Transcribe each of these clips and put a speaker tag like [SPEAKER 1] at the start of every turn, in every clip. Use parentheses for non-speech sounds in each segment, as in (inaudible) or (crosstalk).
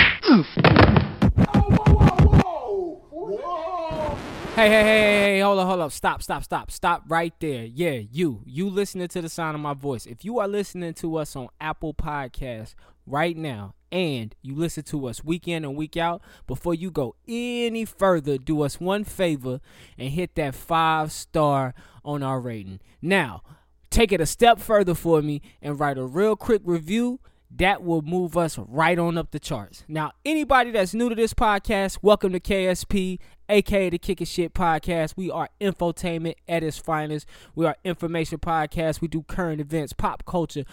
[SPEAKER 1] month. Hey, hey, hey, hey, hey, hold up, hold up. Stop, stop, stop, stop right there. Yeah, you, you listening to the sound of my voice. If you are listening to us on Apple Podcasts right now and you listen to us week in and week out, before you go any further, do us one favor and hit that five star on our rating. Now, take it a step further for me and write a real quick review that will move us right on up the charts. Now, anybody that's new to this podcast, welcome to KSP, aka the Kickin' Shit Podcast. We are infotainment at its finest. We are information podcast. We do current events, pop culture,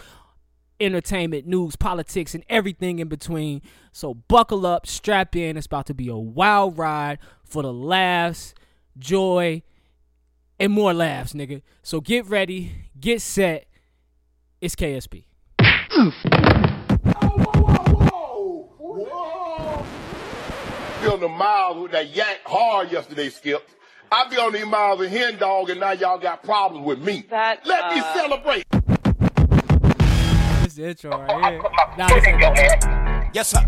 [SPEAKER 1] entertainment, news, politics, and everything in between. So buckle up, strap in. It's about to be a wild ride for the laughs, joy, and more laughs, nigga. So get ready, get set. It's KSP.
[SPEAKER 2] Building the miles with that yank hard yesterday, Skip. I be on these miles with hen dog, and now y'all got problems with me.
[SPEAKER 3] That,
[SPEAKER 2] Let me
[SPEAKER 3] uh,
[SPEAKER 2] celebrate.
[SPEAKER 1] This is the intro right here. Nah, this ain't the intro.
[SPEAKER 4] Yes, sir.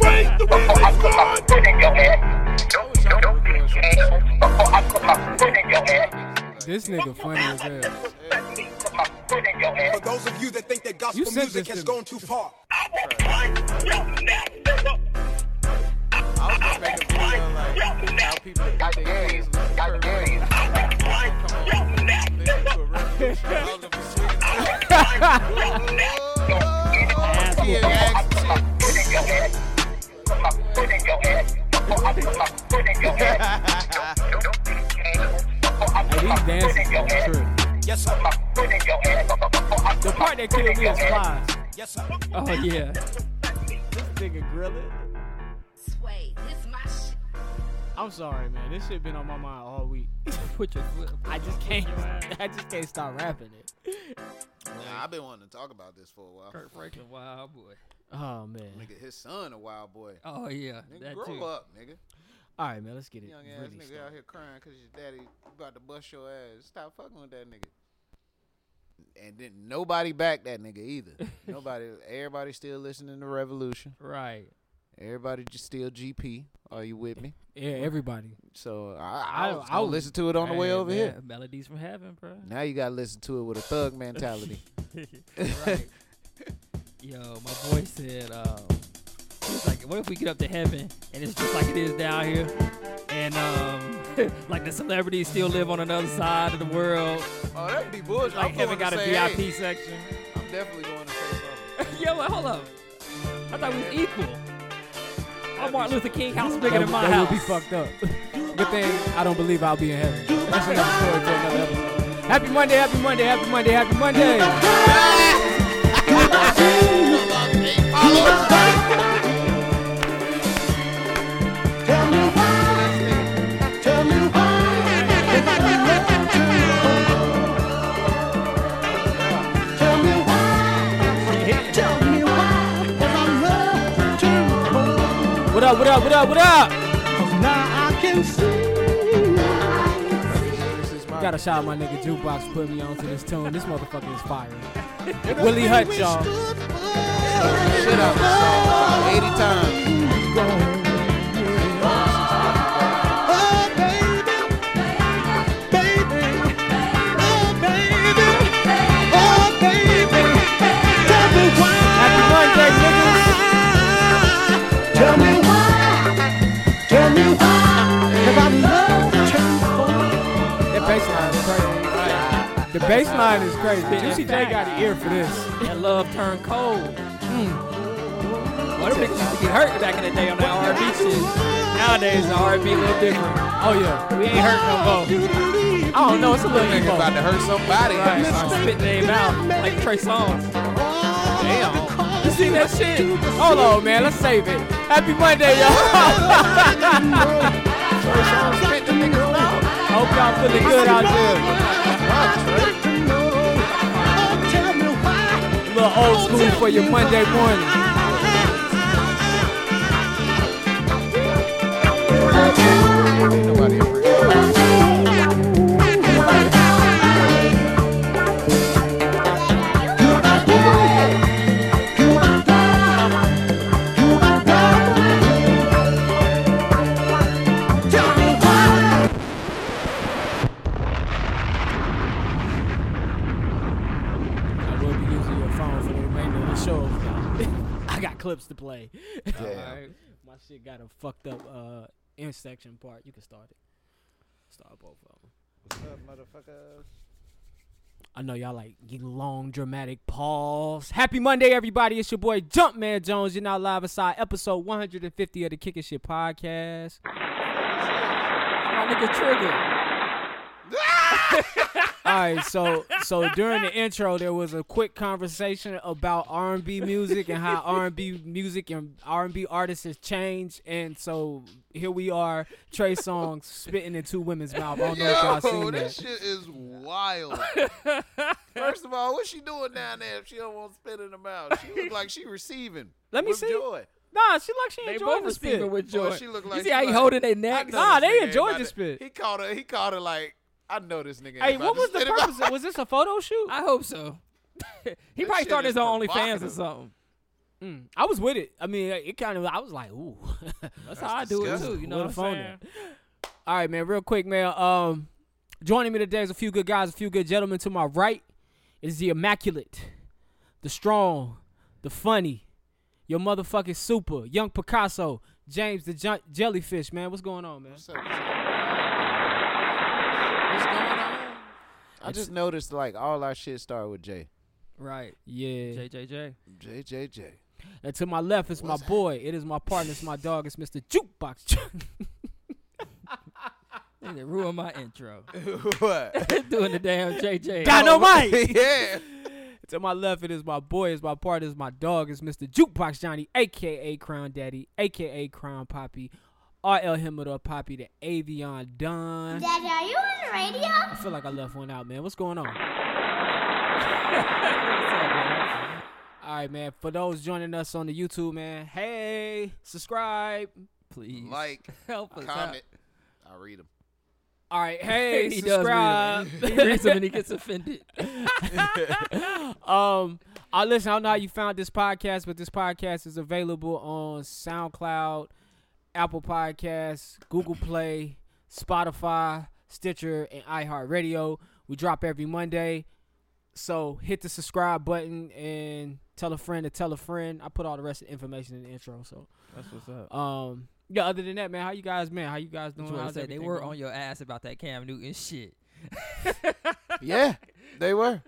[SPEAKER 2] Praise the risen God.
[SPEAKER 1] This nigga funny as hell.
[SPEAKER 4] For those of you that think that gospel
[SPEAKER 1] You sent
[SPEAKER 4] music
[SPEAKER 1] this
[SPEAKER 4] has
[SPEAKER 1] to me.
[SPEAKER 4] gone too far,
[SPEAKER 1] Hey, these dances are a trip.
[SPEAKER 4] yes, sir.
[SPEAKER 1] The part that killed me is flies.
[SPEAKER 4] Yes, sir.
[SPEAKER 1] Oh yeah. This nigga grilling.
[SPEAKER 5] Sway, this my shit.
[SPEAKER 1] I'm sorry, man. This shit been on my mind all week. (laughs) Put your foot. I just can't. I just can't stop rapping it.
[SPEAKER 6] Nah, I've been wanting to talk about this for a while.
[SPEAKER 7] Kurt Franklin, wild boy.
[SPEAKER 1] Oh man.
[SPEAKER 6] Nigga, his son a wild boy.
[SPEAKER 7] Oh yeah,
[SPEAKER 6] Nigga,
[SPEAKER 7] that
[SPEAKER 6] grow
[SPEAKER 7] too.
[SPEAKER 6] up, nigga.
[SPEAKER 1] All right, man. Let's get it.
[SPEAKER 6] Young ass
[SPEAKER 1] Really
[SPEAKER 6] nigga out
[SPEAKER 1] started.
[SPEAKER 6] here crying because your daddy about to bust your ass. Stop fucking with that nigga. And then nobody backed that nigga either.
[SPEAKER 7] (laughs)
[SPEAKER 6] nobody. Everybody still listening to Revolution.
[SPEAKER 7] Right.
[SPEAKER 6] Everybody just still GP. Are you with me?
[SPEAKER 1] Yeah, everybody.
[SPEAKER 6] So I, I,
[SPEAKER 1] I-
[SPEAKER 6] was
[SPEAKER 1] I
[SPEAKER 6] gonna
[SPEAKER 1] was-
[SPEAKER 6] listen to it on the way
[SPEAKER 7] Hey,
[SPEAKER 6] over
[SPEAKER 7] man,
[SPEAKER 6] here.
[SPEAKER 7] Melodies from heaven,
[SPEAKER 6] (laughs)
[SPEAKER 7] bro.
[SPEAKER 6] Now you gotta listen to it with a thug
[SPEAKER 7] (laughs)
[SPEAKER 6] mentality.
[SPEAKER 7] right. Yo, my boy said, um, he was like, what if we get up to heaven and it's just like it is down here? And um, (laughs) like the celebrities still live on another side of the world.
[SPEAKER 6] oh, that'd be bullshit.
[SPEAKER 7] Like heaven got a VIP section.
[SPEAKER 6] I'm definitely going to say something.
[SPEAKER 7] Yo, wait, hold up. I thought we was equal. My Martin Luther King house bigger than my
[SPEAKER 1] that
[SPEAKER 7] house.
[SPEAKER 1] would be fucked up. Good thing I don't believe I'll be in heaven. That's another story for another episode. Happy Monday, happy Monday, happy Monday, happy Monday. What up, what up, what up, what up?
[SPEAKER 6] This is my
[SPEAKER 1] Gotta shout out my nigga Jukebox put me onto this tune. This motherfucker is fire. Willie Hutch, y'all.
[SPEAKER 6] shit out this song about 80 times.
[SPEAKER 8] Oh,
[SPEAKER 1] Happy
[SPEAKER 8] Oh,
[SPEAKER 1] Monday, niggas. That bass line is crazy. The bass line is crazy. Juicy J got an ear for this. Hmm.
[SPEAKER 7] That love turned cold. Well, them niggas used to get hurt back in the day on that R&B shit. Nowadays, the R&B a little different.
[SPEAKER 1] Oh yeah.
[SPEAKER 7] We ain't hurt no more. I don't know, it's a little
[SPEAKER 6] Nigga about
[SPEAKER 7] emo.
[SPEAKER 6] to hurt somebody.
[SPEAKER 7] Right, start spitting name out like Trey Songz.
[SPEAKER 6] Damn.
[SPEAKER 7] You seen that shit?
[SPEAKER 1] Hold on, man. Let's save it. Happy Monday, y'all. (laughs)
[SPEAKER 6] Spit the niggas out.
[SPEAKER 1] Hope y'all feeling good out there. A little old school for your Monday morning.
[SPEAKER 6] Ain't nobody ever-
[SPEAKER 9] You are God. You are God.
[SPEAKER 1] to play. (laughs)
[SPEAKER 6] Damn.
[SPEAKER 7] Alright.
[SPEAKER 1] My shit got a fucked up uh end section part. You can start it. Start both of them.
[SPEAKER 6] What's up, motherfuckers?
[SPEAKER 1] I know y'all like you long dramatic pause. Happy Monday, everybody! It's your boy Jumpman Jones. You're now live inside episode 150 of the Kicking Shit Podcast. My nigga
[SPEAKER 6] (laughs)
[SPEAKER 1] Trigger. All right, so so during the intro, there was a quick conversation about R&B music and how R&B music and R&B artists has changed, and so here we are, Trey Songz spitting in two women's mouth. I don't know if y'all
[SPEAKER 6] Yo,
[SPEAKER 1] seen
[SPEAKER 6] this
[SPEAKER 1] that.
[SPEAKER 6] shit is
[SPEAKER 7] (laughs)
[SPEAKER 6] wild. First of all, what's she doing down there if she don't want to spit in her mouth? She look like she receiving.
[SPEAKER 1] Let me
[SPEAKER 6] with
[SPEAKER 1] see.
[SPEAKER 6] Joy.
[SPEAKER 1] Nah, she like she
[SPEAKER 7] They
[SPEAKER 1] enjoyed
[SPEAKER 7] both
[SPEAKER 1] the
[SPEAKER 7] receiving
[SPEAKER 1] spit.
[SPEAKER 7] with
[SPEAKER 6] Boy,
[SPEAKER 7] joy.
[SPEAKER 6] she look
[SPEAKER 7] you
[SPEAKER 6] like
[SPEAKER 7] see
[SPEAKER 6] she
[SPEAKER 7] how he
[SPEAKER 6] like-
[SPEAKER 7] holding their
[SPEAKER 6] I
[SPEAKER 7] neck?
[SPEAKER 6] know
[SPEAKER 1] Nah,
[SPEAKER 6] this
[SPEAKER 1] they
[SPEAKER 6] nigga ain't
[SPEAKER 1] enjoyed
[SPEAKER 6] about
[SPEAKER 1] this
[SPEAKER 6] to-
[SPEAKER 1] spit.
[SPEAKER 6] He called her. He called her like I know this nigga. ain't
[SPEAKER 1] Hey,
[SPEAKER 6] about
[SPEAKER 1] what
[SPEAKER 6] to
[SPEAKER 1] was the
[SPEAKER 6] spit in my-
[SPEAKER 1] purpose? was this a photo shoot? I,
[SPEAKER 7] I hope so. he probably
[SPEAKER 6] shit
[SPEAKER 7] started
[SPEAKER 6] is
[SPEAKER 7] his own OnlyFans or
[SPEAKER 6] provocative.
[SPEAKER 7] something.
[SPEAKER 1] I was with it. I mean, it kind of. I was like, ooh. (laughs)
[SPEAKER 7] That's, how I do it
[SPEAKER 6] disgusting.
[SPEAKER 7] too. You know what I'm
[SPEAKER 1] Would've phoned
[SPEAKER 7] saying?
[SPEAKER 1] All right, man. Real quick, man. Um, joining me today is a few good guys, a few good gentlemen. To my right is the immaculate, the strong, the funny, your motherfucking super, young Picasso, James the Jun- jellyfish. Man, what's going on, man?
[SPEAKER 6] What's up? What's going on? I just noticed like all our shit started with J.
[SPEAKER 7] Right.
[SPEAKER 1] Yeah.
[SPEAKER 7] JJJ.
[SPEAKER 6] J J J.
[SPEAKER 1] And to my left is my boy. It is my partner. It's my dog. It's Mr. Jukebox. (laughs) Chuck.
[SPEAKER 7] Nigga ruined my intro.
[SPEAKER 6] (laughs) (laughs) What?
[SPEAKER 7] Doing the damn JJ.
[SPEAKER 1] (laughs) Dynamite.
[SPEAKER 6] yeah.
[SPEAKER 1] To my left, it is my boy, it's my partner, it's my dog, it's Mr. Jukebox Johnny, aka Crown Daddy, aka Crown Poppy, RL Himador Poppy, the Avion Don.
[SPEAKER 5] Daddy, are you on the radio?
[SPEAKER 1] I feel like I left one out, man. What's going on? (laughs)
[SPEAKER 7] What's up, man?
[SPEAKER 1] All right, man. For those joining us on the YouTube, man, hey, subscribe.
[SPEAKER 7] Please.
[SPEAKER 6] Like,
[SPEAKER 7] (laughs) help us out.
[SPEAKER 6] comment. I read them.
[SPEAKER 1] All (laughs) right, hey,
[SPEAKER 7] He does read
[SPEAKER 1] subscribe.
[SPEAKER 7] them. He reads them and
[SPEAKER 1] (laughs)
[SPEAKER 7] he gets offended.
[SPEAKER 1] Um, I listen. I don't know how you found this podcast, but this podcast is available on SoundCloud, Apple Podcasts, Google Play, Spotify, Stitcher, and iHeartRadio. We drop every Monday, so hit the subscribe button and tell a friend to tell a friend. I put all the rest of the information in the intro. So,
[SPEAKER 7] That's what's up.
[SPEAKER 1] um, yeah. Other than that, man, how you guys, man, how you guys
[SPEAKER 7] Just
[SPEAKER 1] doing?
[SPEAKER 7] want
[SPEAKER 1] How's
[SPEAKER 7] to say they
[SPEAKER 1] everything
[SPEAKER 7] were
[SPEAKER 1] going?
[SPEAKER 7] on your ass about that Cam Newton shit.
[SPEAKER 6] Yeah, they were.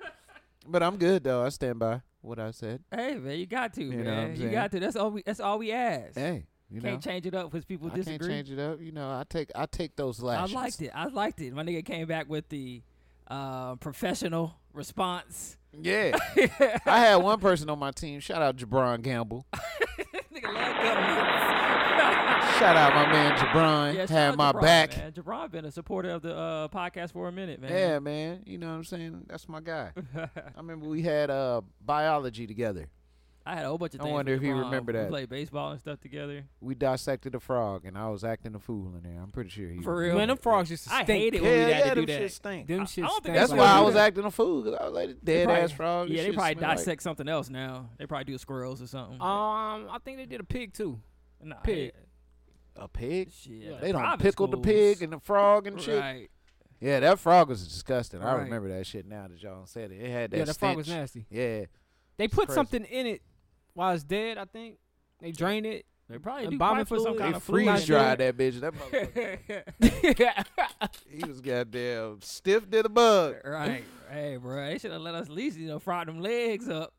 [SPEAKER 6] But I'm good though. I stand by what I said.
[SPEAKER 7] Hey man, you got to,
[SPEAKER 6] You know what I'm
[SPEAKER 7] man. You
[SPEAKER 6] saying?
[SPEAKER 7] got to. That's all we. That's all we ask.
[SPEAKER 6] Hey, you know,
[SPEAKER 7] can't change it up because people
[SPEAKER 6] I
[SPEAKER 7] disagree.
[SPEAKER 6] can't change it up. You know, I take I take those
[SPEAKER 7] I
[SPEAKER 6] lashes.
[SPEAKER 7] liked it. I liked it. My nigga came back with the uh, professional response.
[SPEAKER 6] Yeah,
[SPEAKER 7] (laughs)
[SPEAKER 6] I had one person on my team. Shout out Jabron Gamble.
[SPEAKER 7] nigga love governments.
[SPEAKER 6] Shout out my man Jabron.
[SPEAKER 7] Yeah, shout
[SPEAKER 6] had
[SPEAKER 7] out
[SPEAKER 6] my
[SPEAKER 7] Jabron,
[SPEAKER 6] back.
[SPEAKER 7] Man. Jabron been a supporter of the uh, podcast for a minute, man.
[SPEAKER 6] Yeah, man. You know what I'm saying? That's my
[SPEAKER 7] (laughs)
[SPEAKER 6] guy. I remember we had uh biology together.
[SPEAKER 7] I had a whole bunch of
[SPEAKER 6] I
[SPEAKER 7] things.
[SPEAKER 6] wonder
[SPEAKER 7] with
[SPEAKER 6] if he
[SPEAKER 7] Jabron.
[SPEAKER 6] remember
[SPEAKER 7] We
[SPEAKER 6] that.
[SPEAKER 7] played baseball and stuff together.
[SPEAKER 6] We dissected a frog, and I was acting a fool in there. I'm pretty sure he.
[SPEAKER 7] For real?
[SPEAKER 1] Man, them frogs used to
[SPEAKER 7] I
[SPEAKER 1] stink.
[SPEAKER 7] hate it
[SPEAKER 6] Yeah,
[SPEAKER 7] when we had
[SPEAKER 6] yeah,
[SPEAKER 7] to do
[SPEAKER 6] them
[SPEAKER 7] that.
[SPEAKER 6] shit stink.
[SPEAKER 1] Them
[SPEAKER 7] I- I
[SPEAKER 1] shit
[SPEAKER 7] don't think
[SPEAKER 1] stink
[SPEAKER 6] That's
[SPEAKER 1] like
[SPEAKER 6] why I
[SPEAKER 1] that.
[SPEAKER 6] was acting a fool. 'cause I was like,
[SPEAKER 7] They
[SPEAKER 6] dead
[SPEAKER 7] probably-
[SPEAKER 6] ass frog. this
[SPEAKER 7] Yeah, they
[SPEAKER 6] shit
[SPEAKER 7] probably
[SPEAKER 6] smell like-
[SPEAKER 7] dissect something else now. They probably do squirrels or something.
[SPEAKER 1] Um, I think they did a pig too.
[SPEAKER 7] nah,
[SPEAKER 1] pig.
[SPEAKER 6] a pig.
[SPEAKER 7] Shit.
[SPEAKER 6] They don't
[SPEAKER 7] private
[SPEAKER 6] pickle the pig
[SPEAKER 7] schools.
[SPEAKER 6] and the frog and shit.
[SPEAKER 7] Right.
[SPEAKER 6] Yeah, that frog was disgusting. I
[SPEAKER 7] Right.
[SPEAKER 6] remember that shit now that y'all said it. It had that
[SPEAKER 1] yeah, the frog was
[SPEAKER 6] stench.
[SPEAKER 1] nasty.
[SPEAKER 6] Yeah,
[SPEAKER 1] They put
[SPEAKER 6] crazy.
[SPEAKER 1] something in it while it's dead. I think they drain it.
[SPEAKER 7] They probably
[SPEAKER 1] And
[SPEAKER 7] do
[SPEAKER 1] bombing
[SPEAKER 7] probably
[SPEAKER 1] for
[SPEAKER 7] put
[SPEAKER 1] some
[SPEAKER 7] some
[SPEAKER 1] kind
[SPEAKER 7] kind
[SPEAKER 6] they
[SPEAKER 1] of
[SPEAKER 7] of
[SPEAKER 1] food in
[SPEAKER 6] freeze
[SPEAKER 1] there.
[SPEAKER 6] (laughs) dried that bitch. That motherfucker,
[SPEAKER 7] (laughs)
[SPEAKER 1] yeah,
[SPEAKER 6] he was goddamn stiff to the bug.
[SPEAKER 7] (laughs) right. Hey, bro, they should have let us at least you know fry them legs up.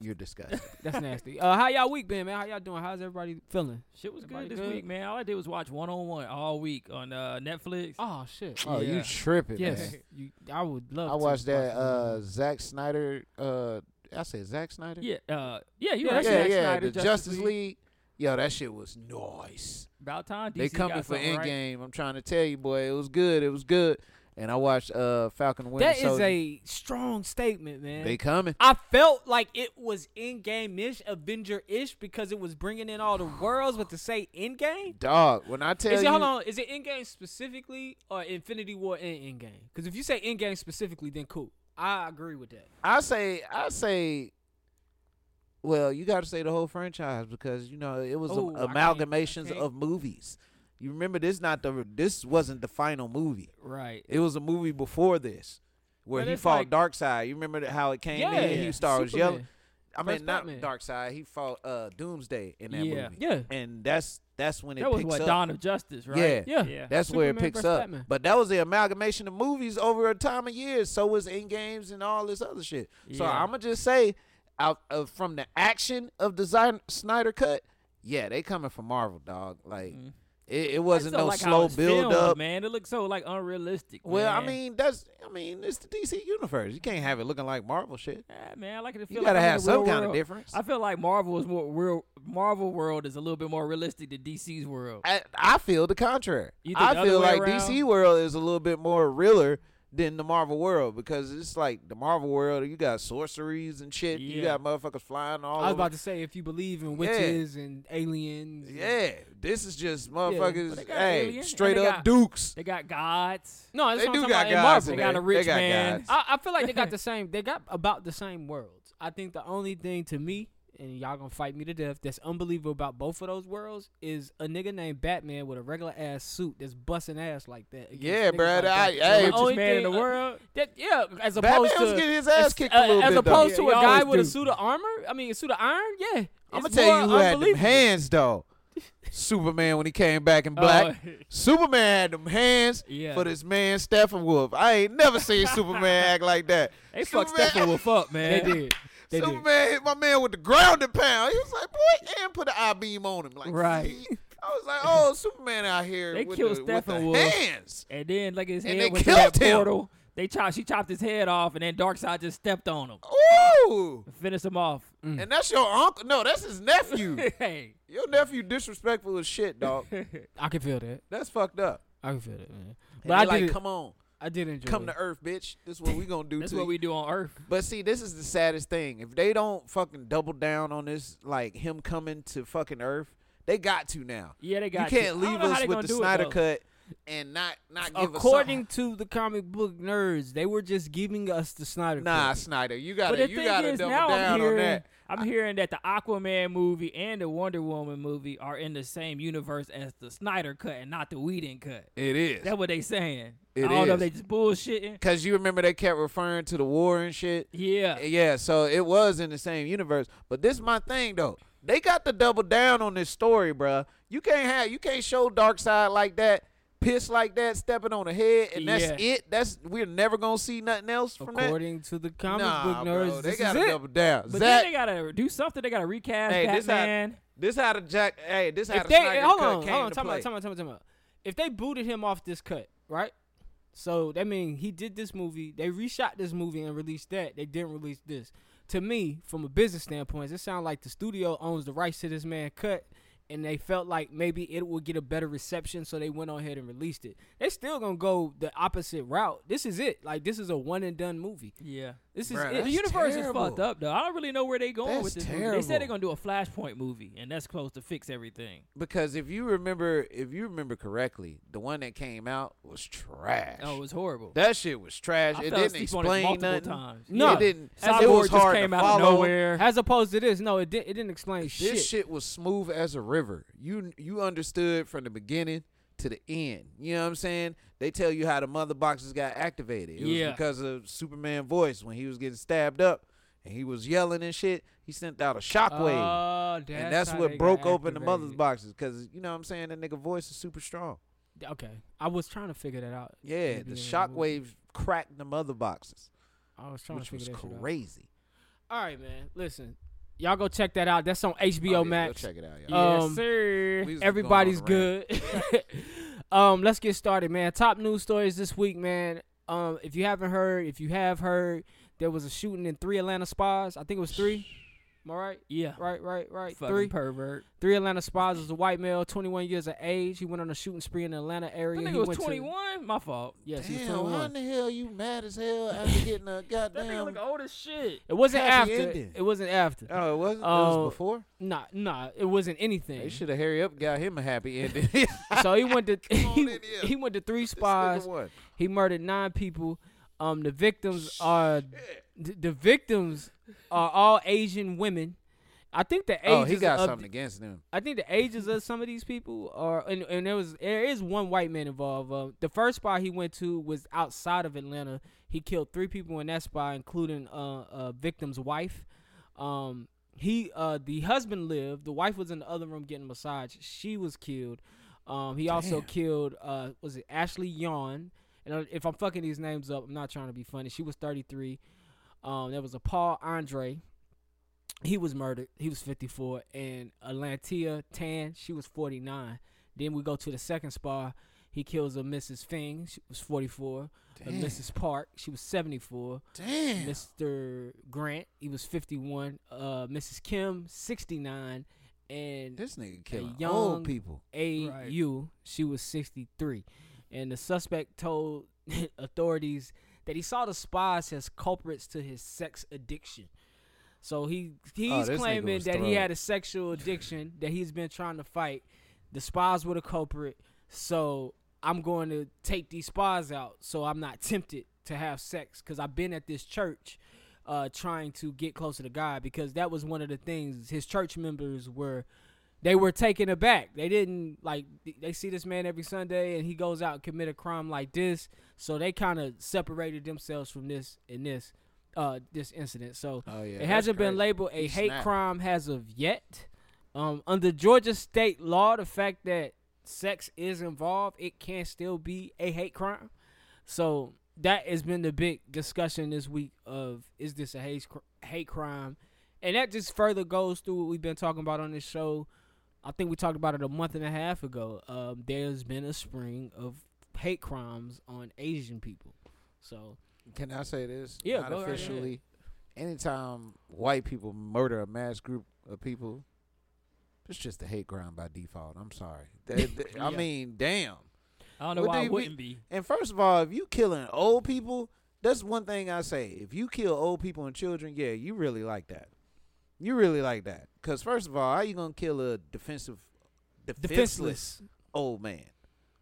[SPEAKER 6] You're disgusting.
[SPEAKER 1] that's nasty. Uh, how y'all week been, man? How y'all doing? How's everybody feeling?
[SPEAKER 7] (laughs) Shit was
[SPEAKER 1] Everybody
[SPEAKER 7] good this
[SPEAKER 1] good?
[SPEAKER 7] week, man. All I did was watch One on One all week on uh, Netflix.
[SPEAKER 1] Oh shit.
[SPEAKER 6] Oh, you
[SPEAKER 7] (laughs) Yeah.
[SPEAKER 6] tripping?
[SPEAKER 1] Yes,
[SPEAKER 6] man.
[SPEAKER 1] you, I would love.
[SPEAKER 6] I
[SPEAKER 1] to
[SPEAKER 6] watched that
[SPEAKER 1] watch one.
[SPEAKER 6] uh, Zack Snyder. Uh, I said Zack Snyder.
[SPEAKER 7] Yeah, uh, yeah, you
[SPEAKER 1] Yeah,
[SPEAKER 7] right.
[SPEAKER 1] that's
[SPEAKER 6] yeah,
[SPEAKER 7] Zack
[SPEAKER 6] yeah,
[SPEAKER 7] Snyder,
[SPEAKER 6] the Justice, League. Yo, that shit was nice.
[SPEAKER 7] About time DC
[SPEAKER 6] they coming
[SPEAKER 7] got
[SPEAKER 6] for
[SPEAKER 7] something Right.
[SPEAKER 6] Endgame. I'm trying to tell you, boy, it was good. It was good. And I watched uh, Falcon Winter
[SPEAKER 1] That is
[SPEAKER 6] Soldier.
[SPEAKER 1] a strong statement, man.
[SPEAKER 6] They coming.
[SPEAKER 1] I felt like it was in game ish, Avenger ish, because it was bringing in all the worlds. But to say in game,
[SPEAKER 6] Dog, when I tell
[SPEAKER 1] is it
[SPEAKER 6] you,
[SPEAKER 1] hold on? Is it in game specifically or Infinity War and in game? Because if you say in game specifically, then cool. I agree with that.
[SPEAKER 6] I say, I say, well, you got to say the whole franchise because you know it was
[SPEAKER 1] Ooh,
[SPEAKER 7] Oh.
[SPEAKER 1] I
[SPEAKER 6] a,
[SPEAKER 1] can't- I
[SPEAKER 6] amalgamations
[SPEAKER 1] can't.
[SPEAKER 6] of movies. You remember this? Not the this wasn't the final movie.
[SPEAKER 7] Right.
[SPEAKER 6] It was a movie before this where
[SPEAKER 1] But
[SPEAKER 6] he
[SPEAKER 1] it's
[SPEAKER 6] fought
[SPEAKER 1] like-
[SPEAKER 6] Dark Side. You remember that- how it came
[SPEAKER 1] Yeah,
[SPEAKER 6] in? He started was yelling. I mean,
[SPEAKER 7] First
[SPEAKER 6] not
[SPEAKER 7] Batman.
[SPEAKER 6] Dark Side. He fought uh, Doomsday in that
[SPEAKER 7] Yeah.
[SPEAKER 6] movie.
[SPEAKER 7] Yeah.
[SPEAKER 6] and that's that's when it
[SPEAKER 7] That was
[SPEAKER 6] picks
[SPEAKER 7] what
[SPEAKER 6] up.
[SPEAKER 7] Dawn of Justice,
[SPEAKER 6] Yeah,
[SPEAKER 7] right?
[SPEAKER 6] yeah, that's where
[SPEAKER 1] Superman
[SPEAKER 6] it picks
[SPEAKER 1] versus
[SPEAKER 6] up.
[SPEAKER 1] Batman.
[SPEAKER 6] But that was the amalgamation of movies over a time of years. So was in games and all this other shit. So
[SPEAKER 7] Yeah.
[SPEAKER 6] I'm gonna just say, out of from the action of the Zyn- Snyder cut, yeah, they coming from Marvel, dog. Like it, it
[SPEAKER 7] I just
[SPEAKER 6] wasn't
[SPEAKER 7] don't
[SPEAKER 6] no
[SPEAKER 7] Mm. like how
[SPEAKER 6] slow
[SPEAKER 7] it's
[SPEAKER 6] build
[SPEAKER 7] filmed,
[SPEAKER 6] up.
[SPEAKER 7] man. It looks so like unrealistic.
[SPEAKER 6] Well, I
[SPEAKER 7] man.
[SPEAKER 6] mean, that's I mean, it's the DC universe. You can't have it looking like Marvel shit.
[SPEAKER 7] Ah, man, I like it to feel
[SPEAKER 6] You
[SPEAKER 7] like
[SPEAKER 6] gotta
[SPEAKER 7] I'm in
[SPEAKER 6] have
[SPEAKER 7] the
[SPEAKER 6] some
[SPEAKER 7] real
[SPEAKER 6] kinda
[SPEAKER 7] world.
[SPEAKER 6] difference.
[SPEAKER 7] I feel like Marvel is more real. Marvel world is a little bit more realistic than DC's world.
[SPEAKER 6] I, I feel the contrary.
[SPEAKER 7] You think the
[SPEAKER 6] I
[SPEAKER 7] other
[SPEAKER 6] feel
[SPEAKER 7] way
[SPEAKER 6] like DC
[SPEAKER 7] around?
[SPEAKER 6] world is a little bit more realer than the Marvel world because it's like the Marvel world. You got sorceries and shit. You
[SPEAKER 7] Yeah.
[SPEAKER 6] got motherfuckers flying all
[SPEAKER 1] I was
[SPEAKER 6] over.
[SPEAKER 1] about to say if you believe in witches and aliens. and-
[SPEAKER 6] yeah, this is just
[SPEAKER 7] but
[SPEAKER 6] motherfuckers.
[SPEAKER 7] they got
[SPEAKER 6] hey,
[SPEAKER 7] aliens and
[SPEAKER 6] straight
[SPEAKER 7] they
[SPEAKER 6] up
[SPEAKER 7] got-
[SPEAKER 6] dukes.
[SPEAKER 7] They got gods.
[SPEAKER 1] No, that's
[SPEAKER 6] They
[SPEAKER 1] what I'm
[SPEAKER 6] do
[SPEAKER 1] talking
[SPEAKER 6] got
[SPEAKER 1] about. In
[SPEAKER 6] guys
[SPEAKER 1] Marvel,
[SPEAKER 6] in
[SPEAKER 1] they got
[SPEAKER 6] there.
[SPEAKER 1] a rich
[SPEAKER 6] They got
[SPEAKER 1] man.
[SPEAKER 6] guys.
[SPEAKER 1] I, I feel like
[SPEAKER 7] (laughs)
[SPEAKER 1] they got the same. They got about the same worlds. I think the only thing to me, and y'all gonna fight me to death, that's unbelievable about both of those worlds is a nigga named Batman with a regular ass suit that's busting ass like that. against
[SPEAKER 6] Yeah,
[SPEAKER 1] niggas
[SPEAKER 6] bruh,
[SPEAKER 1] like that.
[SPEAKER 6] I- hey,
[SPEAKER 1] The
[SPEAKER 6] Richest
[SPEAKER 1] only
[SPEAKER 7] man in the
[SPEAKER 1] thing- uh,
[SPEAKER 7] world.
[SPEAKER 1] That, yeah, as
[SPEAKER 6] Batman
[SPEAKER 1] opposed
[SPEAKER 6] was
[SPEAKER 1] to
[SPEAKER 6] getting his ass
[SPEAKER 1] as-
[SPEAKER 6] kicked a little
[SPEAKER 1] as
[SPEAKER 6] bit, though.
[SPEAKER 1] opposed to
[SPEAKER 7] Yeah,
[SPEAKER 1] a
[SPEAKER 7] he
[SPEAKER 1] guy
[SPEAKER 7] always
[SPEAKER 1] with a
[SPEAKER 7] do.
[SPEAKER 1] suit of armor. I mean, a suit of iron. Yeah,
[SPEAKER 6] I'm gonna
[SPEAKER 1] It's
[SPEAKER 6] tell
[SPEAKER 1] more
[SPEAKER 6] you who had them
[SPEAKER 1] unbelievable.
[SPEAKER 6] hands though. Superman when he came back in black.
[SPEAKER 7] Oh.
[SPEAKER 6] Superman had them hands
[SPEAKER 7] Yeah.
[SPEAKER 6] for this man Stephen Wolf. I ain't never
[SPEAKER 7] (laughs)
[SPEAKER 6] seen Superman act like that.
[SPEAKER 7] They fucked
[SPEAKER 6] Superman-
[SPEAKER 7] Steppenwolf up,
[SPEAKER 1] They
[SPEAKER 7] man.
[SPEAKER 1] did. They did.
[SPEAKER 6] Superman hit my man with the ground and pound. He was like, boy, and put the I beam on him. Like,
[SPEAKER 7] Right.
[SPEAKER 6] see? I was like, oh, Superman out here
[SPEAKER 7] They
[SPEAKER 6] with,
[SPEAKER 7] killed
[SPEAKER 6] the, with the
[SPEAKER 7] Steppenwolf.
[SPEAKER 6] hands.
[SPEAKER 7] And then like his
[SPEAKER 6] And
[SPEAKER 7] head
[SPEAKER 6] they
[SPEAKER 7] went through that
[SPEAKER 6] killed him.
[SPEAKER 7] portal. They chopped. She chopped his head off, and then Darkseid just stepped on him,
[SPEAKER 6] Oh. Ooh.
[SPEAKER 7] finished him off.
[SPEAKER 6] And that's your uncle. No, that's his
[SPEAKER 7] (laughs)
[SPEAKER 6] nephew.
[SPEAKER 7] hey,
[SPEAKER 6] your nephew disrespectful as shit, dog.
[SPEAKER 1] I can feel that.
[SPEAKER 6] That's fucked up.
[SPEAKER 1] I can feel that. Man.
[SPEAKER 6] And
[SPEAKER 1] But I
[SPEAKER 6] they
[SPEAKER 1] did.
[SPEAKER 6] like,
[SPEAKER 1] it-
[SPEAKER 6] come on,
[SPEAKER 1] I did enjoy.
[SPEAKER 6] come
[SPEAKER 1] it.
[SPEAKER 6] to Earth, bitch. This is what we gonna do
[SPEAKER 7] that's
[SPEAKER 6] to
[SPEAKER 7] what
[SPEAKER 6] you.
[SPEAKER 7] we do on Earth.
[SPEAKER 6] But see, this is the saddest thing. If they don't fucking double down on this, like him coming to fucking Earth, they got to now.
[SPEAKER 7] Yeah, they got to.
[SPEAKER 6] You can't
[SPEAKER 7] I don't
[SPEAKER 6] leave
[SPEAKER 7] know how
[SPEAKER 6] us
[SPEAKER 7] they
[SPEAKER 6] with
[SPEAKER 7] gonna
[SPEAKER 6] the
[SPEAKER 7] do it,
[SPEAKER 6] Snyder
[SPEAKER 7] though.
[SPEAKER 6] cut and not not give
[SPEAKER 1] According
[SPEAKER 6] us
[SPEAKER 1] to the comic book nerds, they were just giving us the Snyder.
[SPEAKER 6] something. nah
[SPEAKER 1] Cut.
[SPEAKER 6] Snyder, you
[SPEAKER 7] But
[SPEAKER 6] gotta
[SPEAKER 7] the
[SPEAKER 6] you
[SPEAKER 7] thing
[SPEAKER 6] gotta
[SPEAKER 7] is,
[SPEAKER 6] double
[SPEAKER 7] now I'm
[SPEAKER 6] down
[SPEAKER 7] hearing,
[SPEAKER 6] on that.
[SPEAKER 7] I'm hearing that the Aquaman movie and the Wonder Woman movie are in the same universe as the Snyder cut and not the Whedon cut.
[SPEAKER 6] It is
[SPEAKER 7] That's what they saying.
[SPEAKER 6] It
[SPEAKER 7] I don't know
[SPEAKER 6] is.
[SPEAKER 7] if they just bullshitting.
[SPEAKER 6] because you remember they kept referring to the war and shit.
[SPEAKER 7] Yeah.
[SPEAKER 6] Yeah, so it was in the same universe. But this is my thing though. They got to double down on this story, bruh. You can't have you can't show dark side like that, piss like that, stepping on the head, and that's
[SPEAKER 7] Yeah.
[SPEAKER 6] it. That's we're never gonna see nothing else from that.
[SPEAKER 1] According to the comic
[SPEAKER 6] nah,
[SPEAKER 1] book nerds,
[SPEAKER 6] bro, they
[SPEAKER 1] this
[SPEAKER 6] gotta
[SPEAKER 1] is it.
[SPEAKER 6] double down.
[SPEAKER 7] But
[SPEAKER 6] Zach,
[SPEAKER 7] then they gotta do something. They gotta recast
[SPEAKER 6] hey, this how
[SPEAKER 7] Batman.
[SPEAKER 6] this how the Jack hey, this how
[SPEAKER 1] if
[SPEAKER 6] the
[SPEAKER 1] they
[SPEAKER 6] Snyder
[SPEAKER 1] hold
[SPEAKER 6] cut
[SPEAKER 1] on,
[SPEAKER 6] came
[SPEAKER 1] hold on,
[SPEAKER 6] to
[SPEAKER 1] time
[SPEAKER 6] play.
[SPEAKER 1] out, time out, time out, time out. If they booted him off this cut, right? So that means he did this movie. They reshot this movie and released that. They didn't release this. To me, from a business standpoint, it sounds like the studio owns the rights to this man cut, and they felt like maybe it would get a better reception, so they went on ahead and released it. They still gonna go the opposite route. This is it. Like this is a one and done movie.
[SPEAKER 7] yeah.
[SPEAKER 1] This is
[SPEAKER 6] Bruh,
[SPEAKER 1] it.
[SPEAKER 7] The
[SPEAKER 6] that's
[SPEAKER 7] universe
[SPEAKER 6] terrible.
[SPEAKER 7] is fucked up though. I don't really know where they going
[SPEAKER 6] That's
[SPEAKER 7] with this. Movie. They
[SPEAKER 6] terrible.
[SPEAKER 7] said they're gonna do a Flashpoint movie, and that's supposed to fix everything.
[SPEAKER 6] Because if you remember if you remember correctly, the one that came out was trash.
[SPEAKER 7] Oh, it was horrible.
[SPEAKER 6] That shit was trash.
[SPEAKER 7] I
[SPEAKER 6] it
[SPEAKER 7] fell
[SPEAKER 6] didn't
[SPEAKER 7] asleep on it
[SPEAKER 6] explain
[SPEAKER 7] multiple
[SPEAKER 6] nothing.
[SPEAKER 7] times.
[SPEAKER 1] No.
[SPEAKER 6] it didn't.
[SPEAKER 7] Cyborg
[SPEAKER 6] it was
[SPEAKER 7] just
[SPEAKER 6] hard
[SPEAKER 7] came
[SPEAKER 6] to
[SPEAKER 7] out
[SPEAKER 6] follow.
[SPEAKER 7] of nowhere.
[SPEAKER 1] As opposed to this, no, it did. It didn't explain shit.
[SPEAKER 6] This shit was smooth as a river. You you understood from the beginning to the end. You know what I'm saying? They tell you how the mother boxes got activated. It
[SPEAKER 7] Yeah.
[SPEAKER 6] was because of Superman voice when he was getting stabbed up and he was yelling and shit. He sent out a shockwave.
[SPEAKER 1] Oh, that's
[SPEAKER 6] and that's
[SPEAKER 1] how they
[SPEAKER 6] what
[SPEAKER 1] got
[SPEAKER 6] broke open the mother's
[SPEAKER 1] activated.
[SPEAKER 6] boxes because you know what I'm saying that nigga voice is super strong.
[SPEAKER 1] Okay, I was trying to figure that out.
[SPEAKER 6] Yeah,
[SPEAKER 1] Maybe
[SPEAKER 6] the
[SPEAKER 1] in movie.
[SPEAKER 6] shockwave cracked the mother boxes,
[SPEAKER 1] I was trying
[SPEAKER 6] which
[SPEAKER 1] to
[SPEAKER 6] was
[SPEAKER 1] figure that shit out.
[SPEAKER 6] crazy.
[SPEAKER 1] All right, man. Listen, y'all go check that out. That's on HBO
[SPEAKER 6] Oh, yeah, go
[SPEAKER 1] Max.
[SPEAKER 6] check it out, y'all.
[SPEAKER 7] Yes,
[SPEAKER 1] Um,
[SPEAKER 7] sir.
[SPEAKER 6] We was going on
[SPEAKER 1] Everybody's
[SPEAKER 6] a rant.
[SPEAKER 1] good. (laughs) um, let's get started, man. Top news stories this week, man. Um, if you haven't heard, if you have heard, there was a shooting in three Atlanta spas. I think it was three. Am I right?
[SPEAKER 7] Yeah.
[SPEAKER 1] Right, right, right.
[SPEAKER 7] Fucking
[SPEAKER 1] Three,
[SPEAKER 7] pervert.
[SPEAKER 1] three Atlanta spas. It was a white male, 21 years of age. He went on a shooting spree in the Atlanta area.
[SPEAKER 7] That
[SPEAKER 1] He
[SPEAKER 7] nigga was
[SPEAKER 1] went to-
[SPEAKER 7] 21. My fault.
[SPEAKER 1] yes, he was
[SPEAKER 6] Damn, why
[SPEAKER 1] 21.
[SPEAKER 6] in the hell you mad as hell
[SPEAKER 1] (laughs)
[SPEAKER 6] after getting a
[SPEAKER 7] That nigga
[SPEAKER 6] goddamn?
[SPEAKER 7] look old as shit.
[SPEAKER 1] It wasn't
[SPEAKER 6] Happy
[SPEAKER 1] after.
[SPEAKER 6] ending.
[SPEAKER 1] It wasn't after.
[SPEAKER 6] Oh, it wasn't. it
[SPEAKER 1] Oh.
[SPEAKER 6] was before.
[SPEAKER 1] Nah, nah, it wasn't
[SPEAKER 6] They
[SPEAKER 1] anything.
[SPEAKER 6] should have hurry up, got him a happy ending. (laughs) This
[SPEAKER 1] So he
[SPEAKER 6] (laughs)
[SPEAKER 1] went to
[SPEAKER 6] on
[SPEAKER 1] he,
[SPEAKER 6] in here.
[SPEAKER 1] he went to three
[SPEAKER 6] nigga
[SPEAKER 1] spas.
[SPEAKER 6] won.
[SPEAKER 1] He murdered nine people. Um, the victims are th- the victims are all Asian women. I think the ages
[SPEAKER 6] Oh, he got
[SPEAKER 1] of
[SPEAKER 6] something against them.
[SPEAKER 1] I think the ages of some of these people are, and, and there was there is one white man involved. Uh, the first spot he went to was outside of Atlanta. He killed three people in that spot, including uh, a uh, victim's wife. Um, he uh the husband lived. The wife was in the other room getting a massage. She was killed. Um, he also killed uh was it Ashley Yawn? And uh, if I'm fucking these names up, I'm not trying to be funny. She was 33. Um, there was a Paul Andre. He was murdered. He was 54. And Atlantia Tan, she was 49. Then we go to the second spa. He kills a Mrs. Fing. She was 44. A Mrs. Park. She was 74.
[SPEAKER 6] Damn.
[SPEAKER 1] Mr. Grant, he was 51. Uh, Mrs. Kim, 69. And
[SPEAKER 6] This nigga killing
[SPEAKER 1] young-
[SPEAKER 6] old people.
[SPEAKER 1] AU, she was 63. And the suspect told (laughs) authorities that he saw the spies as culprits to his sex addiction. So he he's
[SPEAKER 6] Oh, this nigga
[SPEAKER 1] claiming
[SPEAKER 6] was
[SPEAKER 1] that he
[SPEAKER 6] thrown.
[SPEAKER 1] had a sexual addiction that he's been trying to fight. The spies were the culprit. So I'm going to take these spies out so I'm not tempted to have sex because I've been at this church uh, trying to get closer to God because that was one of the things his church members were they were taken aback. They didn't like th- they see this man every Sunday and he goes out and commit a crime like this. So they kind of separated themselves from this and this uh this incident. So
[SPEAKER 6] Oh, yeah,
[SPEAKER 1] it
[SPEAKER 6] that's
[SPEAKER 1] hasn't been
[SPEAKER 6] crazy.
[SPEAKER 1] labeled a
[SPEAKER 6] He
[SPEAKER 1] hate
[SPEAKER 6] snapped.
[SPEAKER 1] crime as of yet. Um under Georgia state law, the fact that sex is involved, it can still be a hate crime. So that has been the big discussion this week of is this a hate cr- hate crime, and that just further goes through what we've been talking about on this show. I think we talked about it a month and a half ago. Um, there's been a spring of hate crimes on Asian people. So
[SPEAKER 6] Can I say this?
[SPEAKER 1] Yeah,
[SPEAKER 6] Not
[SPEAKER 1] go right ahead.
[SPEAKER 6] officially. Anytime white people murder a mass group of people, it's just a hate crime by default. I'm sorry.
[SPEAKER 1] (laughs)
[SPEAKER 6] That- that- I
[SPEAKER 7] Yeah.
[SPEAKER 6] mean, damn.
[SPEAKER 7] I don't know
[SPEAKER 6] What
[SPEAKER 7] why
[SPEAKER 6] do
[SPEAKER 7] it
[SPEAKER 6] you
[SPEAKER 7] wouldn't
[SPEAKER 6] mean?
[SPEAKER 7] be.
[SPEAKER 6] And first of all, if you killing old people, that's one thing I say. If you kill old people and children, yeah, you really like that. You really like that. Cause first of all, how you gonna kill a defensive, defenseless,
[SPEAKER 1] defenseless.
[SPEAKER 6] old man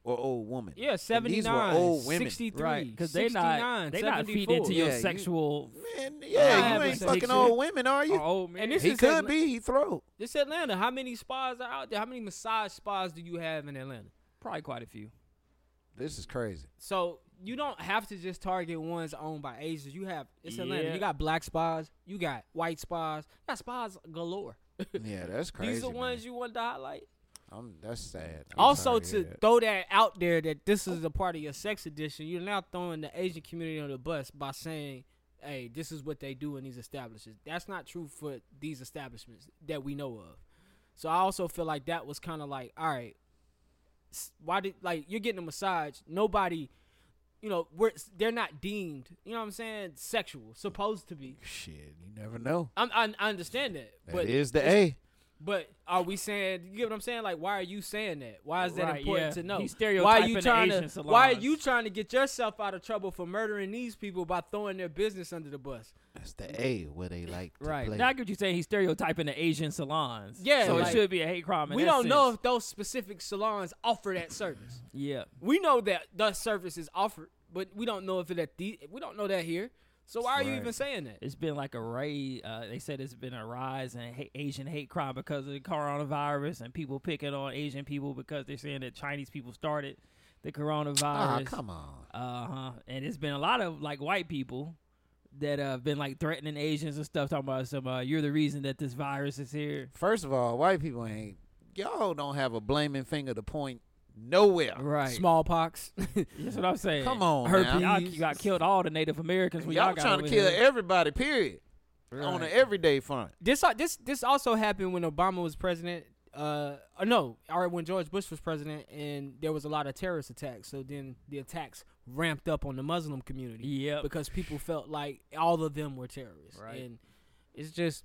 [SPEAKER 6] or old woman?
[SPEAKER 1] Yeah,
[SPEAKER 6] And these were
[SPEAKER 1] 79,
[SPEAKER 6] old women.
[SPEAKER 1] 63,
[SPEAKER 7] Right, because they not they not feed
[SPEAKER 1] 74.
[SPEAKER 7] into your
[SPEAKER 6] Yeah, you-
[SPEAKER 7] sexual
[SPEAKER 6] Man,
[SPEAKER 1] I
[SPEAKER 6] yeah, you
[SPEAKER 1] haven't
[SPEAKER 6] ain't
[SPEAKER 1] said shit.
[SPEAKER 6] fucking old women, are you?
[SPEAKER 7] or old man.
[SPEAKER 1] And Oh, this
[SPEAKER 6] he
[SPEAKER 1] is
[SPEAKER 6] could
[SPEAKER 1] Atla-
[SPEAKER 6] be. He throw.
[SPEAKER 1] This Atlanta. How many spas are out there? How many massage spas do you have in Atlanta?
[SPEAKER 7] probably quite a few.
[SPEAKER 6] This is crazy.
[SPEAKER 1] So you don't have to just target ones owned by Asians. You have it's Atlanta.
[SPEAKER 7] Yeah.
[SPEAKER 1] You got black spas. You got white spas. You got spas galore. (laughs)
[SPEAKER 6] Yeah, that's crazy.
[SPEAKER 1] These are
[SPEAKER 6] man.
[SPEAKER 1] ones you want to highlight.
[SPEAKER 6] I'm, that's sad. I'm
[SPEAKER 1] also,
[SPEAKER 6] sorry
[SPEAKER 1] to
[SPEAKER 6] hear that.
[SPEAKER 1] throw that out there that this is a part of your sex edition, you're now throwing the Asian community on the bus by saying, "Hey, this is what they do in these establishments." That's not true for these establishments that we know of. So I also feel like that was kind of like, all right, s- why did like you're getting a massage? Nobody, you know, we're they're not deemed, you know what I'm saying, sexual, supposed to be.
[SPEAKER 6] shit, you never know.
[SPEAKER 1] I'm, I, I understand that,
[SPEAKER 6] That
[SPEAKER 1] but
[SPEAKER 6] is the A.
[SPEAKER 1] but are we saying? You get what I'm saying? Like, why are you saying that? Why is that
[SPEAKER 7] Right,
[SPEAKER 1] important to
[SPEAKER 7] yeah.
[SPEAKER 1] know?
[SPEAKER 7] He's
[SPEAKER 1] why are you
[SPEAKER 7] stereotyping the
[SPEAKER 1] trying to?
[SPEAKER 7] Asian
[SPEAKER 1] Why are
[SPEAKER 7] salons.
[SPEAKER 1] you trying to get yourself out of trouble for murdering these people by throwing their business under the bus?
[SPEAKER 6] That's the A where they like to
[SPEAKER 7] Right.
[SPEAKER 6] play.
[SPEAKER 7] Now I get what you're saying. He's stereotyping the Asian salons.
[SPEAKER 1] Yeah,
[SPEAKER 7] So
[SPEAKER 1] like-
[SPEAKER 7] it should be a hate crime. in
[SPEAKER 1] we
[SPEAKER 7] that
[SPEAKER 1] don't know
[SPEAKER 7] sense.
[SPEAKER 1] if those specific salons offer that service.
[SPEAKER 7] Yeah.
[SPEAKER 1] we know that the service is offered, but we don't know if it at the. We don't know that here. So why are you
[SPEAKER 6] Right.
[SPEAKER 1] even saying that?
[SPEAKER 7] It's been like a ray. Uh, they said it's been a rise in ha- Asian hate crime because of the coronavirus and people picking on Asian people because they're saying that Chinese people started the
[SPEAKER 6] Ah,
[SPEAKER 7] coronavirus.
[SPEAKER 6] come on.
[SPEAKER 7] Uh huh. And it's been a lot of like white people that uh, have been like threatening Asians and stuff, talking about some. Uh, You're the reason that this virus is here.
[SPEAKER 6] First of all, white people ain't y'all don't have a blaming finger to point nowhere.
[SPEAKER 7] Right.
[SPEAKER 1] Smallpox.
[SPEAKER 7] That's what I'm saying.
[SPEAKER 6] Come on,
[SPEAKER 7] herpes.
[SPEAKER 6] now.
[SPEAKER 7] Y'all you got killed all the Native Americans when y'all,
[SPEAKER 6] y'all
[SPEAKER 7] got
[SPEAKER 6] trying
[SPEAKER 7] over
[SPEAKER 6] to kill
[SPEAKER 7] here.
[SPEAKER 6] everybody. Period. On an everyday front.
[SPEAKER 1] this uh, this this also happened when Obama was president. Uh, uh, no, or when George Bush was president, and there was a lot of terrorist attacks. So then the attacks ramped up on the Muslim community.
[SPEAKER 7] Yep.
[SPEAKER 1] because people felt like all of them were terrorists.
[SPEAKER 7] Right.
[SPEAKER 1] and it's just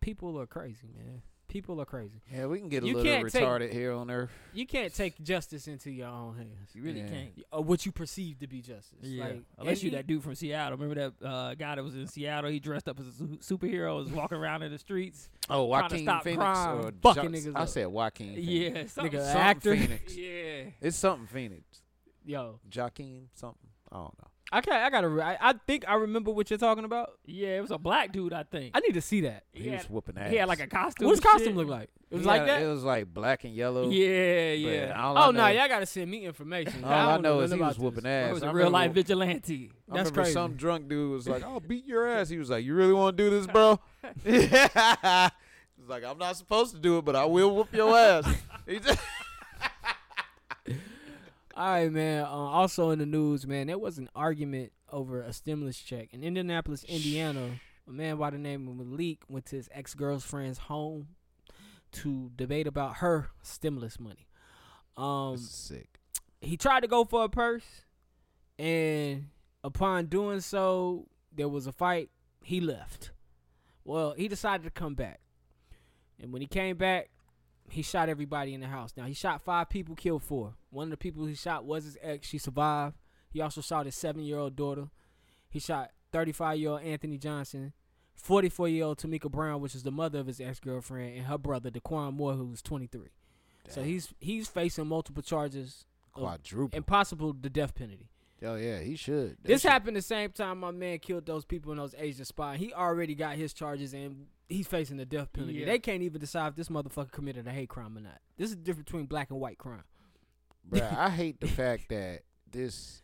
[SPEAKER 1] people are crazy, man. People are crazy.
[SPEAKER 6] Yeah, we can get a
[SPEAKER 1] You
[SPEAKER 6] little
[SPEAKER 1] can't take-
[SPEAKER 6] retarded here on earth.
[SPEAKER 1] You can't take justice into your own hands.
[SPEAKER 7] You really
[SPEAKER 6] Yeah.
[SPEAKER 7] can't.
[SPEAKER 1] Or what you perceive to be justice.
[SPEAKER 7] Yeah.
[SPEAKER 1] Like,
[SPEAKER 7] Unless
[SPEAKER 1] and
[SPEAKER 7] you
[SPEAKER 1] e-
[SPEAKER 7] that dude from Seattle. Remember that uh, guy that was in Seattle? He dressed up as a su- superhero, was walking around in the streets.
[SPEAKER 6] Oh,
[SPEAKER 7] Trying to
[SPEAKER 6] Joaquin
[SPEAKER 7] stop
[SPEAKER 6] Phoenix
[SPEAKER 7] crime.
[SPEAKER 6] or
[SPEAKER 1] Fucking
[SPEAKER 6] Johnson-
[SPEAKER 1] niggas
[SPEAKER 6] I
[SPEAKER 1] up.
[SPEAKER 6] said Joaquin. Phoenix.
[SPEAKER 7] Yeah, something.
[SPEAKER 1] Nigga,
[SPEAKER 6] something
[SPEAKER 1] actor.
[SPEAKER 6] Phoenix.
[SPEAKER 7] (laughs) Yeah.
[SPEAKER 6] It's something Phoenix.
[SPEAKER 1] yo,
[SPEAKER 6] Joaquin something. I don't know.
[SPEAKER 1] I can't. I gotta. re- I, I think I remember what you're talking about.
[SPEAKER 7] Yeah, it was a black dude, I think.
[SPEAKER 1] I need to see that.
[SPEAKER 6] He was whooping ass.
[SPEAKER 7] He had like a costume.
[SPEAKER 1] What does
[SPEAKER 7] and
[SPEAKER 1] costume
[SPEAKER 7] shit.
[SPEAKER 1] look like? It was
[SPEAKER 6] He
[SPEAKER 1] like
[SPEAKER 6] had-
[SPEAKER 1] that.
[SPEAKER 6] It was like black and yellow.
[SPEAKER 7] Yeah,
[SPEAKER 6] but
[SPEAKER 7] yeah.
[SPEAKER 6] all I
[SPEAKER 1] oh no,
[SPEAKER 6] know-
[SPEAKER 1] y'all gotta send me information.
[SPEAKER 6] All
[SPEAKER 1] I,
[SPEAKER 6] I
[SPEAKER 1] don't
[SPEAKER 6] know
[SPEAKER 1] know
[SPEAKER 6] is he
[SPEAKER 1] nothing about
[SPEAKER 6] was
[SPEAKER 1] this.
[SPEAKER 6] whooping ass.
[SPEAKER 7] It was
[SPEAKER 6] I
[SPEAKER 7] a real life
[SPEAKER 6] remember-
[SPEAKER 7] vigilante.
[SPEAKER 6] I
[SPEAKER 1] That's
[SPEAKER 6] remember
[SPEAKER 1] crazy.
[SPEAKER 6] some drunk dude was like, "I'll beat your ass." He was like, "You really want to do this,
[SPEAKER 1] (laughs)
[SPEAKER 6] bro?" (laughs) Yeah. He's like, "I'm not supposed to do it, but I will whoop your
[SPEAKER 1] (laughs)
[SPEAKER 6] ass." He just-
[SPEAKER 1] All right, man. Uh, also in the news, man, there was an argument over a stimulus check in Indianapolis, Indiana. A man by the name of Malik went to his ex girlfriend's home to debate about her stimulus money. Um,
[SPEAKER 6] sick.
[SPEAKER 1] he tried to go for a purse, and upon doing so, there was a fight. He left. Well, he decided to come back, and when he came back, he shot everybody in the house. Now he shot five people, killed four. One of the people he shot was his ex. She survived. He also shot his seven-year-old daughter. He shot 35-year-old Anthony Johnson, 44-year-old Tamika Brown, which is the mother of his ex-girlfriend, and her brother Daquan Moore, who's 23. So he's he's facing multiple charges of
[SPEAKER 6] Quadruple.
[SPEAKER 1] impossible the death penalty.
[SPEAKER 6] Oh yeah, he should. They
[SPEAKER 1] This
[SPEAKER 6] should-
[SPEAKER 1] happened the same time my man killed those people in those Asian spy. He already got his charges and he's facing the death penalty.
[SPEAKER 7] Yeah.
[SPEAKER 1] They can't even decide if this motherfucker committed a hate crime or not. This is the difference between black and white crime.
[SPEAKER 6] Bruh, I hate the fact that this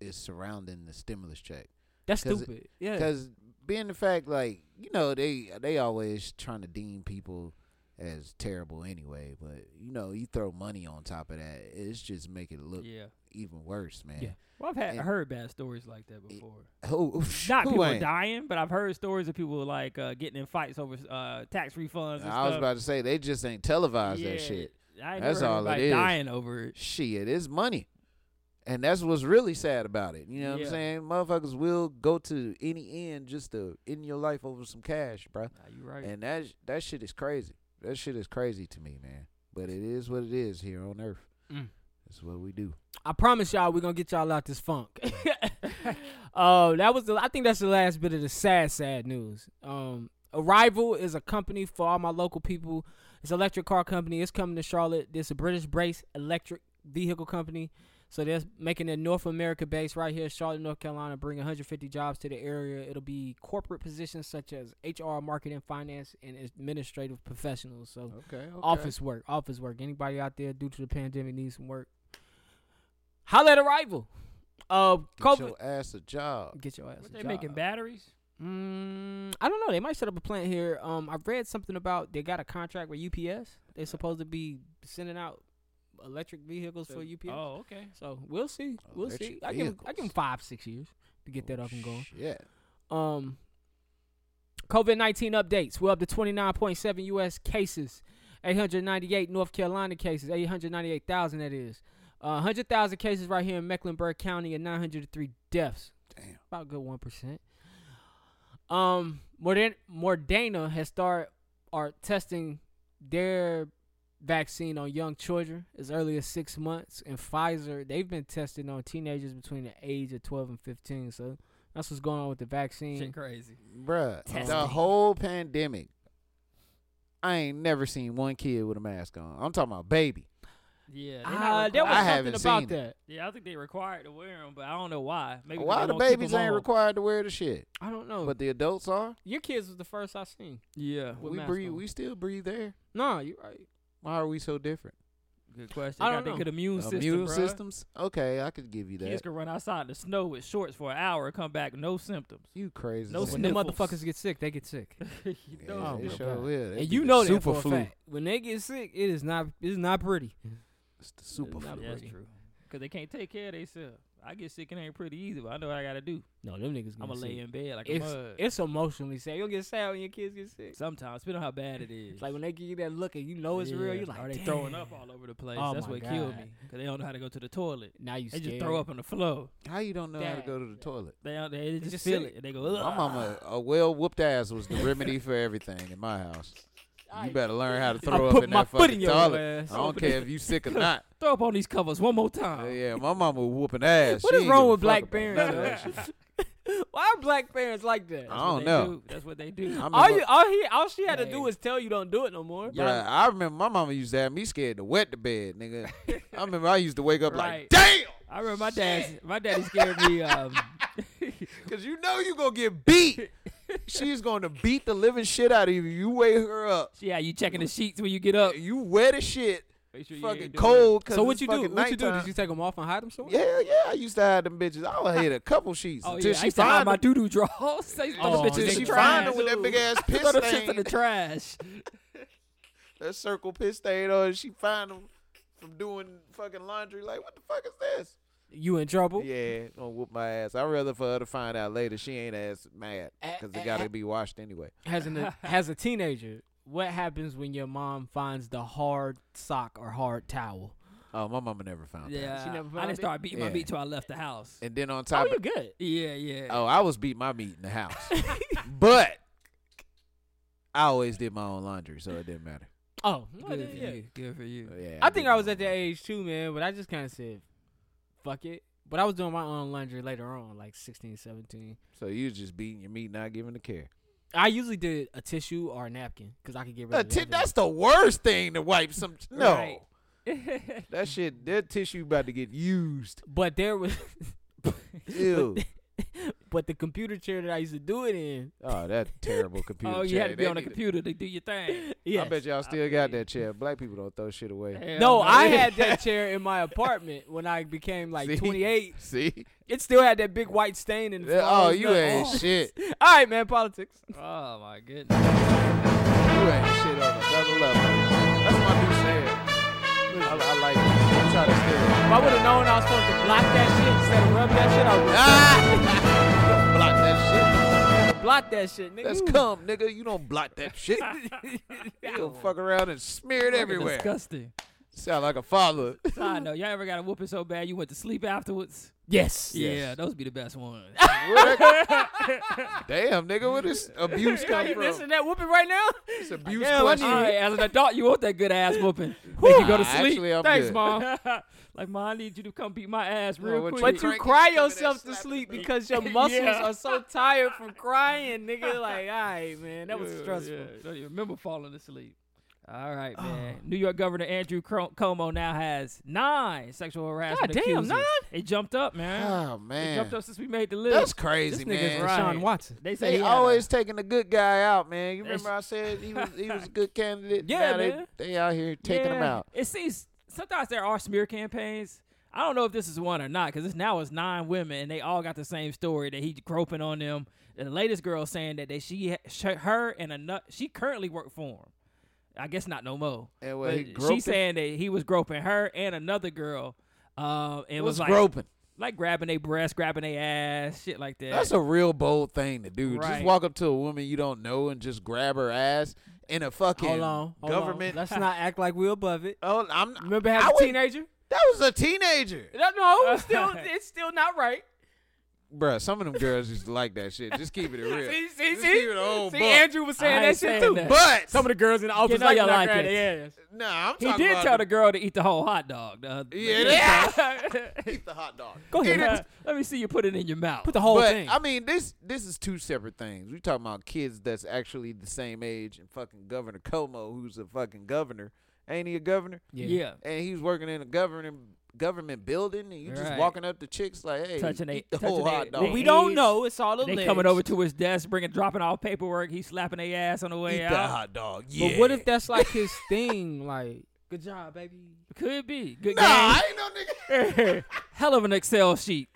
[SPEAKER 6] is surrounding the stimulus check.
[SPEAKER 1] That's
[SPEAKER 6] 'Cause it-
[SPEAKER 1] stupid. yeah.
[SPEAKER 6] Because being the fact, like you know, they they always trying to deem people as terrible anyway. But you know, you throw money on top of that, it's just making it look
[SPEAKER 7] Yeah.
[SPEAKER 6] even worse, man.
[SPEAKER 1] Yeah.
[SPEAKER 7] Well, I've had
[SPEAKER 6] And-
[SPEAKER 7] heard bad stories like that before.
[SPEAKER 6] Who, (laughs)
[SPEAKER 7] Not
[SPEAKER 6] who
[SPEAKER 7] people
[SPEAKER 6] ain't?
[SPEAKER 7] dying, but I've heard stories of people like uh, getting in fights over uh, tax refunds. And
[SPEAKER 6] I was
[SPEAKER 7] stuff.
[SPEAKER 6] about to say they just ain't televised
[SPEAKER 7] Yeah,
[SPEAKER 6] that shit.
[SPEAKER 7] I ain't
[SPEAKER 6] That's
[SPEAKER 7] never heard
[SPEAKER 6] all it
[SPEAKER 7] anybody
[SPEAKER 6] is.
[SPEAKER 7] Dying over it.
[SPEAKER 6] Shit, it's money. And that's what's really sad about it. You know what
[SPEAKER 7] Yeah.
[SPEAKER 6] I'm saying? Motherfuckers will go to any end just to end your life over some cash, bruh.
[SPEAKER 7] Nah, you right.
[SPEAKER 6] And that that shit is crazy. That shit is crazy to me, man. But it is what it is here on earth.
[SPEAKER 1] Mm.
[SPEAKER 6] That's what we do.
[SPEAKER 1] I promise y'all we're gonna get y'all out this funk. (laughs) uh, that was the I think that's the last bit of the sad, sad news. Um Arrival is a company for all my local people. It's an electric car company. It's coming to Charlotte. It's a British based electric vehicle company. So they're making their North America base right here, Charlotte, North Carolina, bring 150 jobs to the area. It'll be corporate positions such as HR, marketing, finance, and administrative professionals. So
[SPEAKER 6] Okay. okay.
[SPEAKER 1] office work, office work. Anybody out there due to the pandemic needs some work? Holla at arrival. Uh,
[SPEAKER 6] Get
[SPEAKER 1] COVID.
[SPEAKER 6] your ass a job.
[SPEAKER 1] get your ass.
[SPEAKER 7] What
[SPEAKER 1] a
[SPEAKER 7] they
[SPEAKER 1] job.
[SPEAKER 6] uh,
[SPEAKER 7] making batteries?
[SPEAKER 1] Mm, I don't know. They might set up a plant here. Um, I read something about they got a contract with UPS. They're supposed to be sending out electric vehicles for UPS.
[SPEAKER 7] Oh, okay.
[SPEAKER 1] So we'll see. We'll see.
[SPEAKER 6] Electric
[SPEAKER 1] I give 'em- I give them
[SPEAKER 6] vehicles.
[SPEAKER 1] five six years to get that up and going.
[SPEAKER 6] Yeah.
[SPEAKER 1] Um, COVID 19 updates. We're up to 29.7 U.S. cases, 898 North Carolina cases, 898,000 that is. Uh, 100,000 cases right here in Mecklenburg County and 903 deaths.
[SPEAKER 6] Damn.
[SPEAKER 1] About a good 1%. Um, Moder- Moderna has started are testing their vaccine on young children as early as six months, and Pfizer they've been testing on teenagers between the age of 12 and 15. So that's what's going on with the vaccine.
[SPEAKER 7] Shit crazy.
[SPEAKER 6] Bruh,
[SPEAKER 7] Testing.
[SPEAKER 6] Mm. the whole pandemic, I ain't never seen one kid with a mask on. I'm talking about baby.
[SPEAKER 7] Yeah. they not
[SPEAKER 1] Uh, there was
[SPEAKER 6] I
[SPEAKER 7] required-
[SPEAKER 1] something
[SPEAKER 6] haven't
[SPEAKER 1] about
[SPEAKER 6] seen it.
[SPEAKER 1] that.
[SPEAKER 7] yeah, I think they required to wear them, but I don't know why. Maybe 'cause
[SPEAKER 6] Why
[SPEAKER 7] they
[SPEAKER 6] the
[SPEAKER 7] wanna keep
[SPEAKER 6] babies
[SPEAKER 7] 'em
[SPEAKER 6] ain't
[SPEAKER 7] on.
[SPEAKER 6] required to wear the shit,
[SPEAKER 1] I don't know.
[SPEAKER 6] but the adults are.
[SPEAKER 1] your kids was the first I seen.
[SPEAKER 7] Yeah.
[SPEAKER 1] With
[SPEAKER 6] we
[SPEAKER 1] mask
[SPEAKER 6] breathe.
[SPEAKER 1] on.
[SPEAKER 6] We still breathe air.
[SPEAKER 1] No, you're right.
[SPEAKER 6] Why are we so different?
[SPEAKER 7] Good question.
[SPEAKER 1] I
[SPEAKER 7] They
[SPEAKER 1] don't
[SPEAKER 7] got
[SPEAKER 1] know.
[SPEAKER 7] that good immune system.
[SPEAKER 6] Immune
[SPEAKER 7] bruh.
[SPEAKER 6] systems. Okay, I could give you that.
[SPEAKER 7] Kids can run outside in the snow with shorts for an hour and come back no symptoms.
[SPEAKER 6] You crazy.
[SPEAKER 7] No
[SPEAKER 6] son.
[SPEAKER 1] When
[SPEAKER 7] sniff.
[SPEAKER 1] the
[SPEAKER 7] Sniffles. (laughs)
[SPEAKER 1] motherfuckers get sick, they get sick.
[SPEAKER 7] you
[SPEAKER 6] Yeah,
[SPEAKER 7] know
[SPEAKER 1] Oh,
[SPEAKER 6] it
[SPEAKER 1] my
[SPEAKER 6] sure
[SPEAKER 1] God.
[SPEAKER 6] will. They
[SPEAKER 1] and
[SPEAKER 6] be
[SPEAKER 1] you
[SPEAKER 6] the
[SPEAKER 1] know that
[SPEAKER 6] super
[SPEAKER 1] for a
[SPEAKER 6] flu.
[SPEAKER 1] fact. When they get sick, it is not. It's not pretty.
[SPEAKER 6] It's the super
[SPEAKER 7] It's not
[SPEAKER 6] flu.
[SPEAKER 1] Yeah.
[SPEAKER 7] that's
[SPEAKER 1] pretty.
[SPEAKER 7] true. Because they can't take care of themselves. I get sick and it ain't pretty easy, but I know what I got to do.
[SPEAKER 1] No, them niggas.
[SPEAKER 7] I'm going to lay in bed like a
[SPEAKER 1] It's,
[SPEAKER 7] mug.
[SPEAKER 1] it's emotionally sad. You'll get sad when your kids get sick.
[SPEAKER 7] Sometimes, depending on how bad it is.
[SPEAKER 1] It's like when they give you that look and you know Oh, it's real.
[SPEAKER 7] Yeah,
[SPEAKER 1] You're like,
[SPEAKER 7] or they
[SPEAKER 1] Damn.
[SPEAKER 7] throwing up all over the place.
[SPEAKER 1] Oh
[SPEAKER 7] That's
[SPEAKER 1] my
[SPEAKER 7] what killed
[SPEAKER 1] God.
[SPEAKER 7] me. Because they don't know how to go to the toilet.
[SPEAKER 1] Now you
[SPEAKER 7] They
[SPEAKER 1] scared.
[SPEAKER 7] just throw up on the floor.
[SPEAKER 6] How you don't know how to
[SPEAKER 1] Dad.
[SPEAKER 6] go to the toilet?
[SPEAKER 7] They, don't- they, they just,
[SPEAKER 1] just
[SPEAKER 7] feel
[SPEAKER 1] sit.
[SPEAKER 7] it. And they go,
[SPEAKER 6] My
[SPEAKER 7] Ugh.
[SPEAKER 6] mama, uh, a well whooped ass was the remedy for everything in
[SPEAKER 1] (laughs)
[SPEAKER 6] my house. You better learn how to
[SPEAKER 1] I
[SPEAKER 6] throw
[SPEAKER 1] put
[SPEAKER 6] up in
[SPEAKER 1] my
[SPEAKER 6] that
[SPEAKER 1] foot
[SPEAKER 6] fucking
[SPEAKER 1] in your
[SPEAKER 6] toilet.
[SPEAKER 1] ass.
[SPEAKER 6] I don't care if you
[SPEAKER 1] (laughs)
[SPEAKER 6] sick or not.
[SPEAKER 7] Throw up on these covers one more
[SPEAKER 6] Uh,
[SPEAKER 7] time.
[SPEAKER 6] yeah, my mama was whooping ass.
[SPEAKER 1] What
[SPEAKER 6] She
[SPEAKER 1] is
[SPEAKER 6] ain't
[SPEAKER 1] wrong
[SPEAKER 6] give a
[SPEAKER 1] with
[SPEAKER 6] fuck
[SPEAKER 1] black
[SPEAKER 6] about
[SPEAKER 1] parents,
[SPEAKER 6] none of
[SPEAKER 1] though?
[SPEAKER 6] that shit. (laughs)
[SPEAKER 1] (laughs) Why are black parents like that?
[SPEAKER 6] I
[SPEAKER 7] That's what
[SPEAKER 6] don't
[SPEAKER 7] they
[SPEAKER 6] know.
[SPEAKER 7] do. That's what
[SPEAKER 6] (laughs)
[SPEAKER 7] they do.
[SPEAKER 6] I
[SPEAKER 1] all
[SPEAKER 6] remember-
[SPEAKER 1] you, all he, all she had to do
[SPEAKER 7] Hey.
[SPEAKER 1] was tell you don't do it no more.
[SPEAKER 6] Bruh, I remember my mama used to have me scared to wet the bed,
[SPEAKER 1] (laughs)
[SPEAKER 6] nigga. I remember I used to wake up
[SPEAKER 7] Right.
[SPEAKER 6] like, damn.
[SPEAKER 7] I remember my dad's my daddy scared me. Um,
[SPEAKER 6] Cause you know you gonna get beat. She's gonna beat the living shit out of you. You wake her up.
[SPEAKER 7] Yeah, you checking the sheets when you
[SPEAKER 6] (laughs)
[SPEAKER 7] get up.
[SPEAKER 6] You wet as shit.
[SPEAKER 7] Make sure you
[SPEAKER 6] fucking
[SPEAKER 7] ain't doing
[SPEAKER 6] cold. 'cause
[SPEAKER 1] So what
[SPEAKER 6] it's
[SPEAKER 1] you do?
[SPEAKER 6] fucking
[SPEAKER 1] What you do?
[SPEAKER 6] nighttime.
[SPEAKER 1] Did you take them off and hide them somewhere?
[SPEAKER 6] Yeah, yeah. I used to hide them bitches. I would hate a couple sheets
[SPEAKER 7] Oh
[SPEAKER 6] until
[SPEAKER 7] yeah, I
[SPEAKER 6] she
[SPEAKER 7] used to hide
[SPEAKER 6] find
[SPEAKER 7] my
[SPEAKER 6] them.
[SPEAKER 7] doo doo draws. (laughs) I used to throw
[SPEAKER 1] Oh,
[SPEAKER 7] them
[SPEAKER 6] Until
[SPEAKER 7] bitches in
[SPEAKER 1] nigga.
[SPEAKER 6] she find
[SPEAKER 7] the trash.
[SPEAKER 6] them with that big
[SPEAKER 7] (laughs)
[SPEAKER 6] ass piss
[SPEAKER 7] Throw them shits in the
[SPEAKER 6] stain.
[SPEAKER 7] trash.
[SPEAKER 6] (laughs) that circle piss stain on. She find them from doing fucking laundry. Like what the fuck is this?
[SPEAKER 1] You in trouble?
[SPEAKER 6] Yeah, gonna whoop my ass. I'd rather for her to find out later she ain't as mad
[SPEAKER 7] Eh,
[SPEAKER 6] because it gotta be washed anyway.
[SPEAKER 1] As
[SPEAKER 7] (laughs)
[SPEAKER 1] an as a teenager, what happens when your mom finds the hard sock or hard towel?
[SPEAKER 6] Oh, my mama never found that.
[SPEAKER 7] Yeah,
[SPEAKER 1] She never
[SPEAKER 7] I
[SPEAKER 1] found it?
[SPEAKER 7] didn't start beating
[SPEAKER 6] Yeah.
[SPEAKER 7] my meat till I left the house.
[SPEAKER 6] And then on
[SPEAKER 1] Oh,
[SPEAKER 6] top,
[SPEAKER 1] you
[SPEAKER 6] of,
[SPEAKER 1] good?
[SPEAKER 7] Yeah, yeah.
[SPEAKER 6] oh, I was beat my meat in the house,
[SPEAKER 7] (laughs)
[SPEAKER 6] but I always did my own laundry, so it didn't matter.
[SPEAKER 1] Oh, well,
[SPEAKER 7] good
[SPEAKER 1] then,
[SPEAKER 7] for
[SPEAKER 1] yeah.
[SPEAKER 7] you. Good for you.
[SPEAKER 6] Yeah,
[SPEAKER 1] I think
[SPEAKER 6] did
[SPEAKER 1] I
[SPEAKER 6] my
[SPEAKER 1] was
[SPEAKER 6] own
[SPEAKER 1] at that
[SPEAKER 6] laundry.
[SPEAKER 1] age too, man. But I just kind of said, "Fuck it." But I was doing my own laundry later on, like 16, 17.
[SPEAKER 6] So you was just beating your meat, not giving a care.
[SPEAKER 1] I usually did a tissue or a napkin because I could get rid
[SPEAKER 6] Uh,
[SPEAKER 1] of
[SPEAKER 6] ti-
[SPEAKER 1] it.
[SPEAKER 6] that's the worst thing to wipe some. No,
[SPEAKER 7] Right.
[SPEAKER 6] that shit, that tissue about to get used.
[SPEAKER 1] But there was, (laughs)
[SPEAKER 6] Ew.
[SPEAKER 1] but the computer chair that I used to do it in,
[SPEAKER 6] (laughs)
[SPEAKER 1] (laughs)
[SPEAKER 6] oh, that terrible computer.
[SPEAKER 7] oh, you
[SPEAKER 6] chair.
[SPEAKER 7] had to be
[SPEAKER 6] They
[SPEAKER 7] on the
[SPEAKER 6] need to-
[SPEAKER 7] computer to do your thing.
[SPEAKER 1] yes.
[SPEAKER 6] I bet y'all still got that chair. (laughs) Black people don't throw shit away.
[SPEAKER 7] Hell
[SPEAKER 1] No, I (laughs) had
[SPEAKER 6] (laughs)
[SPEAKER 1] that chair in my apartment when I became like
[SPEAKER 6] See?
[SPEAKER 1] 28.
[SPEAKER 6] (laughs) See?
[SPEAKER 1] It still had that big white stain in the floor.
[SPEAKER 6] Oh, you
[SPEAKER 1] ain't. (laughs)
[SPEAKER 6] ain't shit. You
[SPEAKER 1] All right, man, politics.
[SPEAKER 7] Oh my goodness.
[SPEAKER 6] ain't shit on another level. That's my new chair. I, I like it. I'm trying to steal
[SPEAKER 1] If I would have known I was supposed to block that shit instead of rub that shit, I would
[SPEAKER 6] (laughs) Ah! block that
[SPEAKER 1] have blocked that shit, nigga.
[SPEAKER 6] shit. That's cum, nigga. You don't block that shit. You don't fuck around and smear it everywhere.
[SPEAKER 7] Disgusting.
[SPEAKER 6] Sound like a father.
[SPEAKER 7] I know. Y'all ever got a whooping so bad you went to sleep afterwards?
[SPEAKER 1] Yes.
[SPEAKER 7] Yeah, those be the best ones.
[SPEAKER 6] Where that- (laughs) Damn, nigga,
[SPEAKER 1] (laughs)
[SPEAKER 6] where this abuse come
[SPEAKER 1] You
[SPEAKER 6] from?
[SPEAKER 1] missing that whooping right now?
[SPEAKER 6] It's abuse
[SPEAKER 1] Damn, I need-
[SPEAKER 6] question.
[SPEAKER 7] All right, as an adult, you want that good ass
[SPEAKER 6] (laughs)
[SPEAKER 7] whooping. Make you go to
[SPEAKER 6] Nah,
[SPEAKER 7] sleep.
[SPEAKER 6] actually, I'm
[SPEAKER 1] Thanks,
[SPEAKER 6] good.
[SPEAKER 1] Mom.
[SPEAKER 7] (laughs) like, mom, I need you to come beat my ass
[SPEAKER 6] Well,
[SPEAKER 7] real
[SPEAKER 6] what
[SPEAKER 7] quick.
[SPEAKER 1] But you
[SPEAKER 6] Cranky,
[SPEAKER 1] cry
[SPEAKER 6] some of that
[SPEAKER 1] yourself to
[SPEAKER 6] slap in
[SPEAKER 1] sleep
[SPEAKER 6] the
[SPEAKER 1] because your muscles
[SPEAKER 7] Yeah.
[SPEAKER 1] are so tired from crying, nigga. Like, all right, man, that was
[SPEAKER 7] Yeah,
[SPEAKER 1] stressful.
[SPEAKER 7] yeah. Don't even remember falling asleep. All right,
[SPEAKER 6] Oh.
[SPEAKER 7] man. New York Governor Andrew Cro- Cuomo now has nine sexual harassment
[SPEAKER 1] damn,
[SPEAKER 7] accusers.
[SPEAKER 1] nine?
[SPEAKER 7] It jumped up, man.
[SPEAKER 6] Oh
[SPEAKER 7] It jumped
[SPEAKER 6] man,
[SPEAKER 7] up since we made the list.
[SPEAKER 6] that's crazy,
[SPEAKER 1] This nigga's
[SPEAKER 6] man.
[SPEAKER 7] right.
[SPEAKER 1] Sean Watson.
[SPEAKER 7] They say
[SPEAKER 6] They
[SPEAKER 7] he had a-
[SPEAKER 6] always taking the good guy out, man. You
[SPEAKER 7] That's-
[SPEAKER 6] remember I said he was he was a good candidate.
[SPEAKER 1] Yeah,
[SPEAKER 6] now they-
[SPEAKER 1] man.
[SPEAKER 6] They, out here taking him
[SPEAKER 7] Yeah.
[SPEAKER 6] out.
[SPEAKER 7] It seems sometimes there are smear campaigns. I don't know if this is one or not because it's now it's nine women and they all got the same story that he groping on them. The latest girl saying that they she sh- her and another she currently worked for him. I guess not no more.
[SPEAKER 6] And what,
[SPEAKER 7] But
[SPEAKER 6] he groping?
[SPEAKER 7] she's saying that he was groping her and another girl. Um, and
[SPEAKER 6] What's
[SPEAKER 7] was like
[SPEAKER 6] groping?
[SPEAKER 7] like grabbing their breast, grabbing their ass, shit like that.
[SPEAKER 6] That's a real bold thing to do. Just
[SPEAKER 7] Right.
[SPEAKER 6] walk up to a woman you don't know and just grab her ass in a fucking
[SPEAKER 1] Hold on, hold on.
[SPEAKER 6] government.
[SPEAKER 1] Let's not act like we're above it.
[SPEAKER 6] Oh, I'm.
[SPEAKER 1] Remember
[SPEAKER 6] I
[SPEAKER 1] having a
[SPEAKER 6] would-
[SPEAKER 1] teenager?
[SPEAKER 6] That was a teenager,
[SPEAKER 1] No, no, it's
[SPEAKER 6] (laughs)
[SPEAKER 1] still, it's still not right.
[SPEAKER 6] Bruh, Some of them girls used to like that shit. Just keep it real.
[SPEAKER 1] (laughs) See, see,
[SPEAKER 6] Just
[SPEAKER 1] see,
[SPEAKER 6] keep it all
[SPEAKER 1] see
[SPEAKER 6] buck.
[SPEAKER 1] Andrew was saying
[SPEAKER 7] I
[SPEAKER 1] that
[SPEAKER 7] ain't
[SPEAKER 1] shit
[SPEAKER 7] saying
[SPEAKER 1] too.
[SPEAKER 7] that.
[SPEAKER 6] But
[SPEAKER 1] Some of the girls in the office
[SPEAKER 7] know
[SPEAKER 1] like
[SPEAKER 7] y'all
[SPEAKER 1] that.
[SPEAKER 7] like
[SPEAKER 1] Like
[SPEAKER 7] it.
[SPEAKER 1] yes.
[SPEAKER 6] nah, I'm
[SPEAKER 7] he
[SPEAKER 6] talking
[SPEAKER 7] did
[SPEAKER 6] about
[SPEAKER 7] tell the girl to eat the whole hot dog. Uh, (laughs)
[SPEAKER 6] Yeah, eat the hot dog.
[SPEAKER 7] Go
[SPEAKER 6] Eat it.
[SPEAKER 7] ahead. Let me see you put it in your mouth.
[SPEAKER 1] Put the whole
[SPEAKER 6] but
[SPEAKER 1] thing.
[SPEAKER 6] I mean, this this is two separate things. We talking about kids that's actually the same age, and fucking Governor Como, who's a fucking governor, ain't he a governor?
[SPEAKER 7] yeah.
[SPEAKER 6] And he's working in a government government building, and you just
[SPEAKER 7] Right.
[SPEAKER 6] walking up to chicks like, hey,
[SPEAKER 7] Touching
[SPEAKER 6] eat
[SPEAKER 7] they-
[SPEAKER 6] the whole
[SPEAKER 7] touching
[SPEAKER 6] hot
[SPEAKER 7] they-
[SPEAKER 6] dog.
[SPEAKER 1] we
[SPEAKER 7] they-
[SPEAKER 1] don't
[SPEAKER 7] AIDS,
[SPEAKER 1] know. It's all
[SPEAKER 7] They
[SPEAKER 1] alleged.
[SPEAKER 7] coming over to his desk, bringing dropping all paperwork. He's slapping their ass on the
[SPEAKER 6] eat
[SPEAKER 7] way
[SPEAKER 6] the
[SPEAKER 7] out.
[SPEAKER 6] hot dog. Yeah.
[SPEAKER 1] But what if that's like his thing? Like, good job, baby.
[SPEAKER 7] Could be good
[SPEAKER 6] Nah, I
[SPEAKER 7] game.
[SPEAKER 6] ain't no nigga.
[SPEAKER 7] (laughs) Hell of an Excel
[SPEAKER 6] (laughs)
[SPEAKER 7] sheet.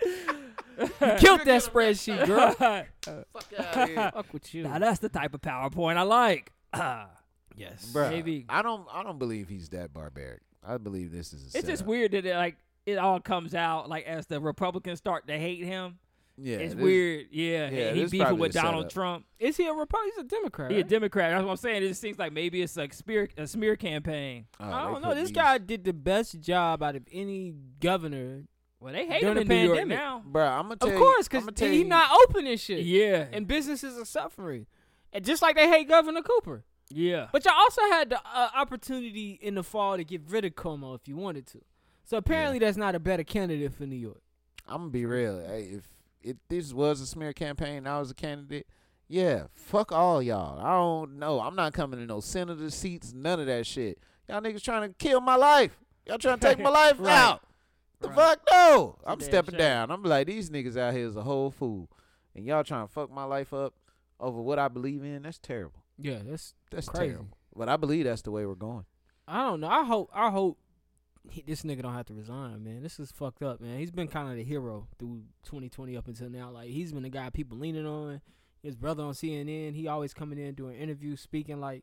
[SPEAKER 1] Killed that spreadsheet,
[SPEAKER 7] (laughs)
[SPEAKER 1] girl.
[SPEAKER 7] now
[SPEAKER 6] Fuck outta here.
[SPEAKER 1] Fuck with you.
[SPEAKER 7] that's the type of PowerPoint I like. (clears throat)
[SPEAKER 1] Yes.
[SPEAKER 6] Bruh,
[SPEAKER 7] Maybe.
[SPEAKER 6] I don't. I don't believe he's that barbaric. I believe this is. A
[SPEAKER 7] It's just
[SPEAKER 6] setup.
[SPEAKER 7] weird that it, like it all comes out like as the Republicans start to hate him.
[SPEAKER 6] Yeah,
[SPEAKER 7] it's
[SPEAKER 6] this-
[SPEAKER 7] weird. Yeah,
[SPEAKER 6] yeah,
[SPEAKER 7] and he
[SPEAKER 6] this
[SPEAKER 7] beefing
[SPEAKER 6] probably
[SPEAKER 7] with
[SPEAKER 6] the
[SPEAKER 7] Donald
[SPEAKER 6] setup.
[SPEAKER 7] Trump.
[SPEAKER 1] Is he a Republican? He's a Democrat.
[SPEAKER 7] He a
[SPEAKER 1] right?
[SPEAKER 7] Democrat. That's what I'm saying. It just seems like maybe it's like smear, a smear campaign.
[SPEAKER 6] Oh,
[SPEAKER 1] I
[SPEAKER 6] they
[SPEAKER 1] don't know.
[SPEAKER 6] put
[SPEAKER 1] This
[SPEAKER 6] these-
[SPEAKER 1] guy did the best job out of any governor.
[SPEAKER 7] Well, they hate
[SPEAKER 1] During
[SPEAKER 7] him in
[SPEAKER 1] the New York
[SPEAKER 7] pandemic
[SPEAKER 1] Knicks.
[SPEAKER 7] now.
[SPEAKER 6] Bruh, I'm gonna tell
[SPEAKER 1] Of
[SPEAKER 6] you.
[SPEAKER 1] course,
[SPEAKER 6] I'm
[SPEAKER 1] because
[SPEAKER 6] gonna tell
[SPEAKER 1] he
[SPEAKER 6] you-
[SPEAKER 1] not open and shit.
[SPEAKER 7] Yeah,
[SPEAKER 1] And businesses are suffering. And just like they hate Governor Cooper.
[SPEAKER 7] yeah.
[SPEAKER 1] But y'all also had the uh, opportunity in the fall to get rid of Como if you wanted to. So apparently that's not a better candidate for New York.
[SPEAKER 6] I'm gonna be real. Hey, if if this was a smear campaign, and I was a candidate. Yeah, fuck all y'all. I don't know. I'm not coming to no senator seats, none of that shit. Y'all niggas trying to kill my life. Y'all trying to take
[SPEAKER 7] (laughs)
[SPEAKER 6] my life
[SPEAKER 7] Right.
[SPEAKER 6] out. The
[SPEAKER 7] Right.
[SPEAKER 6] fuck no. I'm
[SPEAKER 7] Damn
[SPEAKER 6] stepping
[SPEAKER 7] shame.
[SPEAKER 6] down. I'm like these niggas out here is a whole fool. and y'all trying to fuck my life up over what I believe in, that's terrible.
[SPEAKER 1] Yeah, that's
[SPEAKER 6] That's
[SPEAKER 1] Crazy.
[SPEAKER 6] terrible. But I believe that's the way we're going.
[SPEAKER 1] I don't know. I hope I hope he, this nigga don't have to resign, man. This is fucked up, man. He's been kind of the hero through 2020 up until now. Like he's been the guy people leaning on. His brother on CNN, he always coming in doing interviews, speaking like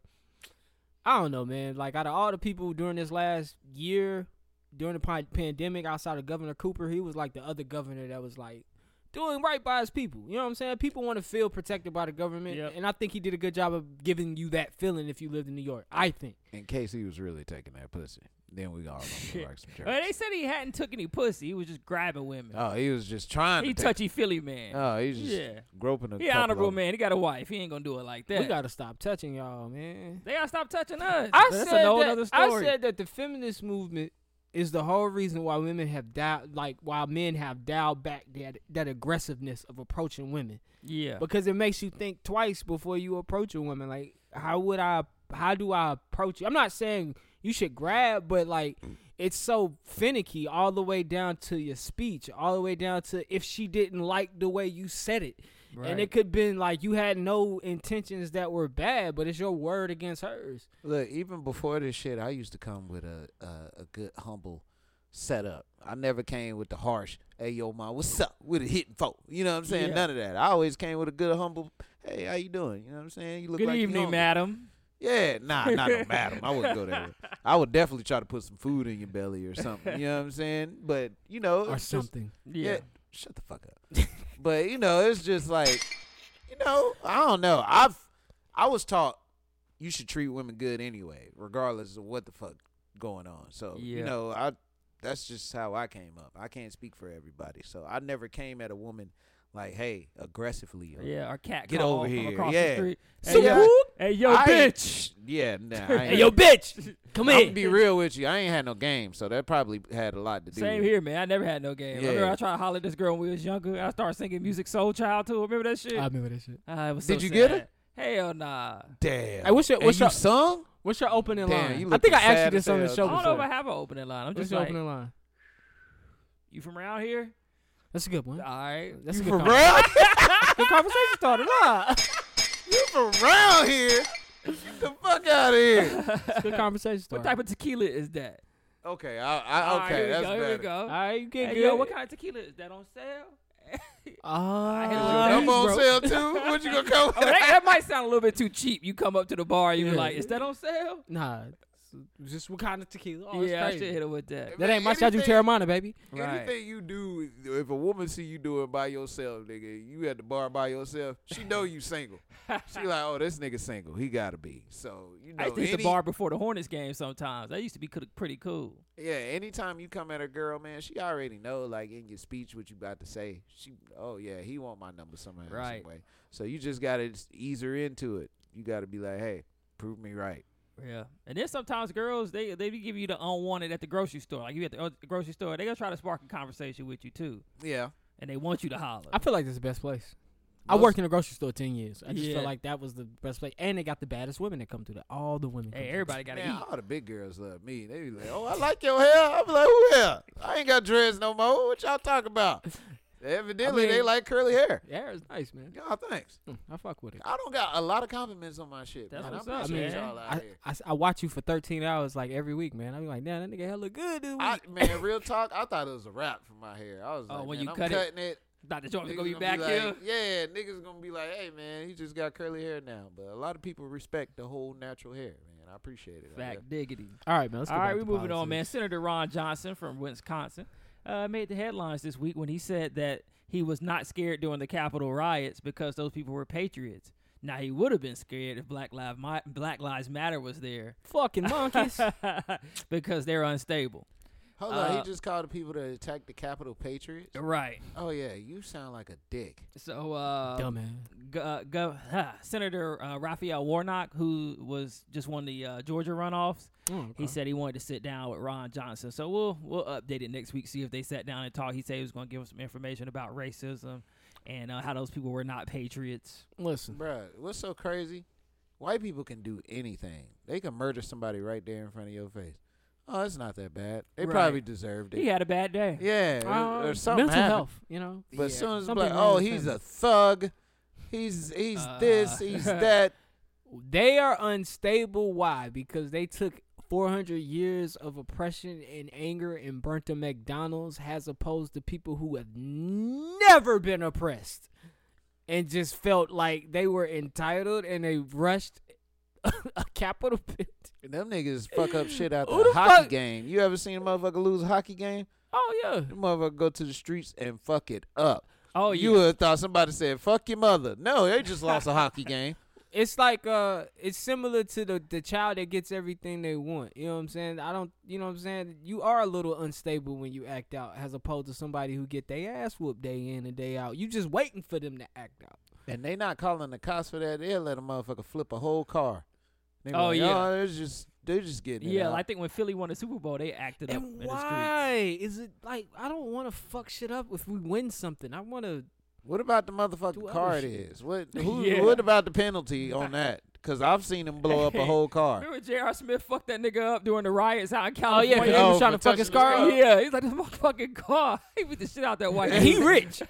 [SPEAKER 1] I don't know, man. Like out of all the people during this last year, during the pan- pandemic, outside of Governor Cooper, he was like the other governor that was like doing right by his people. You know what I'm saying? People want to feel protected by the government,
[SPEAKER 7] Yep.
[SPEAKER 1] and I think he did a good job of giving you that feeling if you lived in New York. I think.
[SPEAKER 6] In case he was really taking that pussy, then we all gonna rock some
[SPEAKER 7] Well,
[SPEAKER 6] church.
[SPEAKER 7] they said he hadn't took any pussy. He was just grabbing women.
[SPEAKER 6] Oh, he was just trying.
[SPEAKER 7] he
[SPEAKER 6] to take-
[SPEAKER 7] touchy feely man.
[SPEAKER 6] Oh, he's just
[SPEAKER 7] Yeah.
[SPEAKER 6] groping a.
[SPEAKER 7] he
[SPEAKER 6] couple
[SPEAKER 7] honorable
[SPEAKER 6] of-
[SPEAKER 7] man. He got a wife. He ain't gonna do it like that.
[SPEAKER 1] We gotta stop touching y'all, man.
[SPEAKER 7] they gotta stop touching us.
[SPEAKER 1] I
[SPEAKER 7] But that's
[SPEAKER 1] said
[SPEAKER 7] a whole
[SPEAKER 1] that,
[SPEAKER 7] other
[SPEAKER 1] I
[SPEAKER 7] story.
[SPEAKER 1] said that the feminist movement is the whole reason why women have dialed, like why men have dialed back that that aggressiveness of approaching women
[SPEAKER 7] yeah.
[SPEAKER 1] because it makes you think twice before you approach a woman. Like, how would I? How do I approach you? I'm not saying you should grab, but like. It's so finicky all the way down to your speech, all the way down to if she didn't like the way you said it. And it
[SPEAKER 7] Right.
[SPEAKER 1] could been like you had no intentions that were bad, but it's your word against hers.
[SPEAKER 6] Look, even before this shit, I used to come with a a, a good humble setup. I never came with the harsh. Hey yo, ma, what's up? With a hitting folk, you know what I'm saying?
[SPEAKER 7] Yeah.
[SPEAKER 6] None of that. I always came with a good humble. Hey, how you doing? You know what I'm saying? You look
[SPEAKER 7] Good
[SPEAKER 6] like you
[SPEAKER 7] evening,
[SPEAKER 6] hungry."
[SPEAKER 7] madam.
[SPEAKER 6] Yeah, nah, not
[SPEAKER 7] (laughs)
[SPEAKER 6] no madam. I wouldn't go there. I would definitely try to put some food in your belly or something. You know what I'm saying? But you know,
[SPEAKER 1] or
[SPEAKER 6] it's just-
[SPEAKER 1] something.
[SPEAKER 7] Yeah.
[SPEAKER 6] Shut the fuck up. (laughs) but you know, it's just like, you know, I don't know. I've I was taught you should treat women good anyway, regardless of what the fuck going on. So
[SPEAKER 7] Yeah.
[SPEAKER 6] you know, I that's just how I came up. I can't speak for everybody, so I never came at a woman like, hey, aggressively. or-
[SPEAKER 7] Yeah, our cat
[SPEAKER 6] Get
[SPEAKER 7] call
[SPEAKER 6] over
[SPEAKER 7] from
[SPEAKER 6] here,
[SPEAKER 7] Across
[SPEAKER 6] yeah.
[SPEAKER 7] The street. Hey,
[SPEAKER 6] So
[SPEAKER 7] yo,
[SPEAKER 6] whoop.
[SPEAKER 7] hey, yo,
[SPEAKER 6] I ain't-
[SPEAKER 7] bitch.
[SPEAKER 6] Yeah, nah. I ain't-
[SPEAKER 7] (laughs) Hey, yo, bitch.
[SPEAKER 1] Come
[SPEAKER 6] I'm
[SPEAKER 1] in.
[SPEAKER 6] gonna be real with you. I ain't had no game, so that probably had a lot to do.
[SPEAKER 7] Same
[SPEAKER 6] with it.
[SPEAKER 7] here, man. I never had no game. I
[SPEAKER 6] Yeah.
[SPEAKER 7] remember I tried to holler at this girl when we was younger. I started singing music soul child to her. Remember that shit?
[SPEAKER 1] I remember that shit.
[SPEAKER 7] Ah, it was
[SPEAKER 6] Did
[SPEAKER 7] so
[SPEAKER 6] you get
[SPEAKER 7] sad. Hell nah.
[SPEAKER 6] Damn.
[SPEAKER 1] Hey, what's your-
[SPEAKER 6] And
[SPEAKER 1] what's
[SPEAKER 6] you
[SPEAKER 1] your-
[SPEAKER 6] sung?
[SPEAKER 1] What's your opening
[SPEAKER 6] Damn,
[SPEAKER 1] line?
[SPEAKER 6] you
[SPEAKER 1] I think
[SPEAKER 6] looking
[SPEAKER 1] I asked you
[SPEAKER 6] sad
[SPEAKER 1] this
[SPEAKER 6] as
[SPEAKER 1] on the
[SPEAKER 6] hell,
[SPEAKER 1] show
[SPEAKER 7] I don't
[SPEAKER 1] before.
[SPEAKER 7] know if I have an opening line. I'm
[SPEAKER 1] What's
[SPEAKER 7] just
[SPEAKER 1] your
[SPEAKER 7] like,
[SPEAKER 1] opening line?
[SPEAKER 7] you from around here?
[SPEAKER 1] That's a good one.
[SPEAKER 7] All right.
[SPEAKER 1] That's a
[SPEAKER 6] For
[SPEAKER 1] good,
[SPEAKER 7] (laughs)
[SPEAKER 1] con-
[SPEAKER 6] real?
[SPEAKER 1] good conversation starter. Nah.
[SPEAKER 6] you from around here? Get the fuck out of here.
[SPEAKER 1] That's a good conversation starter.
[SPEAKER 7] What type of tequila is that?
[SPEAKER 6] Okay, I, I
[SPEAKER 7] All right,
[SPEAKER 6] okay,
[SPEAKER 7] here we
[SPEAKER 6] that's
[SPEAKER 7] go. Here
[SPEAKER 6] better.
[SPEAKER 7] we go.
[SPEAKER 1] All right, you get
[SPEAKER 7] Hey,
[SPEAKER 1] good.
[SPEAKER 7] yo, what kind of tequila is that on sale? (laughs) hit a
[SPEAKER 1] Ah,
[SPEAKER 7] little
[SPEAKER 6] I'm
[SPEAKER 7] (laughs) He's
[SPEAKER 6] on
[SPEAKER 7] broke.
[SPEAKER 6] sale too. What you gonna come?
[SPEAKER 7] (laughs)
[SPEAKER 6] (laughs)
[SPEAKER 7] Oh, that, that might sound a little bit too cheap. You come up to the bar, you be
[SPEAKER 1] Yeah.
[SPEAKER 7] like, "Is that on sale?"
[SPEAKER 1] nah. It's Just what kind of tequila? Oh, it's
[SPEAKER 7] yeah, I
[SPEAKER 1] crazy.
[SPEAKER 7] should hit her with that.
[SPEAKER 1] That ain't my shot. You
[SPEAKER 6] Anything-
[SPEAKER 1] Terramana, baby.
[SPEAKER 7] Right.
[SPEAKER 6] Anything you do, if a woman see you do it by yourself, nigga, you at the bar by yourself, she know you single. she like, oh, this nigga single. He gotta be. So you know,
[SPEAKER 7] I used to hit
[SPEAKER 6] any-
[SPEAKER 7] the bar before the Hornets game sometimes. That used to be coo- pretty cool.
[SPEAKER 6] yeah. Anytime you come at a girl, man, she already know, like in your speech, what you about to say. She, oh yeah, he want my number somehow,
[SPEAKER 7] Right.
[SPEAKER 6] some way. So you just gotta just ease her into it. You gotta be like, hey, prove me right.
[SPEAKER 7] Yeah, and then sometimes girls they they be giving you the unwanted at the grocery store. Like you at the uh, grocery store, they gonna try to spark a conversation with you too,
[SPEAKER 6] Yeah.
[SPEAKER 7] and they want you to holler.
[SPEAKER 1] I feel like this is the best place. I
[SPEAKER 6] Most-
[SPEAKER 1] worked in a grocery store ten years. I just
[SPEAKER 7] Yeah.
[SPEAKER 1] feel like that was the best place, and they got the baddest women that come through. There. All the women. come
[SPEAKER 7] hey,
[SPEAKER 1] through.
[SPEAKER 7] everybody gotta
[SPEAKER 6] Man,
[SPEAKER 7] eat.
[SPEAKER 6] all the big girls love me. They be like, "Oh, I like your hair." I be like, "Who hair? I ain't got dreads no more. What y'all talking
[SPEAKER 7] (laughs)
[SPEAKER 6] about?" Evidently, they
[SPEAKER 1] mean-
[SPEAKER 6] like curly hair.
[SPEAKER 1] Yeah, it's nice, man.
[SPEAKER 6] Y'all thanks.
[SPEAKER 1] Mm, I fuck with it.
[SPEAKER 6] I don't got a lot of compliments on my shit.
[SPEAKER 7] That's
[SPEAKER 6] man.
[SPEAKER 7] what's
[SPEAKER 6] I
[SPEAKER 7] up,
[SPEAKER 6] appreciate
[SPEAKER 7] man.
[SPEAKER 6] y'all out
[SPEAKER 1] I,
[SPEAKER 6] here.
[SPEAKER 1] I s- I watch you for 13 hours like every week, man. I be like, damn, that nigga hell look good this week.
[SPEAKER 6] I,
[SPEAKER 7] (laughs)
[SPEAKER 6] man, real talk. I thought it was a wrap for my hair. I was
[SPEAKER 7] Oh,
[SPEAKER 6] like,
[SPEAKER 7] when
[SPEAKER 6] man,
[SPEAKER 7] you
[SPEAKER 6] I'm
[SPEAKER 7] cut it,
[SPEAKER 6] cutting it.
[SPEAKER 7] Dr. Jordan
[SPEAKER 6] Niggas
[SPEAKER 7] gonna be
[SPEAKER 6] gonna
[SPEAKER 7] back here.
[SPEAKER 6] like, Yeah, niggas gonna be like, "Hey, man, he just got curly hair now." But a lot of people respect the whole natural hair, man. I appreciate it. out
[SPEAKER 7] Fact
[SPEAKER 6] here.
[SPEAKER 7] diggity.
[SPEAKER 1] All right, man. Let's
[SPEAKER 7] All right, we're moving on, man. Senator Ron Johnson from Wisconsin uh, made the headlines this week when he said that he was not scared during the Capitol riots because those people were patriots. Now he would have been scared if Black Lives Mi- Black Lives Matter was there
[SPEAKER 1] Fucking monkeys.
[SPEAKER 7] (laughs) because they're unstable.
[SPEAKER 6] Hold on,
[SPEAKER 7] Uh,
[SPEAKER 6] he just called the people that attacked the Capitol Patriots.
[SPEAKER 7] Right.
[SPEAKER 6] Oh yeah, you sound like a dick.
[SPEAKER 7] So, uh,
[SPEAKER 1] (laughs) Dumbass.
[SPEAKER 7] Gu- uh, Gov- (laughs) Senator uh, Raphael Warnock, who was just won the uh, Georgia runoffs,
[SPEAKER 1] Mm,
[SPEAKER 7] he said he wanted to sit down with Ron Johnson. So we'll we'll update it next week. See if they sat down and talked. He said he was going to give us some information about racism and uh, how those people were not patriots.
[SPEAKER 1] Listen,
[SPEAKER 6] Bruh, what's so crazy? White people can do anything. They can murder somebody right there in front of your face. oh, it's not that bad. They
[SPEAKER 1] Right.
[SPEAKER 6] probably deserved it.
[SPEAKER 7] He had a bad day.
[SPEAKER 6] Yeah, or-
[SPEAKER 1] Um,
[SPEAKER 6] or something.
[SPEAKER 1] mental
[SPEAKER 6] happened.
[SPEAKER 1] health, you know.
[SPEAKER 6] But as soon as it's
[SPEAKER 1] Something
[SPEAKER 6] like,
[SPEAKER 1] wrong
[SPEAKER 6] oh,
[SPEAKER 1] with
[SPEAKER 6] he's
[SPEAKER 1] him.
[SPEAKER 6] a thug. He's he's
[SPEAKER 7] Uh,
[SPEAKER 1] (laughs)
[SPEAKER 6] this. He's that.
[SPEAKER 1] They are unstable. Why? Because they took 400 years of oppression and anger and burnt to McDonald's, as opposed to people who have never been oppressed and just felt like they were entitled and they rushed (laughs) a capital pit.
[SPEAKER 6] Them niggas fuck up shit out
[SPEAKER 1] Who
[SPEAKER 6] the
[SPEAKER 1] the
[SPEAKER 6] hockey
[SPEAKER 1] fuck-
[SPEAKER 6] game. You ever seen a motherfucker lose a hockey game?
[SPEAKER 1] Oh yeah.
[SPEAKER 6] The motherfucker go to the streets and fuck it up.
[SPEAKER 7] Oh,
[SPEAKER 6] you
[SPEAKER 7] yeah.
[SPEAKER 6] would have thought somebody said fuck your mother. No, they just lost
[SPEAKER 1] (laughs)
[SPEAKER 6] a hockey game.
[SPEAKER 1] it's like uh it's similar to the the child that gets everything they want. You know what I'm saying? I don't you know what I'm saying? You are a little unstable when you act out as opposed to somebody who get their ass whooped day in and day out. You just waiting for them to act out.
[SPEAKER 6] And they not calling the cops for that. They'll let a motherfucker flip a whole car. They be
[SPEAKER 7] Oh,
[SPEAKER 6] like,
[SPEAKER 7] yeah.
[SPEAKER 6] oh, they're just they're just getting it
[SPEAKER 7] Yeah,
[SPEAKER 6] out."
[SPEAKER 7] I think when Philly won the Super Bowl, they acted up
[SPEAKER 1] And
[SPEAKER 7] in the streets.
[SPEAKER 1] why is it like I don't want to fuck shit up if we win something. I want to
[SPEAKER 6] What about the
[SPEAKER 1] Do
[SPEAKER 6] motherfucking
[SPEAKER 1] other
[SPEAKER 6] car it
[SPEAKER 1] shit.
[SPEAKER 6] is?
[SPEAKER 7] (laughs)
[SPEAKER 6] What who,
[SPEAKER 7] Yeah.
[SPEAKER 6] what about the penalty on that? Because I've seen them blow up a whole
[SPEAKER 7] (laughs)
[SPEAKER 6] car.
[SPEAKER 7] Remember J.R. Smith fucked that nigga up during the riots out in
[SPEAKER 1] Oh
[SPEAKER 7] California?
[SPEAKER 1] yeah, 'cause they was
[SPEAKER 6] Oh,
[SPEAKER 1] trying
[SPEAKER 6] for
[SPEAKER 1] to fucking
[SPEAKER 6] touching
[SPEAKER 1] scar
[SPEAKER 6] the
[SPEAKER 1] him. Yeah.
[SPEAKER 7] Yeah, he's like this motherfucking car. (laughs) He beat the shit out that white.
[SPEAKER 1] And he (laughs)
[SPEAKER 7] dude.
[SPEAKER 1] rich.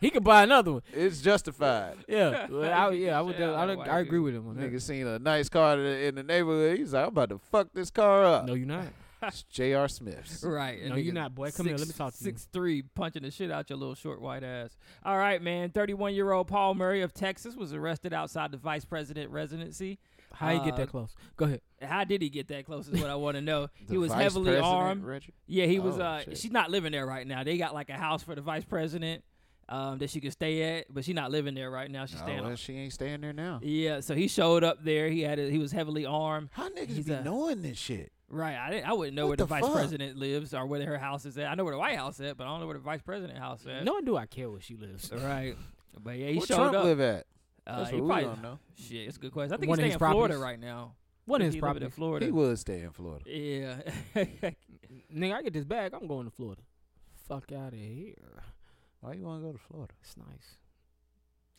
[SPEAKER 1] he could buy another one.
[SPEAKER 6] It's justified.
[SPEAKER 1] (laughs) Yeah. Well, I, yeah, I would
[SPEAKER 7] Yeah,
[SPEAKER 1] I, would- I agree with him on that.
[SPEAKER 6] Nigga seen a nice car in the- in the neighborhood. He's like, I'm about to fuck this car up.
[SPEAKER 1] No, you're not.
[SPEAKER 6] It's J.R. Smith's.
[SPEAKER 7] (laughs) Right.
[SPEAKER 1] No,
[SPEAKER 7] and
[SPEAKER 1] you
[SPEAKER 7] nigga
[SPEAKER 1] not, boy. Come here, let me talk to you.
[SPEAKER 7] Six three, punching the shit out your little short white ass. All right, man. Thirty-one year old Paul Murray of Texas was arrested outside the vice president residency.
[SPEAKER 1] How you get
[SPEAKER 7] Uh,
[SPEAKER 1] that close? Go ahead.
[SPEAKER 7] How did he get that close? Is what I want to (laughs) know.
[SPEAKER 6] The
[SPEAKER 7] (laughs) he was
[SPEAKER 6] vice
[SPEAKER 7] heavily
[SPEAKER 6] president,
[SPEAKER 7] armed.
[SPEAKER 6] Richard?
[SPEAKER 7] Yeah, he was.
[SPEAKER 6] Oh,
[SPEAKER 7] uh,
[SPEAKER 6] shit.
[SPEAKER 7] she's not living there right now. They got like a house for the vice president um, that she could stay at, but she's not living there right now. She's
[SPEAKER 6] Oh,
[SPEAKER 7] staying.
[SPEAKER 6] well,
[SPEAKER 7] on-
[SPEAKER 6] she ain't staying there now.
[SPEAKER 7] Yeah, so he showed up there. He had. A, he was heavily armed.
[SPEAKER 6] How niggas
[SPEAKER 7] He's
[SPEAKER 6] be
[SPEAKER 7] a-
[SPEAKER 6] knowing this shit?
[SPEAKER 7] Right. I didn't. I wouldn't know
[SPEAKER 6] What
[SPEAKER 7] where the,
[SPEAKER 6] the
[SPEAKER 7] vice
[SPEAKER 6] fuck?
[SPEAKER 7] president lives or where her house is at. I know where the White House at, but I don't know where the vice president house at.
[SPEAKER 1] No one do I care where she lives.
[SPEAKER 7] Right. But yeah, he
[SPEAKER 6] Where
[SPEAKER 7] showed
[SPEAKER 6] Trump
[SPEAKER 7] up.
[SPEAKER 6] live at?
[SPEAKER 7] Uh,
[SPEAKER 6] That's
[SPEAKER 7] he
[SPEAKER 6] what we
[SPEAKER 7] probably-
[SPEAKER 6] don't know.
[SPEAKER 7] Shit, it's a good question. I think
[SPEAKER 1] One of
[SPEAKER 7] he's
[SPEAKER 1] his
[SPEAKER 7] staying in Florida
[SPEAKER 1] properties.
[SPEAKER 7] right now.
[SPEAKER 1] One of
[SPEAKER 7] I think
[SPEAKER 1] his
[SPEAKER 7] he living in
[SPEAKER 1] properties.
[SPEAKER 7] Florida.
[SPEAKER 6] He would stay in Florida.
[SPEAKER 7] Yeah. (laughs)
[SPEAKER 1] Nigga, I get this bag. I'm going to Florida. Fuck out of here.
[SPEAKER 6] Why you want to go to Florida?
[SPEAKER 1] It's nice.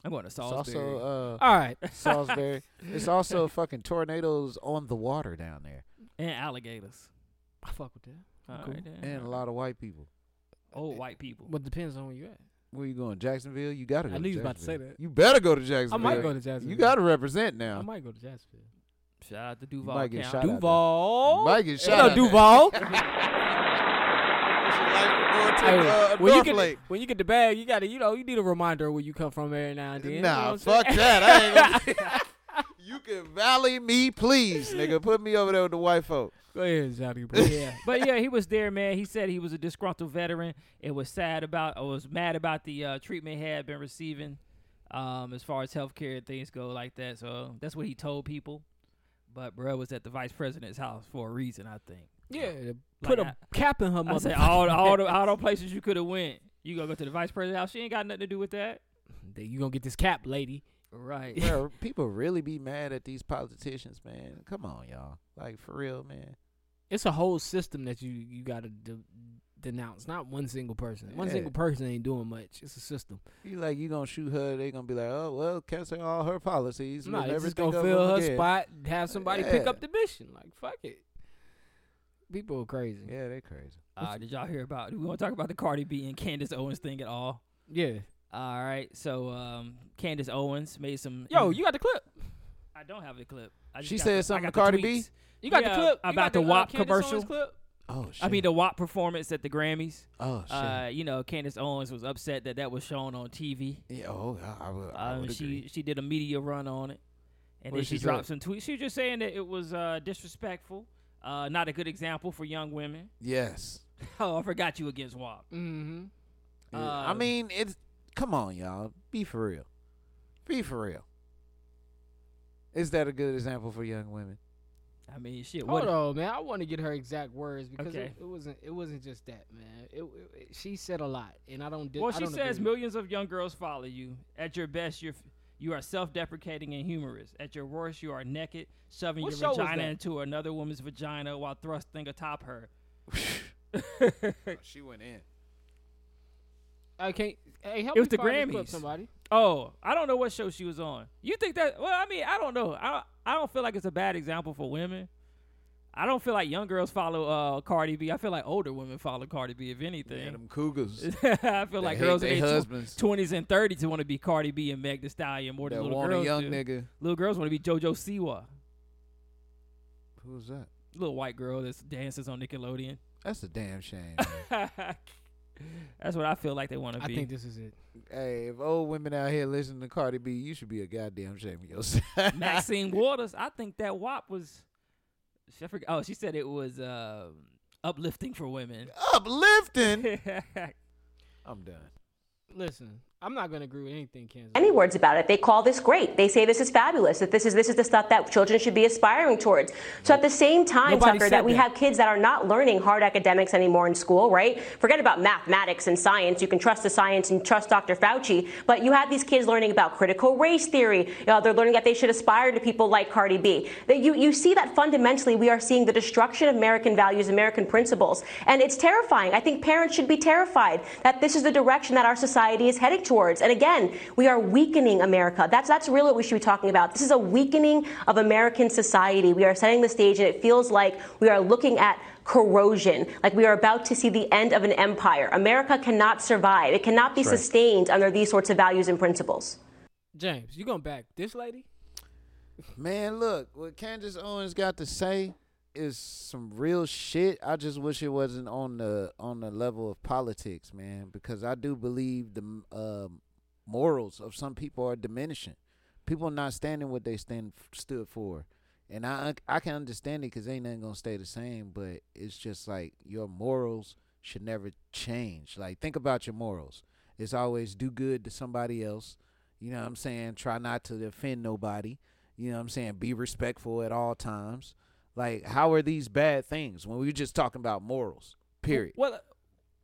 [SPEAKER 7] I'm going to
[SPEAKER 6] It's
[SPEAKER 7] Salisbury.
[SPEAKER 6] also uh,
[SPEAKER 1] All right. (laughs)
[SPEAKER 6] Salisbury. It's also fucking tornadoes on the water down there,
[SPEAKER 7] and alligators.
[SPEAKER 1] I fuck with that.
[SPEAKER 7] All
[SPEAKER 1] cool.
[SPEAKER 7] right, then.
[SPEAKER 6] and a lot of white people.
[SPEAKER 7] old white people.
[SPEAKER 1] But depends on where you at.
[SPEAKER 6] Where you going? Jacksonville? You gotta. Go
[SPEAKER 1] I
[SPEAKER 6] to
[SPEAKER 1] knew you was about to say
[SPEAKER 6] Jacksonville.
[SPEAKER 1] that.
[SPEAKER 6] You better go to Jacksonville.
[SPEAKER 1] I might go to Jacksonville.
[SPEAKER 6] You gotta represent
[SPEAKER 1] I
[SPEAKER 6] now.
[SPEAKER 1] might go to Jacksonville.
[SPEAKER 7] Shout out to
[SPEAKER 6] You
[SPEAKER 7] Duval
[SPEAKER 6] might get
[SPEAKER 7] County.
[SPEAKER 6] shot. out there.
[SPEAKER 1] Duval.
[SPEAKER 6] Might get
[SPEAKER 1] Shut
[SPEAKER 6] shot
[SPEAKER 1] up,
[SPEAKER 6] out uh, there. (laughs)
[SPEAKER 1] Duval.
[SPEAKER 6] Hey,
[SPEAKER 1] Hey,
[SPEAKER 6] uh,
[SPEAKER 1] when you
[SPEAKER 6] North
[SPEAKER 1] get the,
[SPEAKER 6] Lake.
[SPEAKER 1] when you get the bag, you gotta you know you need a reminder of where you come from every now and then. You know what
[SPEAKER 6] Nah,
[SPEAKER 1] I'm
[SPEAKER 6] fuck
[SPEAKER 1] saying?
[SPEAKER 6] that. I
[SPEAKER 1] (laughs)
[SPEAKER 6] ain't gonna. (laughs) you can valley me, please, nigga. Put me over there with the
[SPEAKER 1] (laughs)
[SPEAKER 6] white folk.
[SPEAKER 1] Go ahead, Johnny.
[SPEAKER 6] (laughs)
[SPEAKER 1] Bro.
[SPEAKER 7] yeah, but yeah, he was there, man. He said he was a disgruntled veteran. It was sad about, I was mad about the uh, treatment he had been receiving, um, as far as healthcare and things go like that. So that's what he told people. But bro was at the vice president's house for a reason, I think.
[SPEAKER 1] yeah. Put
[SPEAKER 7] I-
[SPEAKER 1] a cap in her
[SPEAKER 7] I
[SPEAKER 1] mother.
[SPEAKER 7] said all the, all the all the places you could have went. You gonna go to the vice president's house? She ain't got nothing to do with that.
[SPEAKER 1] you gonna get this cap, lady.
[SPEAKER 7] (laughs) Right.
[SPEAKER 6] Bro, people really be mad at these politicians, man. Come on, y'all. Like for real, man.
[SPEAKER 1] It's a whole system that you you gotta de- denounce. Not one single person. One
[SPEAKER 6] Yeah.
[SPEAKER 1] single person ain't doing much. It's a system.
[SPEAKER 6] You like you gonna shoot her? They gonna be like, oh well, cancel all her policies.
[SPEAKER 1] No,
[SPEAKER 6] lift
[SPEAKER 1] you just
[SPEAKER 6] everything
[SPEAKER 1] gonna
[SPEAKER 6] up
[SPEAKER 1] fill her
[SPEAKER 6] with again.
[SPEAKER 1] spot, have somebody pick
[SPEAKER 6] Yeah.
[SPEAKER 1] up the mission. Like fuck it. People are crazy.
[SPEAKER 6] Yeah, they crazy.
[SPEAKER 7] Uh, did y'all hear about? We gonna talk about the Cardi B and Candace Owens thing at all?
[SPEAKER 1] Yeah.
[SPEAKER 7] All right. So um, Candace Owens made some.
[SPEAKER 6] Mm.
[SPEAKER 1] Yo, you got the clip.
[SPEAKER 7] I don't have the clip. I
[SPEAKER 6] She
[SPEAKER 7] got
[SPEAKER 6] said
[SPEAKER 7] the- I
[SPEAKER 6] something
[SPEAKER 7] got
[SPEAKER 6] to Cardi
[SPEAKER 7] the
[SPEAKER 6] B?
[SPEAKER 7] tweets.
[SPEAKER 1] You got
[SPEAKER 7] Yeah,
[SPEAKER 1] the clip You
[SPEAKER 7] about
[SPEAKER 1] got
[SPEAKER 7] the
[SPEAKER 1] uh,
[SPEAKER 7] WAP
[SPEAKER 1] Candace
[SPEAKER 7] commercial?
[SPEAKER 1] Owens clip?
[SPEAKER 6] Oh shit.
[SPEAKER 7] I mean the WAP performance at the Grammys.
[SPEAKER 6] oh shit.
[SPEAKER 7] Uh, you know, Candace Owens was upset that that was shown on TV.
[SPEAKER 6] yeah, oh, I, I would, I
[SPEAKER 7] Um,
[SPEAKER 6] would agree.
[SPEAKER 7] she she did a media run on it, and
[SPEAKER 6] What
[SPEAKER 7] then
[SPEAKER 6] did
[SPEAKER 7] she,
[SPEAKER 6] she
[SPEAKER 7] dropped some tweets. She was just saying that it was uh, disrespectful, uh, not a good example for young women. (laughs)
[SPEAKER 6] Yes.
[SPEAKER 7] Oh, I forgot you against WAP.
[SPEAKER 1] Mm-hmm.
[SPEAKER 6] Yeah. I
[SPEAKER 7] Uh,
[SPEAKER 6] mean, it's come on, y'all. Be for real. Be for real. Is that a good example for young women?
[SPEAKER 7] I mean, shit.
[SPEAKER 1] Hold
[SPEAKER 7] What,
[SPEAKER 1] on, man. I want to get her exact words because
[SPEAKER 7] Okay.
[SPEAKER 1] it, it wasn't it wasn't just that, man. It, it- it- she said a lot, and I don't. Di-
[SPEAKER 7] well,
[SPEAKER 1] I
[SPEAKER 7] she
[SPEAKER 1] don't
[SPEAKER 7] says
[SPEAKER 1] agree.
[SPEAKER 7] millions of young girls follow you. At your best, you're f- you are self-deprecating and humorous. At your worst, you are naked, shoving
[SPEAKER 1] What show
[SPEAKER 7] your
[SPEAKER 1] was
[SPEAKER 7] vagina
[SPEAKER 1] that?
[SPEAKER 7] into another woman's vagina while thrusting atop her.
[SPEAKER 6] Oh, She went in.
[SPEAKER 1] I can't. Hey, help
[SPEAKER 7] It was
[SPEAKER 1] me
[SPEAKER 7] the
[SPEAKER 1] find this clip,
[SPEAKER 7] Grammys.
[SPEAKER 1] somebody.
[SPEAKER 7] Oh, I don't know what show she was on. You think that? Well, I mean, I don't know. I I don't feel like it's a bad example for women. I don't feel like young girls follow uh, Cardi B. I feel like older women follow Cardi B, if
[SPEAKER 6] Yeah,
[SPEAKER 7] anything. (laughs)
[SPEAKER 6] them cougars.
[SPEAKER 7] I feel like
[SPEAKER 6] hate
[SPEAKER 7] girls
[SPEAKER 6] they
[SPEAKER 7] in their
[SPEAKER 6] husbands.
[SPEAKER 7] twenties and thirties want to be Cardi B and Meg Thee Stallion more than
[SPEAKER 6] that
[SPEAKER 7] little
[SPEAKER 6] want a
[SPEAKER 7] girls
[SPEAKER 6] young
[SPEAKER 7] do.
[SPEAKER 6] nigga.
[SPEAKER 7] Little girls want to be JoJo Siwa,
[SPEAKER 6] Who's that?
[SPEAKER 7] little white girl that dances on
[SPEAKER 6] (laughs)
[SPEAKER 7] Nickelodeon.
[SPEAKER 6] That's a damn shame.
[SPEAKER 7] (laughs)
[SPEAKER 6] man.
[SPEAKER 7] That's what I feel like they want to
[SPEAKER 1] I
[SPEAKER 7] be. (laughs)
[SPEAKER 1] think this is it.
[SPEAKER 6] hey, if old women out here listening to Cardi B, you should be a goddamn shame of yourself. (laughs)
[SPEAKER 7] Maxine Waters. I think that WAP was. I forgot, oh, she said it was uh, uplifting
[SPEAKER 6] (laughs)
[SPEAKER 7] for women. (laughs)
[SPEAKER 6] Uplifting. I'm done.
[SPEAKER 1] Listen, I'm not gonna agree with anything Kansas.
[SPEAKER 3] any words about it. They call this great. They say this is fabulous. That this is this is the stuff that children should be aspiring towards. So at the same time,
[SPEAKER 1] Nobody
[SPEAKER 3] Tucker,
[SPEAKER 1] said
[SPEAKER 3] that we
[SPEAKER 1] that.
[SPEAKER 3] have kids that are not learning hard academics anymore in school, right? Forget about mathematics and science. You can trust the science and trust Dr. Fauci, but you have these kids learning about critical race theory. Uh, they're learning that they should aspire to people like Cardi B. That you you see that fundamentally we are seeing the destruction of American values, American principles, and it's terrifying. I think parents should be terrified that this is the direction that our society is heading towards. And again, we are weakening America. That's that's really what we should be talking about. This is a weakening of American society. We are setting the stage, and it feels like we are looking at corrosion. Like we are about to see the end of an empire. America cannot survive. It cannot be sustained under these sorts of values and principles.
[SPEAKER 1] James, you gonna back this lady?
[SPEAKER 6] Man, look, what Candace Owens got to say is some real shit. I just wish it wasn't on the on the level of politics, man, because I do believe the um morals of some people are diminishing. People are not standing what they stand stood for, and I I can understand it because ain't nothing gonna stay the same. But it's just like your morals should never change. Like think about your morals. It's always do good to somebody else. You know what I'm saying? Try not to offend nobody. You know what I'm saying? Be respectful at all times. Like, how are these bad things when we're just talking about morals? Period.
[SPEAKER 1] Well,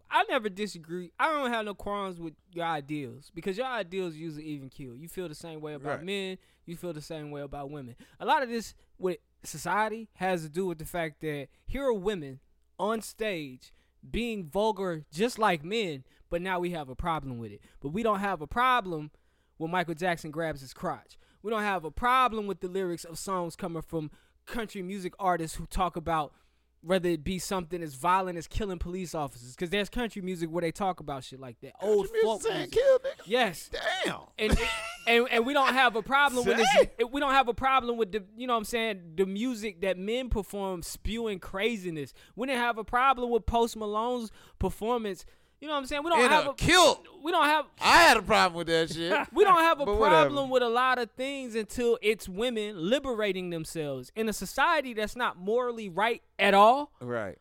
[SPEAKER 1] I never disagree. I don't have no qualms with your ideals because your ideals usually even kill. You feel the same way about
[SPEAKER 6] Right.
[SPEAKER 1] men. You feel the same way about women. A lot of this with society has to do with the fact that here are women on stage being vulgar just like men, but now we have a problem with it. But we don't have a problem when Michael Jackson grabs his crotch. We don't have a problem with the lyrics of songs coming from country music artists who talk about whether it be something as violent as killing police officers, because there's country music where they talk about shit like that. Old
[SPEAKER 6] Country music
[SPEAKER 1] folk
[SPEAKER 6] saying
[SPEAKER 1] music.
[SPEAKER 6] kill, nigga?
[SPEAKER 1] Yes,
[SPEAKER 6] Damn.
[SPEAKER 1] and and and we don't have a problem with
[SPEAKER 6] Say.
[SPEAKER 1] this. it- We don't have a problem with the you know what I'm saying the music that men perform spewing craziness. We didn't have a problem with Post Malone's performance. You know what I'm saying? We don't
[SPEAKER 6] In
[SPEAKER 1] have
[SPEAKER 6] a kilt.
[SPEAKER 1] We don't have
[SPEAKER 6] I had a problem with that shit.
[SPEAKER 1] (laughs) we don't have a
[SPEAKER 6] But whatever.
[SPEAKER 1] problem with a lot of things until it's women liberating themselves in a society that's not morally right at all.
[SPEAKER 6] Right.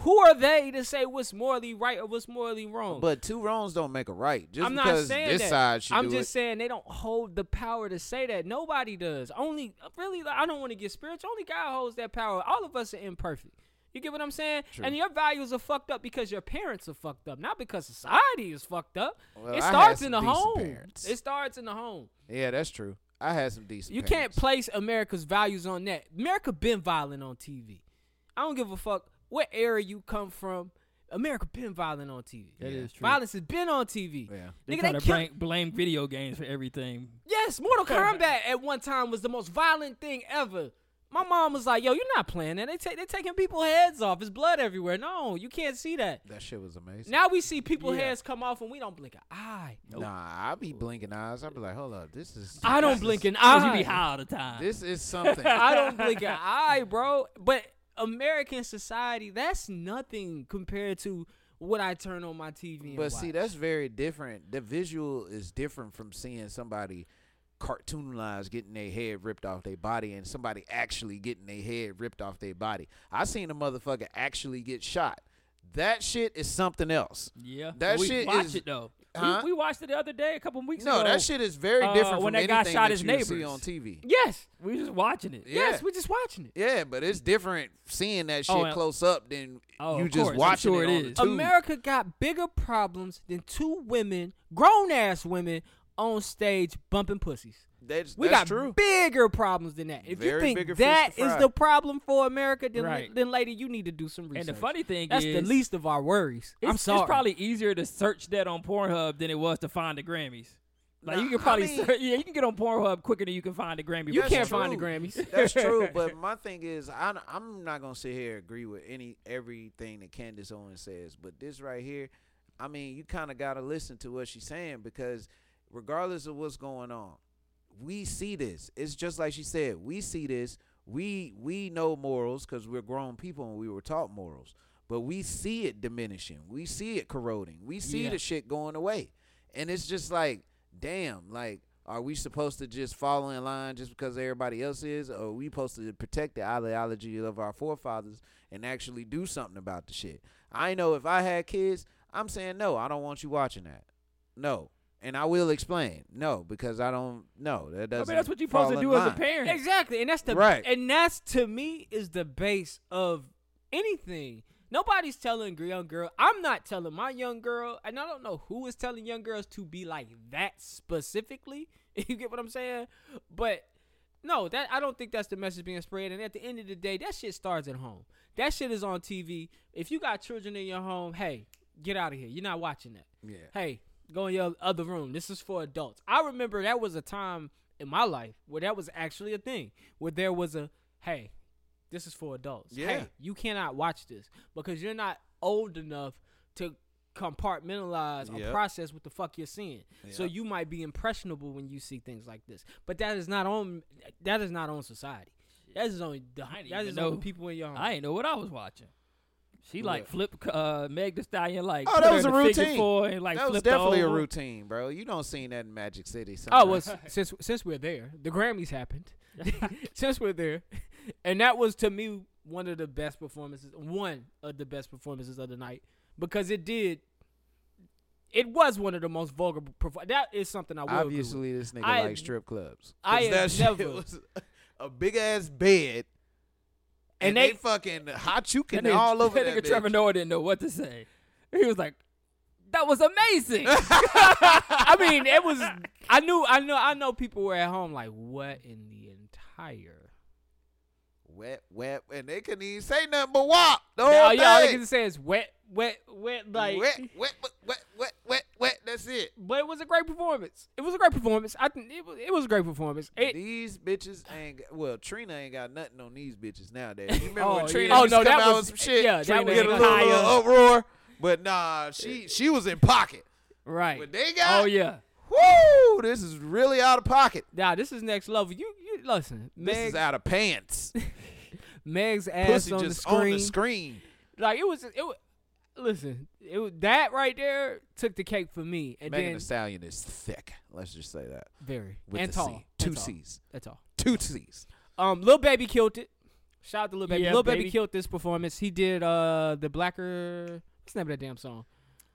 [SPEAKER 1] Who are they to say what's morally right or what's morally wrong?
[SPEAKER 6] But two wrongs don't make a right. Just
[SPEAKER 1] I'm not
[SPEAKER 6] because
[SPEAKER 1] saying
[SPEAKER 6] this
[SPEAKER 1] that.
[SPEAKER 6] side should
[SPEAKER 1] I'm
[SPEAKER 6] do
[SPEAKER 1] just
[SPEAKER 6] it.
[SPEAKER 1] saying they don't hold the power to say that. Nobody does. Only really, like, I don't want to get spiritual. Only God holds that power. All of us are imperfect. You get what I'm saying? And your values are fucked up because your parents are fucked up, not because society is fucked up.
[SPEAKER 6] Well, I
[SPEAKER 1] it
[SPEAKER 6] had
[SPEAKER 1] starts
[SPEAKER 6] some
[SPEAKER 1] in the
[SPEAKER 6] decent
[SPEAKER 1] home.
[SPEAKER 6] parents.
[SPEAKER 1] It starts in the home.
[SPEAKER 6] yeah, that's true. I had some decent.
[SPEAKER 1] You can't
[SPEAKER 6] parents.
[SPEAKER 1] place America's values on that. America been violent on TV. I don't give a fuck what era you come from. America been violent on TV.
[SPEAKER 7] That is true.
[SPEAKER 1] Violence has been on TV.
[SPEAKER 6] Yeah.
[SPEAKER 7] They
[SPEAKER 1] Nigga,
[SPEAKER 7] try
[SPEAKER 1] they
[SPEAKER 7] to
[SPEAKER 1] kill-
[SPEAKER 7] blame, blame video games for everything.
[SPEAKER 1] Yes,
[SPEAKER 7] (laughs)
[SPEAKER 1] Mortal Kombat at one time was the most violent thing ever. My mom was like, "Yo, you're not playing that. They take they taking people heads off. It's blood everywhere. No, you can't see that.
[SPEAKER 6] That shit was amazing.
[SPEAKER 1] Now we see people heads come off and we don't blink an eye.
[SPEAKER 6] Nah, I be blinking eyes. I be like, hold up, this is.
[SPEAKER 1] I don't
[SPEAKER 6] this
[SPEAKER 1] blink
[SPEAKER 6] is-
[SPEAKER 1] an
[SPEAKER 7] Cause
[SPEAKER 1] eye.
[SPEAKER 7] you be high all the time.
[SPEAKER 6] Ah. This is
[SPEAKER 1] (laughs)
[SPEAKER 6] something.
[SPEAKER 1] I
[SPEAKER 6] (laughs)
[SPEAKER 1] don't blink an eye, bro. But American society, that's nothing compared to what I turn on my TV. And
[SPEAKER 6] But see,
[SPEAKER 1] watch.
[SPEAKER 6] that's very different. The visual is different from seeing somebody cartoon lines getting their head ripped off their body and somebody actually getting their head ripped off their body. I seen a motherfucker actually get shot. That shit is something else.
[SPEAKER 7] yeah,
[SPEAKER 6] That
[SPEAKER 7] But we
[SPEAKER 6] shit
[SPEAKER 7] watch
[SPEAKER 6] is
[SPEAKER 7] it though. We-
[SPEAKER 6] Huh?
[SPEAKER 7] We, watched it the other day, a couple weeks
[SPEAKER 6] no,
[SPEAKER 7] ago.
[SPEAKER 6] that shit is very
[SPEAKER 7] uh,
[SPEAKER 6] different
[SPEAKER 7] when
[SPEAKER 6] from
[SPEAKER 7] that guy
[SPEAKER 6] anything
[SPEAKER 7] shot
[SPEAKER 6] that
[SPEAKER 7] his
[SPEAKER 6] you see
[SPEAKER 7] neighbors.
[SPEAKER 6] on TV.
[SPEAKER 1] yes,
[SPEAKER 7] We was just watching it.
[SPEAKER 1] yes,
[SPEAKER 6] Yeah.
[SPEAKER 1] we're just watching it.
[SPEAKER 6] Yeah, but it's different seeing that shit
[SPEAKER 7] Oh, and-
[SPEAKER 6] close up than
[SPEAKER 7] Oh,
[SPEAKER 6] you
[SPEAKER 7] of
[SPEAKER 6] just
[SPEAKER 7] course. I'm
[SPEAKER 6] watching
[SPEAKER 7] sure
[SPEAKER 6] it,
[SPEAKER 7] it
[SPEAKER 6] on the
[SPEAKER 7] is.
[SPEAKER 6] tube.
[SPEAKER 1] America got bigger problems than two women, grown ass women, on stage bumping pussies.
[SPEAKER 6] That's,
[SPEAKER 1] We
[SPEAKER 6] that's
[SPEAKER 1] got
[SPEAKER 6] true.
[SPEAKER 1] bigger problems than that. If
[SPEAKER 6] Very
[SPEAKER 1] you
[SPEAKER 6] bigger
[SPEAKER 1] think
[SPEAKER 6] fish
[SPEAKER 1] that
[SPEAKER 6] to
[SPEAKER 1] is
[SPEAKER 6] fry.
[SPEAKER 1] the problem for America, then,
[SPEAKER 7] Right.
[SPEAKER 1] then lady, you need to do some research.
[SPEAKER 7] And the funny thing
[SPEAKER 1] that's
[SPEAKER 7] is,
[SPEAKER 1] the least of our worries.
[SPEAKER 7] It's,
[SPEAKER 1] I'm sorry.
[SPEAKER 7] it's probably easier to search that on Pornhub than it was to find the Grammys. Like
[SPEAKER 6] Nah,
[SPEAKER 7] you can
[SPEAKER 6] I
[SPEAKER 7] probably
[SPEAKER 6] mean-
[SPEAKER 7] search- yeah, you can get on Pornhub quicker than you can find a Grammy.
[SPEAKER 1] You
[SPEAKER 7] Award.
[SPEAKER 1] can't find the
[SPEAKER 6] true.
[SPEAKER 1] Grammys.
[SPEAKER 6] (laughs)
[SPEAKER 1] (laughs)
[SPEAKER 6] That's true, but my thing is, I, am not gonna sit here and agree with any everything that Candace Owens says. But this right here, I mean, you kind of gotta listen to what she's saying because, regardless of what's going on, we see this. It's just like she said, we see this. We we know morals because we're grown people and we were taught morals, but we see it diminishing. We see it corroding. We see
[SPEAKER 1] Yeah.
[SPEAKER 6] the shit going away, and it's just like, damn, like. Are we supposed to just follow in line just because everybody else is? Or are we supposed to protect the ideology of our forefathers and actually do something about the shit? I know if I had kids, I'm saying no, I don't want you watching that. No. And I will explain. No, because I don't no, that
[SPEAKER 7] I
[SPEAKER 6] doesn't
[SPEAKER 7] mean, that's what you're
[SPEAKER 6] fall
[SPEAKER 7] supposed to
[SPEAKER 6] in
[SPEAKER 7] do as a
[SPEAKER 6] line.
[SPEAKER 7] parent.
[SPEAKER 1] Exactly, and that's the
[SPEAKER 6] Right.
[SPEAKER 1] and that's to me is the base of anything. Nobody's telling young girl. I'm not telling my young girl, and I don't know who is telling young girls to be like that specifically. (laughs) You get what I'm saying? But no, that I don't think that's the message being spread. And at the end of the day, that shit starts at home. That shit is on TV. If you got children in your home, hey, get out of here. You're not watching that.
[SPEAKER 6] Yeah.
[SPEAKER 1] Hey, go in your other room. This is for adults. I remember that was a time in my life where that was actually a thing. Where there was a hey, this is for adults.
[SPEAKER 6] Yeah.
[SPEAKER 1] Hey, you cannot watch this because you're not old enough to compartmentalize or
[SPEAKER 6] Yep.
[SPEAKER 1] process what the fuck you're seeing. So you might be impressionable when you see things like this. But that is not on that is not on society. That is on the
[SPEAKER 7] I didn't
[SPEAKER 1] that
[SPEAKER 7] even
[SPEAKER 1] is on the
[SPEAKER 7] know.
[SPEAKER 1] people in your home.
[SPEAKER 7] I ain't know what I was watching. She like flipped uh, Meg the Stallion like.
[SPEAKER 6] Oh,
[SPEAKER 7] put
[SPEAKER 6] that
[SPEAKER 7] her
[SPEAKER 6] was
[SPEAKER 7] in
[SPEAKER 6] a
[SPEAKER 7] the figure
[SPEAKER 6] routine.
[SPEAKER 7] four and, like,
[SPEAKER 6] that was
[SPEAKER 7] flipped
[SPEAKER 6] definitely a
[SPEAKER 7] over.
[SPEAKER 6] routine, bro. You don't see that in Magic City.
[SPEAKER 1] Oh
[SPEAKER 6] (laughs) sometimes.
[SPEAKER 1] well, s- since since we're there, the Grammys
[SPEAKER 6] (laughs)
[SPEAKER 1] happened. (laughs) since we're there, and that was to me one of the best performances, one of the best performances of the night because it did. It was one of the most vulgar. Perfor- that is something I will agree with.
[SPEAKER 6] obviously this nigga
[SPEAKER 1] I-
[SPEAKER 6] likes strip clubs. 'Cause
[SPEAKER 1] I have
[SPEAKER 6] that shit
[SPEAKER 1] never-
[SPEAKER 6] was (laughs) a big ass bed.
[SPEAKER 1] And
[SPEAKER 6] And,
[SPEAKER 1] they-
[SPEAKER 6] they, fucking hot you
[SPEAKER 7] That
[SPEAKER 6] can
[SPEAKER 7] nigga,
[SPEAKER 6] all over
[SPEAKER 7] that
[SPEAKER 6] that
[SPEAKER 7] nigga Trevor
[SPEAKER 6] bitch.
[SPEAKER 7] Noah didn't know what to say. He was like, "That
[SPEAKER 6] (laughs)
[SPEAKER 7] was amazing."
[SPEAKER 1] I mean, it was. I knew. I know. I know. People were at home like, "What in the entire?"
[SPEAKER 6] Wet, wet, and they couldn't even say nothing but wop. The whole
[SPEAKER 1] Now,
[SPEAKER 6] thing.
[SPEAKER 1] yeah, all they can say is wet, wet, wet. Like,
[SPEAKER 6] wet, wet, wet, wet, wet, wet. That's it.
[SPEAKER 1] but it was a great performance. It was a great performance. I think it was. It was a great performance. It,
[SPEAKER 6] these bitches ain't got- well. Trina ain't got nothing on these bitches nowadays. You remember
[SPEAKER 1] Oh,
[SPEAKER 6] when Trina
[SPEAKER 1] yeah.
[SPEAKER 6] used
[SPEAKER 1] Oh, no,
[SPEAKER 6] to come
[SPEAKER 1] that
[SPEAKER 6] out
[SPEAKER 1] was-
[SPEAKER 6] with some shit?
[SPEAKER 1] yeah, that
[SPEAKER 6] Trina
[SPEAKER 1] was
[SPEAKER 6] get a little,
[SPEAKER 1] Naya.
[SPEAKER 6] little uproar, but nah, she she was in pocket.
[SPEAKER 1] right.
[SPEAKER 6] But they got
[SPEAKER 7] oh yeah.
[SPEAKER 6] Woo! This is really out of pocket.
[SPEAKER 1] Nah, this is next level. You, you listen.
[SPEAKER 6] This
[SPEAKER 1] Meg,
[SPEAKER 6] is out of
[SPEAKER 1] (laughs)
[SPEAKER 6] pants.
[SPEAKER 1] Meg's ass
[SPEAKER 6] Pussy
[SPEAKER 1] on the,
[SPEAKER 6] just
[SPEAKER 1] screen.
[SPEAKER 6] on the screen.
[SPEAKER 1] Like it was. It was. Listen, it was, that right there toch the cake for me. And
[SPEAKER 6] Megan
[SPEAKER 1] then
[SPEAKER 6] Thee Stallion is thick. Let's just say that.
[SPEAKER 1] very
[SPEAKER 6] With
[SPEAKER 1] and
[SPEAKER 6] the
[SPEAKER 1] tall.
[SPEAKER 6] C. Two
[SPEAKER 1] and tall.
[SPEAKER 6] C's.
[SPEAKER 1] That's all.
[SPEAKER 6] Two C's.
[SPEAKER 1] Um, Lil Baby killed it. Shout out to Lil Baby.
[SPEAKER 7] Yeah,
[SPEAKER 1] Lil Baby.
[SPEAKER 7] baby.
[SPEAKER 1] killed this performance. He did uh the blacker. What's the name of that damn song?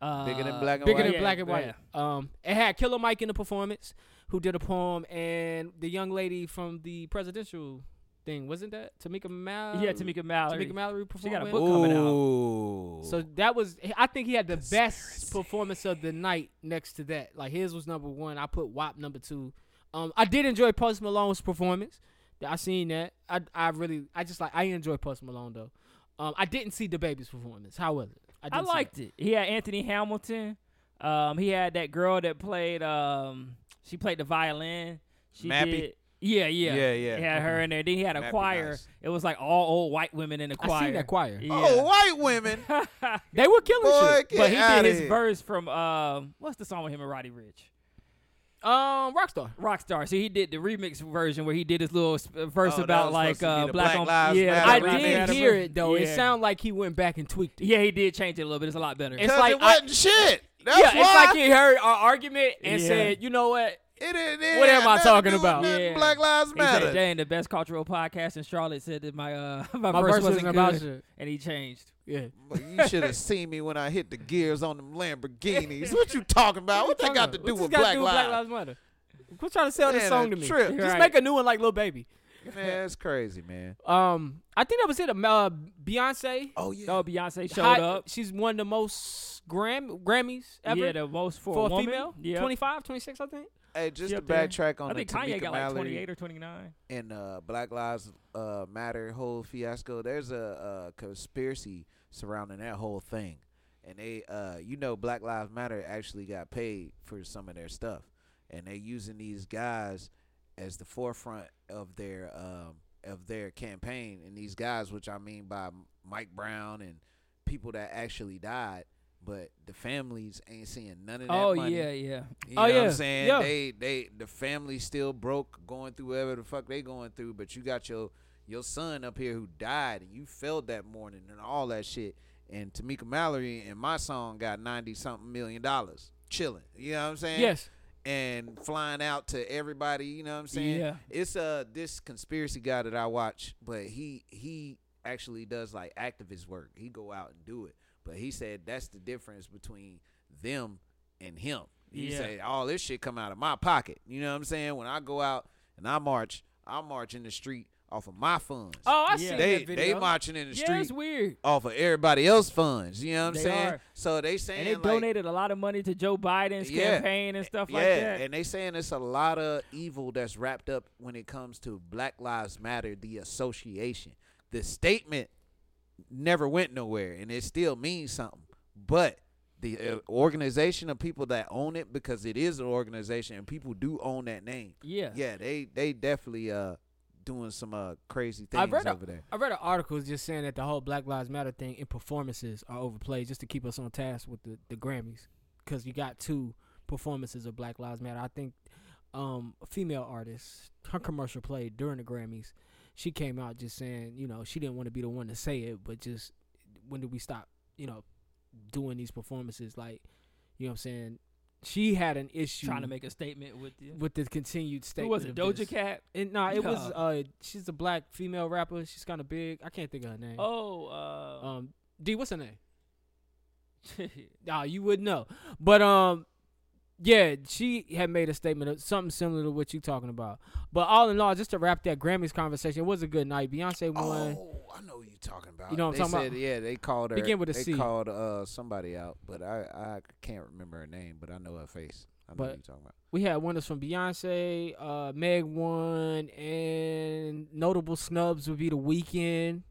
[SPEAKER 7] Uh,
[SPEAKER 6] Bigger than black and
[SPEAKER 1] Bigger
[SPEAKER 6] white.
[SPEAKER 1] than
[SPEAKER 7] Yeah,
[SPEAKER 1] black and white.
[SPEAKER 7] yeah.
[SPEAKER 1] Um, it had Killer Mike in the performance, who did a poem, and the young lady from the presidential thing wasn't that Tamika Mallory?
[SPEAKER 7] Yeah, Tamika Mallory.
[SPEAKER 1] Um, Tamika Mallory performed.
[SPEAKER 7] got a
[SPEAKER 1] with?
[SPEAKER 7] book coming out.
[SPEAKER 6] Ooh.
[SPEAKER 1] So that was, I think he had the best performance of the night. Next to that, like his was number one. I put WAP number two. Um, I did enjoy Post Malone's performance. I seen that. I, I really, I just like, I enjoy Post Malone though. Um, I didn't see the baby's performance. How was it?
[SPEAKER 7] I
[SPEAKER 1] didn't see
[SPEAKER 7] liked it. He had Anthony Hamilton. Um, he had that girl that played. Um, she played the violin. She
[SPEAKER 6] Mappy?
[SPEAKER 7] did- Yeah, yeah,
[SPEAKER 6] Yeah, yeah.
[SPEAKER 7] He had her in there. Then he had a
[SPEAKER 6] Mappy
[SPEAKER 7] choir.
[SPEAKER 6] nice.
[SPEAKER 7] It was like all old white women in the
[SPEAKER 1] I seen
[SPEAKER 7] choir.
[SPEAKER 1] that choir.
[SPEAKER 7] Yeah. (laughs)
[SPEAKER 6] Oh,
[SPEAKER 1] (laughs)
[SPEAKER 6] white women.
[SPEAKER 1] They were killing
[SPEAKER 6] Boy,
[SPEAKER 1] shit.
[SPEAKER 6] get
[SPEAKER 7] but he did
[SPEAKER 6] outta
[SPEAKER 7] his
[SPEAKER 6] here.
[SPEAKER 7] verse from um, what's the song with him and Roddy Rich?
[SPEAKER 1] Um, Rockstar.
[SPEAKER 7] Rockstar. So he did the remix version where he did his little sp- verse
[SPEAKER 6] Oh, that
[SPEAKER 7] about
[SPEAKER 6] was
[SPEAKER 7] like
[SPEAKER 6] supposed to be
[SPEAKER 7] uh,
[SPEAKER 6] the
[SPEAKER 7] black,
[SPEAKER 6] Black
[SPEAKER 7] on,
[SPEAKER 6] Lives
[SPEAKER 7] yeah,
[SPEAKER 6] Matter
[SPEAKER 1] I
[SPEAKER 6] Black Lives
[SPEAKER 1] did
[SPEAKER 6] Matter.
[SPEAKER 1] hear it though.
[SPEAKER 7] Yeah.
[SPEAKER 1] It sounded like he went back and tweaked it.
[SPEAKER 7] Yeah, he did change it a little bit. It's a lot better.
[SPEAKER 1] It's
[SPEAKER 6] Cause
[SPEAKER 1] like
[SPEAKER 6] it
[SPEAKER 1] I-
[SPEAKER 6] wasn't shit. That's
[SPEAKER 1] yeah, it's
[SPEAKER 6] why.
[SPEAKER 1] like he heard our argument and
[SPEAKER 7] Yeah.
[SPEAKER 1] said, you know what?
[SPEAKER 6] It ain't- it
[SPEAKER 1] What am
[SPEAKER 6] ain't
[SPEAKER 1] I
[SPEAKER 6] got nothing to
[SPEAKER 1] talking
[SPEAKER 6] do with
[SPEAKER 1] about?
[SPEAKER 6] nothing.
[SPEAKER 7] Yeah.
[SPEAKER 6] Black Lives
[SPEAKER 7] He said,
[SPEAKER 6] Matter.
[SPEAKER 7] "Dang, the best cultural podcast in Charlotte said that my uh (laughs) my,
[SPEAKER 1] My
[SPEAKER 7] verse,
[SPEAKER 1] verse
[SPEAKER 7] wasn't
[SPEAKER 1] wasn't about
[SPEAKER 7] good,"
[SPEAKER 1] you.
[SPEAKER 7] and he changed.
[SPEAKER 1] Yeah.
[SPEAKER 6] Well, you should (laughs) have seen me when I hit the gears on them (laughs) Lamborghinis. What you talking about? What, they got to
[SPEAKER 1] What
[SPEAKER 6] do
[SPEAKER 1] this
[SPEAKER 6] with
[SPEAKER 1] got to
[SPEAKER 6] Black
[SPEAKER 1] do
[SPEAKER 6] Lives?
[SPEAKER 1] Matter? Quit trying to sell this
[SPEAKER 6] Man,
[SPEAKER 1] song
[SPEAKER 6] a
[SPEAKER 1] to me.
[SPEAKER 6] trip.
[SPEAKER 1] Just
[SPEAKER 7] Right.
[SPEAKER 1] make a new one like Lil Baby.
[SPEAKER 6] Man, it's crazy, man.
[SPEAKER 1] Um, I think that was it. Um, Uh, Beyonce
[SPEAKER 6] Oh yeah.
[SPEAKER 7] Oh, Beyonce showed
[SPEAKER 1] hot-
[SPEAKER 7] up.
[SPEAKER 1] She's won the most Gram Grammys ever
[SPEAKER 7] Yeah, the most for,
[SPEAKER 1] for a
[SPEAKER 7] woman.
[SPEAKER 1] female.
[SPEAKER 7] Yeah.
[SPEAKER 1] 25, 26, I think.
[SPEAKER 6] Hey, just
[SPEAKER 7] She
[SPEAKER 6] to
[SPEAKER 7] up there.
[SPEAKER 6] backtrack on
[SPEAKER 7] I think
[SPEAKER 6] the
[SPEAKER 7] Kanye
[SPEAKER 6] Tamika
[SPEAKER 7] got like
[SPEAKER 6] Mallory
[SPEAKER 7] 28 or 29.
[SPEAKER 6] and uh, Black Lives uh, Matter whole fiasco. There's a, uh conspiracy surrounding that whole thing, and they, uh, you know, Black Lives Matter actually got paid for some of their stuff, and they're using these guys as the forefront of their um, of their campaign. And these guys, which I mean by Mike Brown and people that actually died, but the families ain't seeing none of that
[SPEAKER 7] Oh
[SPEAKER 6] money.
[SPEAKER 7] yeah, yeah.
[SPEAKER 6] You
[SPEAKER 7] oh
[SPEAKER 6] know
[SPEAKER 7] yeah.
[SPEAKER 6] what I'm saying?
[SPEAKER 7] Yeah.
[SPEAKER 6] They they the family still broke going through whatever the fuck they going through, but you got your your son up here who died and you failed that morning and all that shit. And Tamika Mallory and my song got ninety something million dollars chilling. You know what I'm saying?
[SPEAKER 7] Yes.
[SPEAKER 6] And flying out to everybody, you know what I'm saying?
[SPEAKER 7] Yeah.
[SPEAKER 6] It's uh this conspiracy guy that I watch, but he he actually does like activist work. He go out and do it. But he said that's the difference between them and him. He
[SPEAKER 7] Yeah.
[SPEAKER 6] said all this shit come out of my pocket. You know what I'm saying? When I go out and I march, I march in the street off of my funds.
[SPEAKER 1] Oh, I
[SPEAKER 7] Yeah.
[SPEAKER 1] see
[SPEAKER 6] they
[SPEAKER 1] that video.
[SPEAKER 6] they marching in the
[SPEAKER 7] yeah,
[SPEAKER 6] street
[SPEAKER 7] it's weird.
[SPEAKER 6] off of everybody else's funds. You know what I'm
[SPEAKER 7] They
[SPEAKER 6] saying?
[SPEAKER 7] are.
[SPEAKER 6] So they saying
[SPEAKER 7] And they
[SPEAKER 6] like,
[SPEAKER 7] donated a lot of money to Joe Biden's
[SPEAKER 6] Yeah.
[SPEAKER 7] campaign and stuff
[SPEAKER 6] yeah,
[SPEAKER 7] like that.
[SPEAKER 6] and they saying it's a lot of evil that's wrapped up when it comes to Black Lives Matter, the association. The statement never went nowhere, and it still means something. But the uh, organization of people that own it, because it is an organization, and people do own that name.
[SPEAKER 7] Yeah.
[SPEAKER 6] yeah, they they definitely uh doing some uh crazy
[SPEAKER 1] I
[SPEAKER 6] things
[SPEAKER 1] read a,
[SPEAKER 6] over there.
[SPEAKER 1] I read an article just saying that the whole Black Lives Matter thing in performances are overplayed just to keep us on task with the, the Grammys because you got two performances of Black Lives Matter. I think um, a female artist, her commercial played during the Grammys. She came out just saying, you know, she didn't want to be the one to say it, but just when did we stop, you know, doing these performances? Like, you know what I'm saying? She had an issue
[SPEAKER 7] Trying to make a statement with you.
[SPEAKER 1] with the continued state.
[SPEAKER 7] Who was it? Doja Cat.
[SPEAKER 1] And nah, it was
[SPEAKER 7] Yeah.
[SPEAKER 1] uh she's a black female rapper. She's kind of big. I can't think of her name.
[SPEAKER 7] Oh. Uh,
[SPEAKER 1] Um D, what's her name? (laughs) Nah, you would know. But um yeah, she had made a statement of something similar to what you talking about. But all in all, just to wrap that Grammys conversation, it was a good night. Beyonce won.
[SPEAKER 6] Oh, I know what you're talking about.
[SPEAKER 1] You know what I'm talking
[SPEAKER 6] they said,
[SPEAKER 1] about?
[SPEAKER 6] Yeah, they called her.
[SPEAKER 1] Begin with a
[SPEAKER 6] they
[SPEAKER 1] C.
[SPEAKER 6] called uh somebody out, but I I can't remember her name, but I know her face. I know
[SPEAKER 1] But-
[SPEAKER 6] what you're talking about.
[SPEAKER 1] We had winners from Beyonce, uh, Meg won, and notable snubs would be The Weeknd.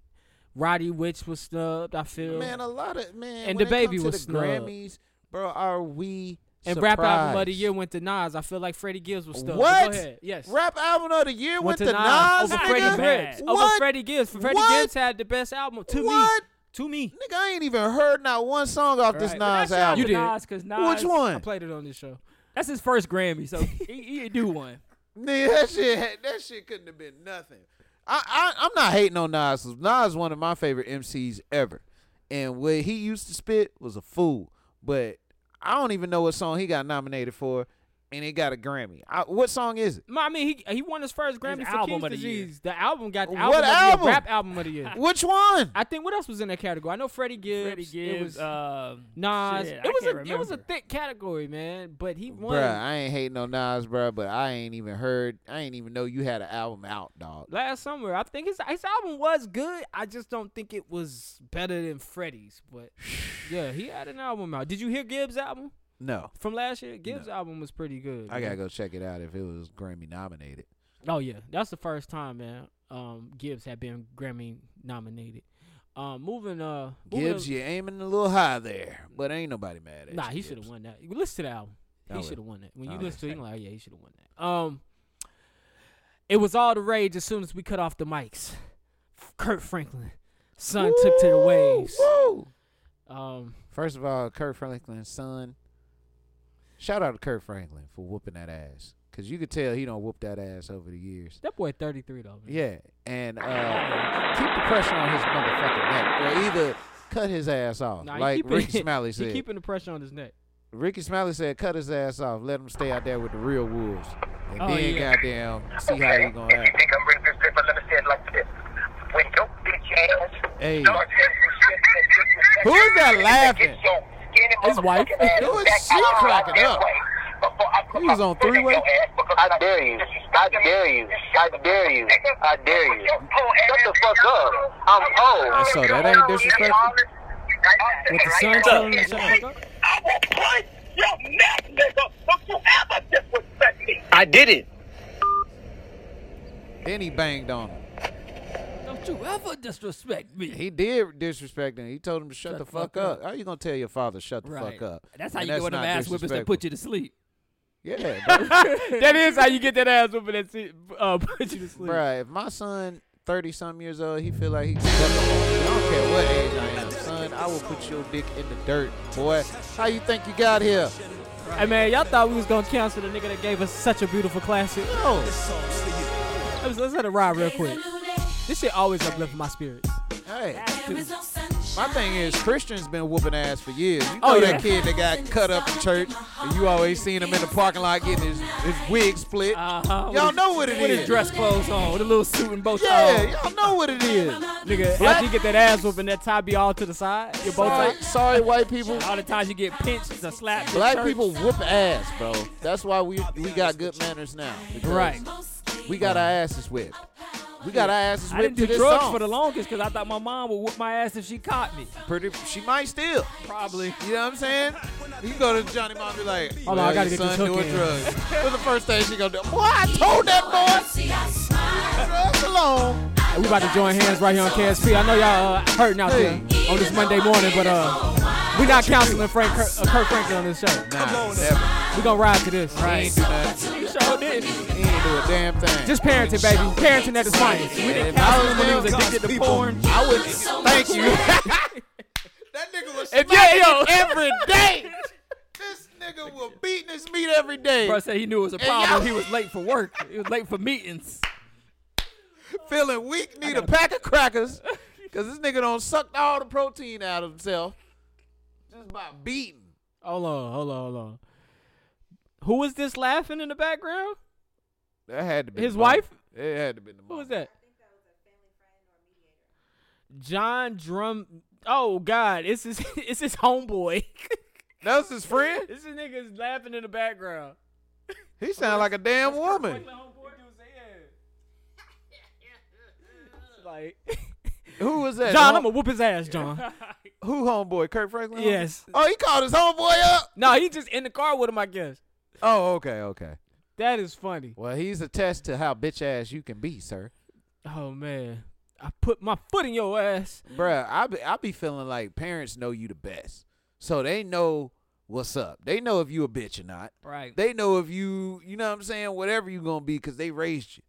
[SPEAKER 1] Roddy Witch was snubbed. I feel
[SPEAKER 6] Man, a lot of man.
[SPEAKER 1] And
[SPEAKER 6] when
[SPEAKER 1] the
[SPEAKER 6] it come
[SPEAKER 1] baby
[SPEAKER 6] to
[SPEAKER 1] was
[SPEAKER 6] the
[SPEAKER 1] snubbed.
[SPEAKER 6] Grammys, bro. Are we
[SPEAKER 1] and rap album of the
[SPEAKER 6] surprised?
[SPEAKER 1] year went to Nas. I feel like Freddie Gibbs was snubbed. But
[SPEAKER 6] What?
[SPEAKER 1] Go ahead. Yes.
[SPEAKER 6] Rap album of the year
[SPEAKER 1] went
[SPEAKER 6] went,
[SPEAKER 1] to
[SPEAKER 6] to
[SPEAKER 1] Nas, over
[SPEAKER 7] nigga?
[SPEAKER 1] Freddie
[SPEAKER 7] Bad.
[SPEAKER 1] Gibbs. Over
[SPEAKER 6] What?
[SPEAKER 1] Freddie Gibbs. Freddie
[SPEAKER 6] What?
[SPEAKER 1] Gibbs had the best album to
[SPEAKER 6] What?
[SPEAKER 1] me. To me.
[SPEAKER 6] Nigga, I ain't even heard not one song off this
[SPEAKER 7] Right. But
[SPEAKER 6] Nas
[SPEAKER 7] that's not
[SPEAKER 6] album.
[SPEAKER 1] You did.
[SPEAKER 7] Nas, 'cause Nas-
[SPEAKER 6] Which
[SPEAKER 1] I
[SPEAKER 6] one?
[SPEAKER 1] played it on this show.
[SPEAKER 7] That's his first Grammy, (laughs) so he, he do one.
[SPEAKER 6] Nigga, that shit had- that shit couldn't have been nothing. I, I I'm not hating on Nas. 'cause Nas is one of my favorite MCs ever, and what he used to spit was a fool. But I don't even know what song he got nominated for, and it got a Grammy. I, what song is it?
[SPEAKER 1] I mean, he he won his first Grammy for
[SPEAKER 7] album
[SPEAKER 1] King's
[SPEAKER 7] of the year.
[SPEAKER 1] Disease. The album got the album
[SPEAKER 6] What
[SPEAKER 1] of the year,
[SPEAKER 6] album?
[SPEAKER 1] rap album of the year.
[SPEAKER 6] Which one?
[SPEAKER 1] I think what else was in that category? I know Freddie Gibbs.
[SPEAKER 7] Freddie Gibbs.
[SPEAKER 1] It was uh,
[SPEAKER 7] um,
[SPEAKER 1] Nas.
[SPEAKER 7] shit,
[SPEAKER 1] it
[SPEAKER 7] I
[SPEAKER 1] was a
[SPEAKER 7] can't
[SPEAKER 1] it was a
[SPEAKER 7] remember.
[SPEAKER 1] thick category, man. But he won.
[SPEAKER 6] Bruh, I ain't hating on Nas, bruh, but I ain't even heard. I ain't even know you had an album out, dog.
[SPEAKER 1] Last summer, I think his his album was good. I just don't think it was better than Freddie's.
[SPEAKER 6] (sighs)
[SPEAKER 1] But yeah, he had an album out. Did you hear Gibbs' album?
[SPEAKER 6] No,
[SPEAKER 1] from last year. Gibbs' album was pretty good.
[SPEAKER 6] I
[SPEAKER 1] man.
[SPEAKER 6] gotta go check it out if it was Grammy nominated.
[SPEAKER 1] Oh yeah, that's the first time, man. Um, Gibbs had been Grammy nominated. Um, moving uh, moving
[SPEAKER 6] Gibbs,
[SPEAKER 1] to-
[SPEAKER 6] you aiming a little high there, but ain't nobody mad at
[SPEAKER 1] nah,
[SPEAKER 6] you.
[SPEAKER 1] he should have won that. You listen to the album.
[SPEAKER 6] I
[SPEAKER 1] He
[SPEAKER 6] would.
[SPEAKER 1] should have won that. When you
[SPEAKER 6] I would.
[SPEAKER 1] listen to it, you're like, oh, yeah, he should have won that. Um, it was all the rage as soon as we cut off the mics. Kurt Franklin, son took to the
[SPEAKER 6] Woo,
[SPEAKER 1] waves.
[SPEAKER 6] woo.
[SPEAKER 1] Um,
[SPEAKER 6] First of all, Kurt Franklin's son. Shout out to Kurt Franklin for whooping that ass, cause you could tell he don't whoop that ass over the years.
[SPEAKER 1] that boy 33 though. Man.
[SPEAKER 6] Yeah, and uh, keep the pressure on his motherfucking neck, or either cut his ass off,
[SPEAKER 1] Nah, he
[SPEAKER 6] like
[SPEAKER 1] keeping- (laughs)
[SPEAKER 6] Ricky Smiley
[SPEAKER 1] He
[SPEAKER 6] said.
[SPEAKER 1] keeping the pressure on his neck.
[SPEAKER 6] Ricky Smiley said, "Cut his ass off. Let him stay out there with the real wolves, and
[SPEAKER 7] Oh,
[SPEAKER 6] then
[SPEAKER 7] yeah.
[SPEAKER 6] goddamn see how he gonna act."
[SPEAKER 9] Nigga, rip this paper, let me say it like this. When your bitch ass
[SPEAKER 6] Hey.
[SPEAKER 9] starts getting-
[SPEAKER 6] Who is that laughing?
[SPEAKER 9] Get your skinny
[SPEAKER 1] His wife.
[SPEAKER 9] motherfucking ass
[SPEAKER 6] Who is
[SPEAKER 9] back
[SPEAKER 6] she
[SPEAKER 9] out
[SPEAKER 6] cracking
[SPEAKER 9] that
[SPEAKER 6] up?
[SPEAKER 9] way before I put
[SPEAKER 6] He was
[SPEAKER 9] my
[SPEAKER 6] on
[SPEAKER 9] foot in
[SPEAKER 6] three-way?
[SPEAKER 9] your ass because I dare you. I dare you. I dare you. I dare you. Shut the fuck up. I'm old.
[SPEAKER 6] So that ain't disrespectful?
[SPEAKER 1] With the son telling him to shut the fuck up?
[SPEAKER 9] I will punch your neck, nigga. Don't you ever disrespect me.
[SPEAKER 10] I did it.
[SPEAKER 6] Then he banged on him.
[SPEAKER 7] Don't you ever disrespect me.
[SPEAKER 6] He did disrespect him. He told him to shut, the fuck, up. How you gonna tell your father shut the
[SPEAKER 7] right.
[SPEAKER 6] fuck up?
[SPEAKER 7] That's how
[SPEAKER 6] And
[SPEAKER 7] you get one of
[SPEAKER 6] not
[SPEAKER 7] them ass whippers that put
[SPEAKER 6] disrespectful.
[SPEAKER 7] you to sleep.
[SPEAKER 6] Yeah,
[SPEAKER 7] (laughs)
[SPEAKER 1] (laughs) that is how you get that ass whooping that se- uh, put you to sleep.
[SPEAKER 6] Bruh, if my son thirty something years old, he feel like he stepped up on me. I don't care what age I am, son. I will put your dick in the dirt, boy. How you think you got here?
[SPEAKER 1] Hey man, y'all thought we was gonna cancel the nigga that gave us such a beautiful classic.
[SPEAKER 6] No.
[SPEAKER 1] Let's, let's let it ride real quick. This shit always uplifts my spirits.
[SPEAKER 6] Hey, my thing is Christian's been whooping ass for years. You know
[SPEAKER 1] Oh, yeah.
[SPEAKER 6] that kid that got cut up in church, and you always seen him in the parking lot getting his, his wig split.
[SPEAKER 7] Uh-huh.
[SPEAKER 6] Y'all know what it
[SPEAKER 7] With his
[SPEAKER 6] is.
[SPEAKER 7] dress clothes on, with a little suit and bow
[SPEAKER 6] yeah,
[SPEAKER 7] tie.
[SPEAKER 6] y'all know what it is.
[SPEAKER 1] Nigga, after you get that ass whooping, that tie be all to the side. Your bow tie.
[SPEAKER 6] Sorry, sorry, white people.
[SPEAKER 7] on. All the times you get pinched or slapped. in
[SPEAKER 6] Black
[SPEAKER 7] church.
[SPEAKER 6] people whoop ass, bro. That's why we we got good manners now. because
[SPEAKER 7] Right.
[SPEAKER 6] We got our asses whipped. We got our asses
[SPEAKER 7] I
[SPEAKER 6] whipped
[SPEAKER 7] didn't
[SPEAKER 6] to
[SPEAKER 7] do
[SPEAKER 6] this
[SPEAKER 7] drugs
[SPEAKER 6] song.
[SPEAKER 7] for the longest because I thought my mom would whoop my ass if she caught me.
[SPEAKER 6] Pretty, she might still.
[SPEAKER 7] Probably.
[SPEAKER 6] You know what I'm saying? You go to Johnny Mom be like,
[SPEAKER 1] Hold on, I
[SPEAKER 6] "Well,
[SPEAKER 1] gotta
[SPEAKER 6] your
[SPEAKER 1] get this
[SPEAKER 6] son
[SPEAKER 1] hook
[SPEAKER 6] doing
[SPEAKER 1] in."
[SPEAKER 6] drugs. What's the first thing she gonna do? Boy, I told that boy, drugs alone.
[SPEAKER 1] We about to join hands right here on KSP. I know y'all uh, hurting out there
[SPEAKER 6] Hey.
[SPEAKER 1] on this Monday morning, but uh, we not counseling Frank Kirk, uh, Kirk Franklin on this show.
[SPEAKER 6] Nah, never.
[SPEAKER 1] We gonna ride to this.
[SPEAKER 6] He ain't do nothing.
[SPEAKER 7] You sure did.
[SPEAKER 6] He ain't do a damn thing.
[SPEAKER 1] Just parenting, baby. Parenting at its finest.
[SPEAKER 6] And if
[SPEAKER 7] I
[SPEAKER 6] I
[SPEAKER 7] was
[SPEAKER 6] was
[SPEAKER 7] when he
[SPEAKER 6] them,
[SPEAKER 7] was addicted to porn.
[SPEAKER 6] I would thank you. (laughs) that nigga was
[SPEAKER 1] If (laughs) yeah, yo,
[SPEAKER 6] every day. This nigga was beating his meat every day.
[SPEAKER 7] Bro said he knew it was a
[SPEAKER 6] Hey,
[SPEAKER 7] problem.
[SPEAKER 6] yo.
[SPEAKER 7] He was late for work. He was late for meetings.
[SPEAKER 6] Feeling weak, need a pack of crackers. Cause this nigga don't suck all the protein out of himself. Just by beating.
[SPEAKER 1] Hold on, hold on, hold on. Who was this laughing in the background?
[SPEAKER 6] That had to be
[SPEAKER 1] His
[SPEAKER 6] the mama.
[SPEAKER 1] wife?
[SPEAKER 6] It had to be the
[SPEAKER 1] Who
[SPEAKER 6] mom.
[SPEAKER 1] was that? John Drum. Oh God, it's his (laughs) it's his homeboy. (laughs)
[SPEAKER 6] That was his friend.
[SPEAKER 1] this is niggas laughing in the background.
[SPEAKER 6] He sound like a damn woman.
[SPEAKER 1] (laughs) Like
[SPEAKER 6] Who was that?
[SPEAKER 1] John,
[SPEAKER 6] The
[SPEAKER 1] I'm gonna whoop his ass, John.
[SPEAKER 6] hom- who homeboy? Kurt Franklin. homeboy?
[SPEAKER 1] Yes.
[SPEAKER 6] Oh, he called his homeboy up.
[SPEAKER 1] No, he just in the car with him, I guess.
[SPEAKER 6] Oh, okay, okay.
[SPEAKER 1] That is funny.
[SPEAKER 6] Well, he's a test to how bitch ass you can be, sir.
[SPEAKER 1] Oh man, I put my foot in your ass.
[SPEAKER 6] Bruh, I be, I be feeling like parents know you the best. So they know what's up. They know if you a bitch or not.
[SPEAKER 7] Right.
[SPEAKER 6] They know if you, you know what I'm saying, whatever you going to be cuz they raised you.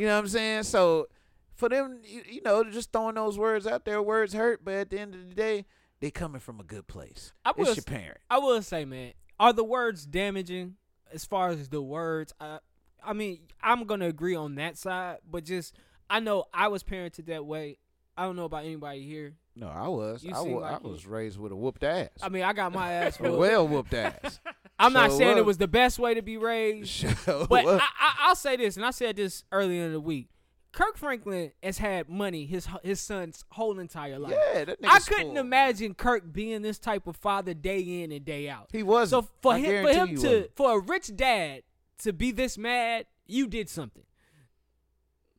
[SPEAKER 6] You know what I'm saying? So for them, you, you know, just throwing those words out there, words hurt, but at the end of the day, they coming from a good place.
[SPEAKER 1] I will
[SPEAKER 6] it's your
[SPEAKER 1] s-
[SPEAKER 6] parent.
[SPEAKER 1] I will say, man, are the words damaging? As far as the words, I, I mean, I'm gonna agree on that side, but just I know I was parented that way. I don't know about anybody here.
[SPEAKER 6] No, I was.
[SPEAKER 1] You
[SPEAKER 6] I
[SPEAKER 1] seem
[SPEAKER 6] wa-
[SPEAKER 1] like
[SPEAKER 6] I
[SPEAKER 1] you-
[SPEAKER 6] was raised with a whooped ass.
[SPEAKER 1] I mean, I got my
[SPEAKER 6] (laughs)
[SPEAKER 1] ass. whooped.
[SPEAKER 6] well
[SPEAKER 1] (laughs)
[SPEAKER 6] whooped ass. (laughs)
[SPEAKER 1] I'm not
[SPEAKER 6] so
[SPEAKER 1] saying it
[SPEAKER 6] look.
[SPEAKER 1] was the best way to be raised,
[SPEAKER 6] Show
[SPEAKER 1] but I,
[SPEAKER 6] up.
[SPEAKER 1] I, I'll say this, and I said this earlier in the week. Kirk Franklin has had money his his son's whole entire life.
[SPEAKER 6] Yeah, that
[SPEAKER 1] I
[SPEAKER 6] nigga's
[SPEAKER 1] couldn't
[SPEAKER 6] spoiled.
[SPEAKER 1] imagine Kirk being this type of father day in and day out.
[SPEAKER 6] He wasn't.
[SPEAKER 1] So for
[SPEAKER 6] I
[SPEAKER 1] him, for
[SPEAKER 6] guarantee
[SPEAKER 1] him
[SPEAKER 6] he
[SPEAKER 1] to
[SPEAKER 6] wasn't.
[SPEAKER 1] for a rich dad to be this mad, you did something.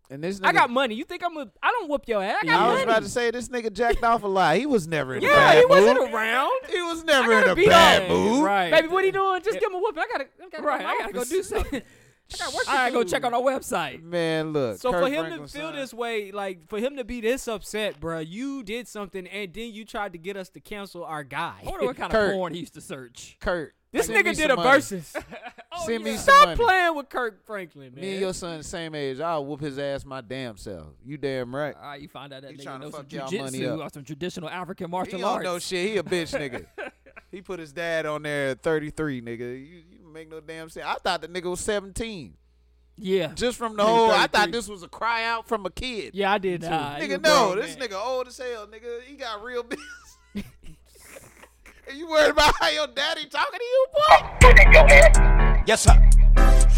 [SPEAKER 6] and this nigga,
[SPEAKER 1] I got money. You think I'm a? I don't whoop your ass. I got
[SPEAKER 6] I was
[SPEAKER 1] money.
[SPEAKER 6] about to say this nigga jacked off a lot. He was never in a
[SPEAKER 1] yeah,
[SPEAKER 6] bad
[SPEAKER 1] he
[SPEAKER 6] mood.
[SPEAKER 1] wasn't
[SPEAKER 6] (laughs)
[SPEAKER 1] around.
[SPEAKER 6] He was
[SPEAKER 1] I
[SPEAKER 6] never in
[SPEAKER 1] gotta
[SPEAKER 6] a
[SPEAKER 1] beat
[SPEAKER 6] bad
[SPEAKER 1] up.
[SPEAKER 6] mood.
[SPEAKER 7] Right.
[SPEAKER 1] Baby, what are you doing? Just give him a whoop. I gotta, I gotta,
[SPEAKER 7] Right,
[SPEAKER 1] go to my
[SPEAKER 7] I gotta go
[SPEAKER 1] office.
[SPEAKER 7] do something.
[SPEAKER 1] I gotta work. to
[SPEAKER 7] (laughs) I gotta go
[SPEAKER 1] do.
[SPEAKER 7] check on our website.
[SPEAKER 6] Man, look.
[SPEAKER 1] So
[SPEAKER 6] Kirk
[SPEAKER 1] for him
[SPEAKER 6] Franklin's
[SPEAKER 1] to feel
[SPEAKER 6] son,
[SPEAKER 1] this way, like for him to be this upset, bruh, you did something, and then you tried to get us to cancel our guy.
[SPEAKER 7] I wonder what kind
[SPEAKER 6] Kurt.
[SPEAKER 7] of porn he used to search.
[SPEAKER 6] Kurt,
[SPEAKER 1] This
[SPEAKER 6] send me
[SPEAKER 1] nigga did
[SPEAKER 6] some
[SPEAKER 1] a
[SPEAKER 6] money.
[SPEAKER 1] versus. Oh,
[SPEAKER 6] Send me some
[SPEAKER 1] Stop
[SPEAKER 6] money.
[SPEAKER 1] playing with Kirk Franklin, man.
[SPEAKER 6] Me and your son same age. I'll whoop his ass my damn self. You damn right.
[SPEAKER 7] All right, you find out that
[SPEAKER 6] He
[SPEAKER 7] nigga
[SPEAKER 6] tryna
[SPEAKER 7] knows some
[SPEAKER 6] fuck y'all money
[SPEAKER 7] jujitsu
[SPEAKER 6] up.
[SPEAKER 7] or some traditional African
[SPEAKER 6] He
[SPEAKER 7] martial
[SPEAKER 6] don't
[SPEAKER 7] arts.
[SPEAKER 6] know shit. He a bitch nigga.
[SPEAKER 1] (laughs)
[SPEAKER 6] he put his dad on there at 33, nigga. You, you make no damn sense. I thought the nigga was 17.
[SPEAKER 7] Yeah.
[SPEAKER 6] Just from the
[SPEAKER 7] Nigga
[SPEAKER 6] whole, I
[SPEAKER 7] 33.
[SPEAKER 6] thought this was a cry out from a kid.
[SPEAKER 1] yeah, I did too.
[SPEAKER 7] Nah, you a
[SPEAKER 6] Nigga, no,
[SPEAKER 7] grown
[SPEAKER 6] this
[SPEAKER 7] man.
[SPEAKER 6] nigga old as hell, nigga. He got real business. (laughs) and you worried about how your daddy talking to you, boy?
[SPEAKER 9] Put in your ass.
[SPEAKER 4] Yes, sir.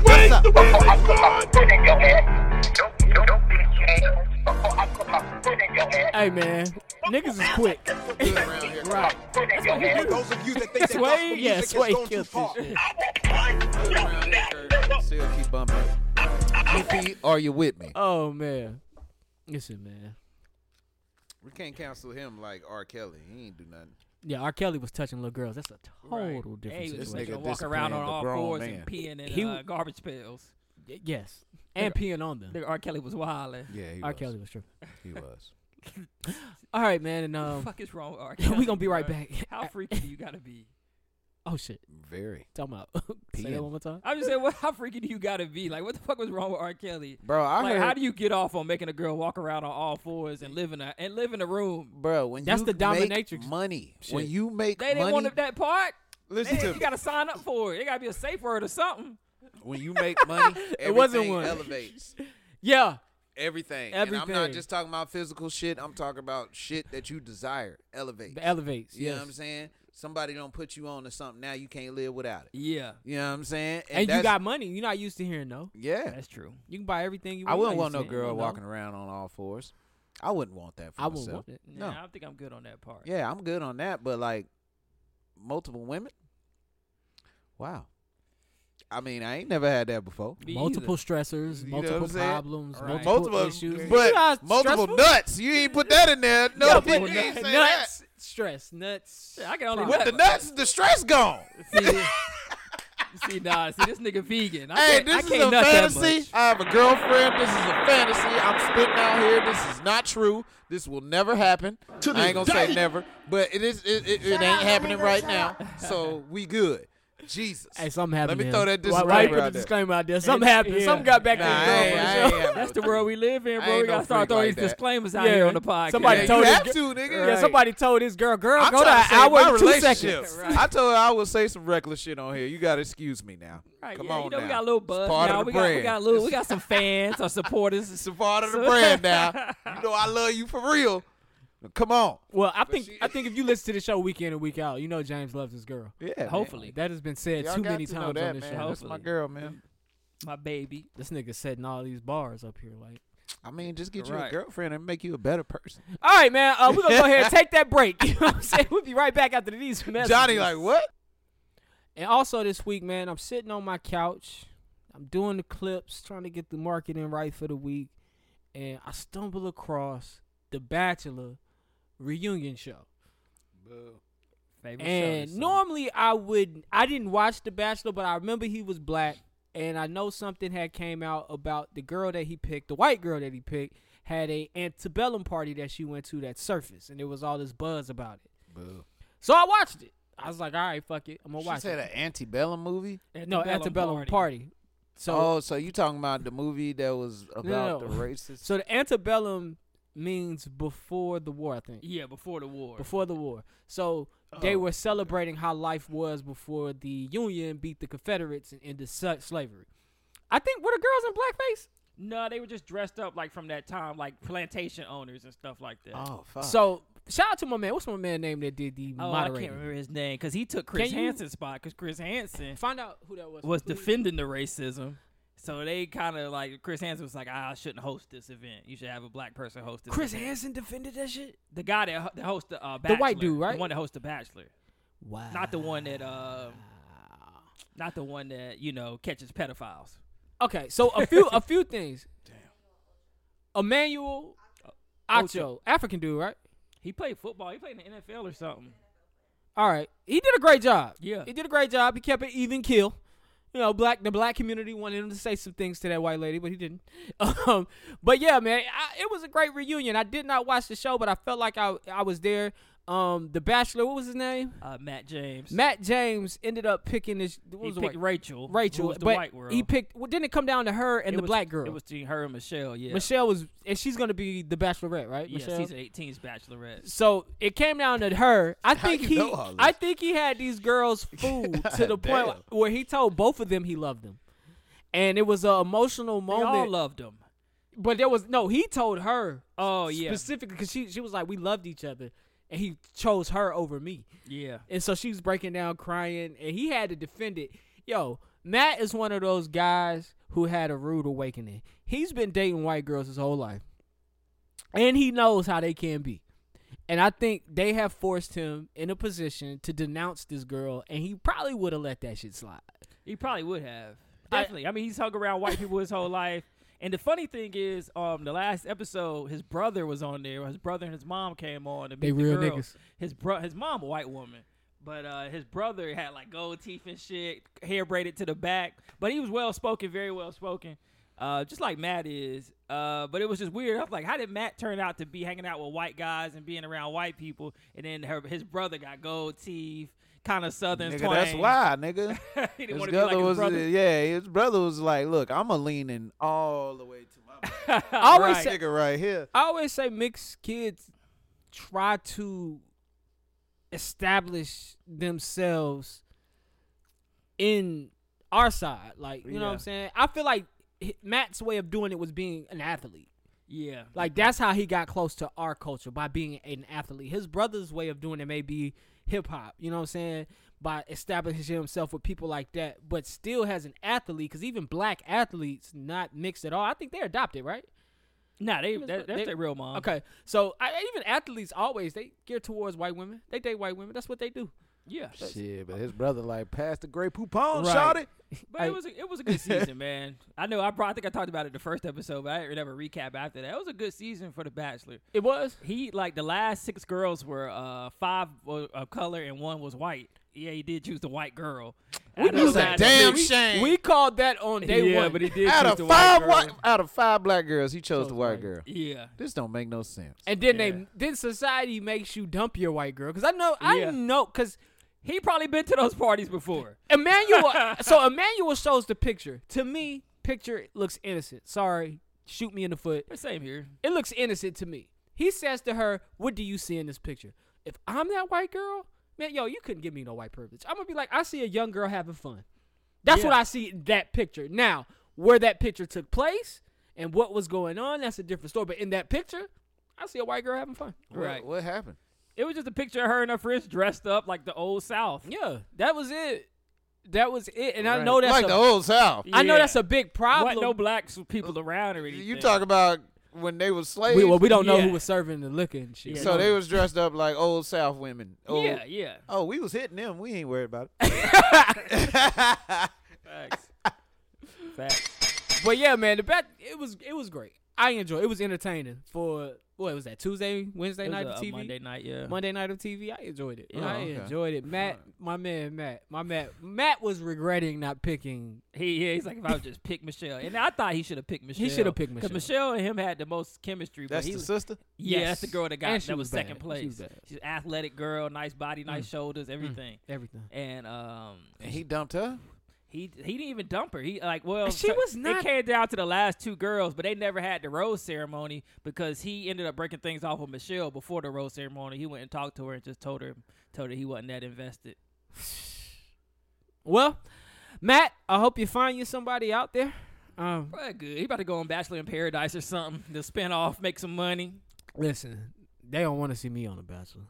[SPEAKER 6] What's up?
[SPEAKER 9] Before I put my foot in your ass. Don't, don't, don't be scared. Before I put my foot in your ass.
[SPEAKER 1] Hey man, niggas is (laughs) quick.
[SPEAKER 6] Good around here.
[SPEAKER 1] Right.
[SPEAKER 9] Foot in your ass.
[SPEAKER 4] Those of you that think that
[SPEAKER 1] Sway?
[SPEAKER 4] gospel music
[SPEAKER 1] Yeah,
[SPEAKER 4] has
[SPEAKER 1] Sway
[SPEAKER 4] gone too
[SPEAKER 1] killed
[SPEAKER 4] far.
[SPEAKER 1] this
[SPEAKER 9] I want one.
[SPEAKER 6] Good around here, Kurt. Still keep bumping. Yippee, are you with me?
[SPEAKER 1] Oh man, listen, man.
[SPEAKER 6] We can't cancel him like R. Kelly. He ain't do nothing.
[SPEAKER 1] Yeah, R. Kelly was touching little girls. That's a
[SPEAKER 7] Right.
[SPEAKER 1] total different
[SPEAKER 7] Hey, this
[SPEAKER 1] situation.
[SPEAKER 6] nigga
[SPEAKER 7] nigga walk around on
[SPEAKER 6] disciplined, a
[SPEAKER 7] all
[SPEAKER 6] grown
[SPEAKER 7] fours
[SPEAKER 6] man.
[SPEAKER 7] and peeing in
[SPEAKER 1] He-
[SPEAKER 7] uh, garbage pails.
[SPEAKER 1] Y- Yes, and peeing on them.
[SPEAKER 7] Nigga, R. Kelly was wilding.
[SPEAKER 6] Yeah, he
[SPEAKER 1] R. Kelly was true.
[SPEAKER 6] He was.
[SPEAKER 1] All right, man, and
[SPEAKER 7] the
[SPEAKER 1] um,
[SPEAKER 7] fuck is wrong with R.
[SPEAKER 1] we
[SPEAKER 6] (laughs)
[SPEAKER 1] (laughs)
[SPEAKER 7] Kelly,
[SPEAKER 1] gonna be right
[SPEAKER 7] bruh?
[SPEAKER 1] back. (laughs)
[SPEAKER 7] How freaky do you gotta be?
[SPEAKER 1] Oh shit.
[SPEAKER 6] Very.
[SPEAKER 1] Talking about (laughs) say that
[SPEAKER 6] Peeing.
[SPEAKER 1] one more time.
[SPEAKER 7] I'm just saying, what, (laughs) how freaky do you gotta be? Like, what the fuck was wrong with R. Kelly?
[SPEAKER 6] Bro, I
[SPEAKER 7] like,
[SPEAKER 6] heard-
[SPEAKER 7] how do you get off on making a girl walk around on all fours and live in a and live in a room?
[SPEAKER 6] Bro, when
[SPEAKER 1] That's
[SPEAKER 6] you
[SPEAKER 1] the
[SPEAKER 6] make
[SPEAKER 1] dominatrix
[SPEAKER 6] money, when
[SPEAKER 1] shit.
[SPEAKER 6] you make
[SPEAKER 7] They didn't
[SPEAKER 6] money,
[SPEAKER 7] want that part.
[SPEAKER 6] Listen
[SPEAKER 7] They-
[SPEAKER 6] to
[SPEAKER 7] you
[SPEAKER 6] me.
[SPEAKER 7] (laughs) gotta sign up for it. It gotta be a safe word or something.
[SPEAKER 6] when you make money, everything
[SPEAKER 1] It wasn't one.
[SPEAKER 6] elevates.
[SPEAKER 1] (laughs) Yeah.
[SPEAKER 6] Everything. And I'm
[SPEAKER 1] Everything.
[SPEAKER 6] not just talking about physical shit. I'm talking about shit that you desire elevates.
[SPEAKER 1] The elevates.
[SPEAKER 6] you know
[SPEAKER 1] yes.
[SPEAKER 6] what I'm saying? Somebody don't put you on to something now you can't live without it.
[SPEAKER 7] Yeah,
[SPEAKER 6] You know what I'm saying?
[SPEAKER 1] And, you
[SPEAKER 6] that's-
[SPEAKER 1] got money. You're not used to hearing no.
[SPEAKER 6] yeah.
[SPEAKER 7] that's true.
[SPEAKER 1] You can buy everything you
[SPEAKER 6] I
[SPEAKER 1] want.
[SPEAKER 6] wouldn't
[SPEAKER 1] You're
[SPEAKER 6] want
[SPEAKER 1] not
[SPEAKER 6] no
[SPEAKER 1] used to hearing
[SPEAKER 6] girl walking around on all fours. I wouldn't want that for
[SPEAKER 1] I
[SPEAKER 6] myself.
[SPEAKER 1] wouldn't want it.
[SPEAKER 7] No,
[SPEAKER 6] No.
[SPEAKER 7] I don't think I'm good on that part.
[SPEAKER 6] Yeah, I'm good on that, but like multiple women? Wow. I mean, I ain't never had that before.
[SPEAKER 7] Me
[SPEAKER 1] multiple
[SPEAKER 7] either.
[SPEAKER 1] stressors,
[SPEAKER 6] You know what I'm
[SPEAKER 1] multiple
[SPEAKER 6] saying?
[SPEAKER 1] problems,
[SPEAKER 7] Right.
[SPEAKER 1] multiple,
[SPEAKER 6] Multiple
[SPEAKER 1] issues. You know how
[SPEAKER 6] but multiple
[SPEAKER 1] stressful-
[SPEAKER 6] nuts. You ain't put that in there. No,
[SPEAKER 1] Yeah,
[SPEAKER 6] you
[SPEAKER 1] but
[SPEAKER 6] ain't
[SPEAKER 1] nuts,
[SPEAKER 6] say that.
[SPEAKER 1] stress, nuts.
[SPEAKER 7] I can only
[SPEAKER 6] With the nuts, the stress gone.
[SPEAKER 7] See, (laughs) see, nah, see, this nigga vegan. I
[SPEAKER 6] Hey,
[SPEAKER 7] can't, I
[SPEAKER 6] this is
[SPEAKER 7] can't
[SPEAKER 6] a
[SPEAKER 7] nut that
[SPEAKER 6] fantasy.
[SPEAKER 7] much.
[SPEAKER 6] I have a girlfriend. This is a fantasy. I'm spitting out here. This is not true. This will never happen.
[SPEAKER 2] To
[SPEAKER 6] I ain't
[SPEAKER 2] this
[SPEAKER 6] gonna say
[SPEAKER 2] day.
[SPEAKER 6] never, but it is. It, it, it ain't happening right now. So we good. Jesus.
[SPEAKER 1] Hey, something happened.
[SPEAKER 6] Let me
[SPEAKER 1] to
[SPEAKER 6] throw
[SPEAKER 1] him.
[SPEAKER 6] that
[SPEAKER 1] Why, why you
[SPEAKER 6] disclaimer
[SPEAKER 1] put
[SPEAKER 6] out
[SPEAKER 1] the
[SPEAKER 6] there.
[SPEAKER 1] disclaimer out there? Something happened.
[SPEAKER 7] yeah.
[SPEAKER 1] Something got back
[SPEAKER 6] Nah,
[SPEAKER 1] to his
[SPEAKER 6] I
[SPEAKER 1] girlfriend.
[SPEAKER 6] ain't- I
[SPEAKER 1] so-
[SPEAKER 6] ain't have
[SPEAKER 7] That's the
[SPEAKER 6] no-
[SPEAKER 7] world we live in,
[SPEAKER 6] I
[SPEAKER 7] bro.
[SPEAKER 6] ain't
[SPEAKER 7] We
[SPEAKER 6] no
[SPEAKER 7] gotta start
[SPEAKER 6] freak
[SPEAKER 7] throwing
[SPEAKER 6] like
[SPEAKER 7] these
[SPEAKER 6] that.
[SPEAKER 7] disclaimers out here on the podcast.
[SPEAKER 1] Somebody
[SPEAKER 6] Yeah,
[SPEAKER 1] told
[SPEAKER 6] you
[SPEAKER 1] his
[SPEAKER 6] have
[SPEAKER 1] gi-
[SPEAKER 6] to, nigga.
[SPEAKER 1] Yeah,
[SPEAKER 6] Right.
[SPEAKER 1] somebody told his girl, girl,
[SPEAKER 6] I'm
[SPEAKER 1] go to
[SPEAKER 6] trying
[SPEAKER 1] an
[SPEAKER 6] to save
[SPEAKER 1] hour
[SPEAKER 6] my
[SPEAKER 1] and two
[SPEAKER 6] relationship.
[SPEAKER 1] seconds.
[SPEAKER 7] Right.
[SPEAKER 6] I told her I would say some reckless shit on here. You gotta excuse me now.
[SPEAKER 7] Right,
[SPEAKER 6] Come
[SPEAKER 7] yeah,
[SPEAKER 6] on
[SPEAKER 7] you know,
[SPEAKER 6] now.
[SPEAKER 7] we got a little
[SPEAKER 6] It's
[SPEAKER 7] buzz
[SPEAKER 6] part
[SPEAKER 7] now.
[SPEAKER 6] of the
[SPEAKER 7] we
[SPEAKER 6] brand.
[SPEAKER 7] got we got a little we got
[SPEAKER 6] (laughs)
[SPEAKER 7] some fans or supporters.
[SPEAKER 6] It's a part
[SPEAKER 7] (laughs)
[SPEAKER 6] of the brand now. You know I love you for real. Come on.
[SPEAKER 1] Well, I think I think if you listen to the show week in and week out, you know James loves his girl.
[SPEAKER 6] Yeah. man.
[SPEAKER 7] Hopefully,
[SPEAKER 1] That has been said
[SPEAKER 6] Y'all
[SPEAKER 1] too
[SPEAKER 6] got
[SPEAKER 1] many
[SPEAKER 6] to know
[SPEAKER 1] times
[SPEAKER 6] that,
[SPEAKER 1] on this
[SPEAKER 6] man.
[SPEAKER 1] show.
[SPEAKER 6] That's my
[SPEAKER 7] Hopefully.
[SPEAKER 6] girl, man.
[SPEAKER 7] my baby.
[SPEAKER 1] This nigga setting all these bars up here.
[SPEAKER 6] (laughs)
[SPEAKER 1] Like,
[SPEAKER 6] I mean, just get you a
[SPEAKER 7] Right.
[SPEAKER 6] girlfriend and make you a better person.
[SPEAKER 1] all right, man, uh, we're gonna go ahead and take that break. (laughs) You know what I'm saying? We'll be right back after these messages.
[SPEAKER 6] Johnny, like what?
[SPEAKER 1] And also this week, man, I'm sitting on my couch. I'm doing the clips, trying to get the marketing right for the week, and I stumble across the Bachelor reunion show.
[SPEAKER 7] Favorite
[SPEAKER 1] And
[SPEAKER 7] show this
[SPEAKER 1] normally I would I didn't watch The Bachelor, but I remember he was black, and I know something had came out about the girl that he picked, the white girl that he picked, had a antebellum party that she went to that surfaced, and there was all this buzz about it. So I watched it. I was like, all right, fuck it, I'm gonna
[SPEAKER 6] She
[SPEAKER 1] watch
[SPEAKER 6] said
[SPEAKER 1] it.
[SPEAKER 6] an antebellum movie.
[SPEAKER 7] summer.
[SPEAKER 1] no, antebellum party. So
[SPEAKER 6] oh, so you talking about the movie that was about
[SPEAKER 1] no, no.
[SPEAKER 6] the racist?
[SPEAKER 1] so the antebellum means before the war, I think.
[SPEAKER 7] Yeah, before the war.
[SPEAKER 1] before the war. So they were celebrating how life was before the Union beat the Confederates and ended su- slavery. I think were the girls in blackface?
[SPEAKER 7] No, they were just dressed up like from that time, like plantation owners and stuff like that.
[SPEAKER 6] oh fuck.
[SPEAKER 1] So shout out to my man. What's my man name that did the
[SPEAKER 7] Oh, I can't
[SPEAKER 1] moderating?
[SPEAKER 7] remember his name because he took Chris
[SPEAKER 1] Can you-
[SPEAKER 7] Hansen's spot because Chris Hansen
[SPEAKER 1] Find out who that was.
[SPEAKER 7] was
[SPEAKER 1] please.
[SPEAKER 7] defending the racism. So they kind of like Chris Hansen was like, "Ah, I shouldn't host this event. You should have a black person host this."
[SPEAKER 1] Chris
[SPEAKER 7] event."
[SPEAKER 1] Hansen defended that shit.
[SPEAKER 7] the guy that, ho- that hosts the uh,
[SPEAKER 1] The white
[SPEAKER 7] Bachelor,
[SPEAKER 1] dude, right?
[SPEAKER 7] The one that hosts the Bachelor,
[SPEAKER 1] Wow.
[SPEAKER 7] not the one that uh, not the one that you know catches pedophiles.
[SPEAKER 1] Okay, so a few a few things. Damn. Emmanuel Acho,
[SPEAKER 7] Ocho.
[SPEAKER 1] African dude, right?
[SPEAKER 7] He played football. He played in the NFL or something.
[SPEAKER 1] All right, he did a great job.
[SPEAKER 7] Yeah.
[SPEAKER 1] he did a great job. He kept it even kill. You know, black the black community wanted him to say some things to that white lady, but he didn't. (laughs) Um, but yeah, man, I, it was a great reunion. I did not watch the show, but I felt like I I was there. Um, the Bachelor, what was his name?
[SPEAKER 7] Uh, Matt James.
[SPEAKER 1] Matt James ended up picking this. What
[SPEAKER 7] he
[SPEAKER 1] was the
[SPEAKER 7] picked
[SPEAKER 1] white-
[SPEAKER 7] Rachel.
[SPEAKER 1] Rachel,
[SPEAKER 7] who was the
[SPEAKER 1] but
[SPEAKER 7] white girl.
[SPEAKER 1] he picked. Well, didn't it come down to her and
[SPEAKER 7] It
[SPEAKER 1] the
[SPEAKER 7] was-
[SPEAKER 1] black girl?
[SPEAKER 7] It was between her and Michelle. Yeah.
[SPEAKER 1] Michelle was, and she's gonna be the Bachelorette, right?
[SPEAKER 7] Yeah,
[SPEAKER 1] Michelle?
[SPEAKER 7] season 18's Bachelorette.
[SPEAKER 1] so it came down to her. I think
[SPEAKER 6] you
[SPEAKER 1] he,
[SPEAKER 6] know all
[SPEAKER 1] I
[SPEAKER 6] this?
[SPEAKER 1] think he had these
[SPEAKER 6] (laughs)
[SPEAKER 1] girls fooled to the point
[SPEAKER 6] Damn.
[SPEAKER 1] where he told both of them he loved them, and it was an emotional
[SPEAKER 7] They all
[SPEAKER 1] moment.
[SPEAKER 7] loved him.
[SPEAKER 1] but there was no. He told her.
[SPEAKER 7] Oh, yeah.
[SPEAKER 1] specifically because she she was like we loved each other, and he chose her over me,
[SPEAKER 7] Yeah.
[SPEAKER 1] and so she was breaking down crying, and he had to defend it. Yo, Matt is one of those guys who had a rude awakening. He's been dating white girls his whole life, and he knows how they can be. And I think they have forced him in a position to denounce this girl, and he probably would have let that shit slide.
[SPEAKER 7] He probably would have.
[SPEAKER 1] I-
[SPEAKER 7] Definitely. I, mean, he's hung around white people his whole life. And the funny thing is, um, the last episode, his brother was on there. His brother and his mom came on. To meet
[SPEAKER 1] They
[SPEAKER 7] the
[SPEAKER 1] real
[SPEAKER 7] girl.
[SPEAKER 1] niggas.
[SPEAKER 7] His bro, his mom, a white woman, but uh, his brother had like gold teeth and shit, hair braided to the back. But he was well spoken, very well spoken. uh, just like Matt is. Uh, but it was just weird. I was like, how did Matt turn out to be hanging out with white guys and being around white people, and then her, his brother got gold teeth, kind of southern
[SPEAKER 6] Nigga,
[SPEAKER 7] twang. (laughs)
[SPEAKER 6] that's why, nigga.
[SPEAKER 1] (laughs)
[SPEAKER 7] He didn't
[SPEAKER 6] His
[SPEAKER 7] wanna be like his
[SPEAKER 6] was, uh,
[SPEAKER 7] brother.
[SPEAKER 6] yeah, his brother was like, "Look, I'm a leaning all the way
[SPEAKER 7] (laughs)
[SPEAKER 6] to my
[SPEAKER 1] I always
[SPEAKER 7] Right.
[SPEAKER 1] say,
[SPEAKER 6] nigga right here."
[SPEAKER 1] I always say mixed kids try to establish themselves in our side. Like, you know what
[SPEAKER 7] Yeah.
[SPEAKER 1] I'm saying? I feel like hi- Matt's way of doing it was being an athlete.
[SPEAKER 7] Yeah,
[SPEAKER 1] Like that's how he got close to our culture by being an athlete. His brother's way of doing it may be hip hop, you know what I'm saying? By establishing himself with people like that, but still has an athlete because even black athletes not mixed at all. I think they're adopted, right?
[SPEAKER 7] nah, they that, that's
[SPEAKER 1] They-
[SPEAKER 7] their real mom.
[SPEAKER 1] Okay, so I, even athletes always they gear towards white women. They date white women. That's what they do.
[SPEAKER 7] yeah,
[SPEAKER 6] Shit, but his brother like passed the gray poupon,
[SPEAKER 1] Right.
[SPEAKER 6] shot it.
[SPEAKER 7] But it was a, it was a good season, (laughs) man. I know I brought, I think I talked about it the first episode, but I didn't ever recap after that. It was a good season for The Bachelor.
[SPEAKER 1] It was.
[SPEAKER 7] He like the last six girls were uh five were of color and one was white. Yeah, he did choose the white girl. We
[SPEAKER 1] knew that.
[SPEAKER 6] Damn
[SPEAKER 7] (laughs)
[SPEAKER 1] we,
[SPEAKER 6] shame.
[SPEAKER 1] We called that on day
[SPEAKER 7] yeah,
[SPEAKER 1] one.
[SPEAKER 7] but he (laughs) did
[SPEAKER 6] out
[SPEAKER 7] choose
[SPEAKER 6] of
[SPEAKER 7] the
[SPEAKER 6] five
[SPEAKER 7] white
[SPEAKER 6] white,
[SPEAKER 7] girl.
[SPEAKER 6] out of five black girls, he chose the white girl.
[SPEAKER 7] Yeah,
[SPEAKER 6] This don't make no sense.
[SPEAKER 1] (laughs) and then
[SPEAKER 7] Yeah.
[SPEAKER 1] they then society makes you dump your white girl because I know
[SPEAKER 7] Yeah.
[SPEAKER 1] I know because
[SPEAKER 7] he probably been to those parties before.
[SPEAKER 1] (laughs) Emmanuel. so Emmanuel shows the picture. To me, picture looks innocent. Sorry, shoot me in the foot.
[SPEAKER 7] Same here.
[SPEAKER 1] It looks innocent to me. He says to her, "What do you see in this picture? If I'm that white girl, man, yo, you couldn't give me no white privilege. I'm gonna be like, I see a young girl having fun. That's what
[SPEAKER 7] Yeah.
[SPEAKER 1] I see in that picture. Now, where that picture took place and what was going on, that's a different story. But in that picture, I see a white girl having fun.
[SPEAKER 6] What-
[SPEAKER 7] Right.
[SPEAKER 6] What, happened?
[SPEAKER 7] It was just a picture of her and her friends dressed up like the old South.
[SPEAKER 1] Yeah, that was it. That was it. And I
[SPEAKER 6] Right.
[SPEAKER 1] know that's
[SPEAKER 6] like
[SPEAKER 1] a,
[SPEAKER 6] the old South.
[SPEAKER 1] I know
[SPEAKER 7] Yeah.
[SPEAKER 1] that's a big problem.
[SPEAKER 7] Wasn't no black people around or anything.
[SPEAKER 6] You talk about when they were slaves.
[SPEAKER 1] we, well, we don't know
[SPEAKER 7] Yeah.
[SPEAKER 1] who was serving the liquor and shit.
[SPEAKER 7] Yeah.
[SPEAKER 1] Yeah.
[SPEAKER 6] so they was dressed up like old South women. Oh,
[SPEAKER 7] Yeah, yeah.
[SPEAKER 6] Oh, we was hitting them. We ain't worried about
[SPEAKER 7] (laughs)
[SPEAKER 6] it.
[SPEAKER 7] Facts. Facts.
[SPEAKER 1] But yeah, man, the bet it was it was great. I enjoyed. It was entertaining for what was that Tuesday, Wednesday
[SPEAKER 7] It was
[SPEAKER 1] night
[SPEAKER 7] a-
[SPEAKER 1] of
[SPEAKER 7] a
[SPEAKER 1] TV,
[SPEAKER 7] Monday night, yeah.
[SPEAKER 1] Monday night of TV. I enjoyed it. I
[SPEAKER 6] okay.
[SPEAKER 1] enjoyed it. Matt, my man, Matt, my Matt, Matt was regretting not picking.
[SPEAKER 7] He yeah, he's like if I would just pick Michelle, and I thought he should have picked Michelle.
[SPEAKER 1] should have picked
[SPEAKER 7] 'Cause
[SPEAKER 1] Michelle.
[SPEAKER 7] Michelle and him had the most chemistry.
[SPEAKER 6] That's
[SPEAKER 7] but he,
[SPEAKER 6] the
[SPEAKER 7] (laughs)
[SPEAKER 6] sister.
[SPEAKER 7] yeah,
[SPEAKER 1] Yes.
[SPEAKER 7] that's the girl that got
[SPEAKER 1] And she
[SPEAKER 7] that was
[SPEAKER 1] was
[SPEAKER 7] second
[SPEAKER 1] bad. She
[SPEAKER 7] place.
[SPEAKER 1] was bad. Mm.
[SPEAKER 7] She's an athletic girl, nice body, nice shoulders, everything.
[SPEAKER 1] everything.
[SPEAKER 7] And um,
[SPEAKER 6] And he dumped her.
[SPEAKER 7] he he didn't even dump her. He like well,
[SPEAKER 1] She
[SPEAKER 7] so-
[SPEAKER 1] was
[SPEAKER 7] It
[SPEAKER 1] not-
[SPEAKER 7] came down to the last two girls, but they never had the rose ceremony because he ended up breaking things off with Michelle before the rose ceremony. He went and talked to her and just told her told her he wasn't that invested.
[SPEAKER 1] Well, Matt, I hope you find you somebody out there. Um,
[SPEAKER 7] But good, he about to go on Bachelor in Paradise or something to spin off, make some money.
[SPEAKER 1] listen, they don't want to see me on the Bachelor.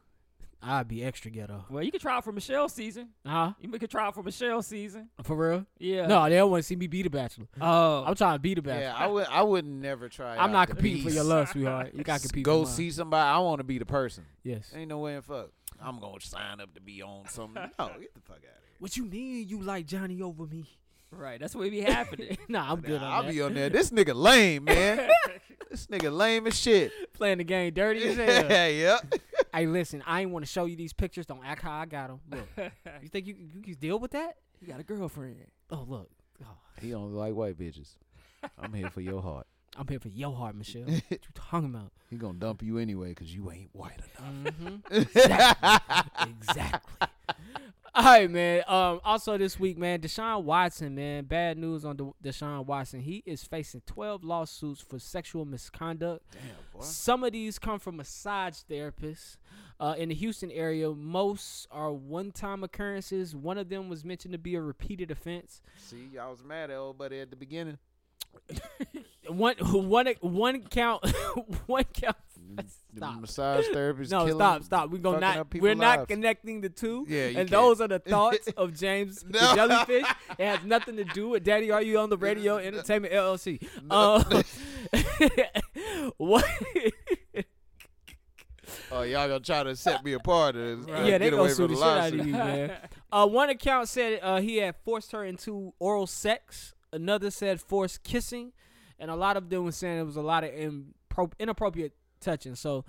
[SPEAKER 1] I'd be extra ghetto.
[SPEAKER 7] Well, you can try out for Michelle's season.
[SPEAKER 1] Huh?
[SPEAKER 7] You make a trial for Michelle's season.
[SPEAKER 1] For real?
[SPEAKER 7] Yeah.
[SPEAKER 1] No, they don't want to see me be the Bachelor.
[SPEAKER 7] Oh.
[SPEAKER 1] I'm trying to be the Bachelor.
[SPEAKER 6] Yeah, I would. I would never try.
[SPEAKER 1] I'm
[SPEAKER 6] out
[SPEAKER 1] not
[SPEAKER 6] the
[SPEAKER 1] competing for your
[SPEAKER 6] beast.
[SPEAKER 1] love, sweetheart. You got to compete.
[SPEAKER 6] Go
[SPEAKER 1] for mine.
[SPEAKER 6] see somebody. I want to be the person.
[SPEAKER 1] Yes.
[SPEAKER 6] Ain't no way in fuck. I'm gonna sign up to be on
[SPEAKER 1] (laughs)
[SPEAKER 6] something. No, get the fuck out of here.
[SPEAKER 1] What you mean? You like Johnny over me?
[SPEAKER 7] right. That's what be happening.
[SPEAKER 1] Nah, I'm good on
[SPEAKER 6] I'll
[SPEAKER 1] that.
[SPEAKER 6] be on there. This nigga lame,
[SPEAKER 1] (laughs)
[SPEAKER 6] man. this nigga lame as shit.
[SPEAKER 1] playing the game dirty as
[SPEAKER 6] (laughs)
[SPEAKER 1] hell. (laughs)
[SPEAKER 6] Yeah, yep.
[SPEAKER 1] hey, listen, I ain't want to show you these pictures. Don't act how I got them. (laughs) Look, you think you you can deal with that?
[SPEAKER 7] (laughs) you got a girlfriend.
[SPEAKER 1] Oh, look, oh,
[SPEAKER 6] He don't like white bitches. I'm here for your heart.
[SPEAKER 1] I'm here for your heart, (laughs) Michelle. what you talking about?
[SPEAKER 6] He gonna dump you anyway because you ain't white enough.
[SPEAKER 1] exactly. (laughs) All right, man. Um, also this week, man, Deshaun Watson, man. Bad news on De- Deshaun Watson. He is facing 12 lawsuits for sexual misconduct. Some of these come from massage therapists uh, in the Houston area. Most are one-time occurrences. One of them was mentioned to be a repeated offense.
[SPEAKER 6] See, y'all was mad at old buddy at the beginning.
[SPEAKER 1] One, (laughs) one, one count. (laughs) one count.
[SPEAKER 6] The
[SPEAKER 1] Stop.
[SPEAKER 6] massage therapist.
[SPEAKER 1] No,
[SPEAKER 6] killing,
[SPEAKER 1] stop, stop. We're gonna
[SPEAKER 6] fucking
[SPEAKER 1] not.
[SPEAKER 6] up people's
[SPEAKER 1] We're not
[SPEAKER 6] lives.
[SPEAKER 1] connecting the two.
[SPEAKER 6] Yeah, you
[SPEAKER 1] and
[SPEAKER 6] can't.
[SPEAKER 1] those are
[SPEAKER 6] (laughs)
[SPEAKER 1] the thoughts of James the
[SPEAKER 6] No.
[SPEAKER 1] Jellyfish. It has nothing to do with Daddy. Are you on the radio? Entertainment LLC. Um, (laughs) what? (laughs)
[SPEAKER 6] Oh, y'all gonna try to set me apart? And, uh,
[SPEAKER 1] yeah, they
[SPEAKER 6] get
[SPEAKER 1] gonna
[SPEAKER 6] away
[SPEAKER 1] sue
[SPEAKER 6] from
[SPEAKER 1] the shit
[SPEAKER 6] the
[SPEAKER 1] out of
[SPEAKER 6] lawsuit.
[SPEAKER 1] you,
[SPEAKER 6] (laughs)
[SPEAKER 1] man. Uh, one account said uh, he had forced her into oral sex. Another said forced kissing, and a lot of them were saying it was a lot of impro- inappropriate touching. So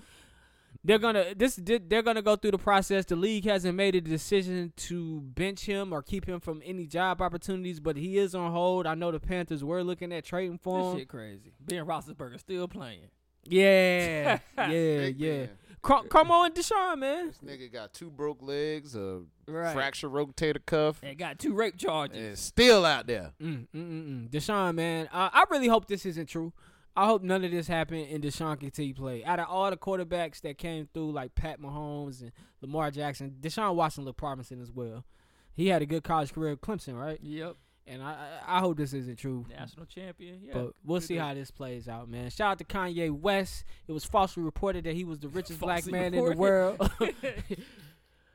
[SPEAKER 1] They're gonna this they're gonna go through the process. The league hasn't made a decision to bench him or keep him from any job opportunities, but he is on hold. I know the Panthers were looking at trading for
[SPEAKER 7] This
[SPEAKER 1] him.
[SPEAKER 7] shit crazy. Ben Roethlisberger still playing.
[SPEAKER 1] Yeah, (laughs)
[SPEAKER 7] (laughs)
[SPEAKER 1] yeah,
[SPEAKER 6] Big
[SPEAKER 1] yeah.
[SPEAKER 6] Ben.
[SPEAKER 1] Come, come on, Deshaun, man.
[SPEAKER 6] This nigga got two broke legs, a
[SPEAKER 7] Right.
[SPEAKER 6] fracture rotator cuff,
[SPEAKER 7] And got two rape charges.
[SPEAKER 6] and still out there.
[SPEAKER 1] Mm, mm, mm, mm. Deshaun, man. Uh, I really hope this isn't true. I hope none of this happened and Deshaun continue to play. Out of all the quarterbacks that came through, like Pat Mahomes and Lamar Jackson, Deshaun Watson looked promising as well. He had a good college career at Clemson, right?
[SPEAKER 7] Yep.
[SPEAKER 1] And I, I I hope this isn't true.
[SPEAKER 7] National champion. Yeah.
[SPEAKER 1] But we'll
[SPEAKER 7] Good
[SPEAKER 1] see
[SPEAKER 7] dude.
[SPEAKER 1] how this plays out, man. Shout out to Kanye West. It was falsely reported that he was the richest black
[SPEAKER 7] (laughs) Falsely
[SPEAKER 1] man in the world.
[SPEAKER 7] reported. (laughs)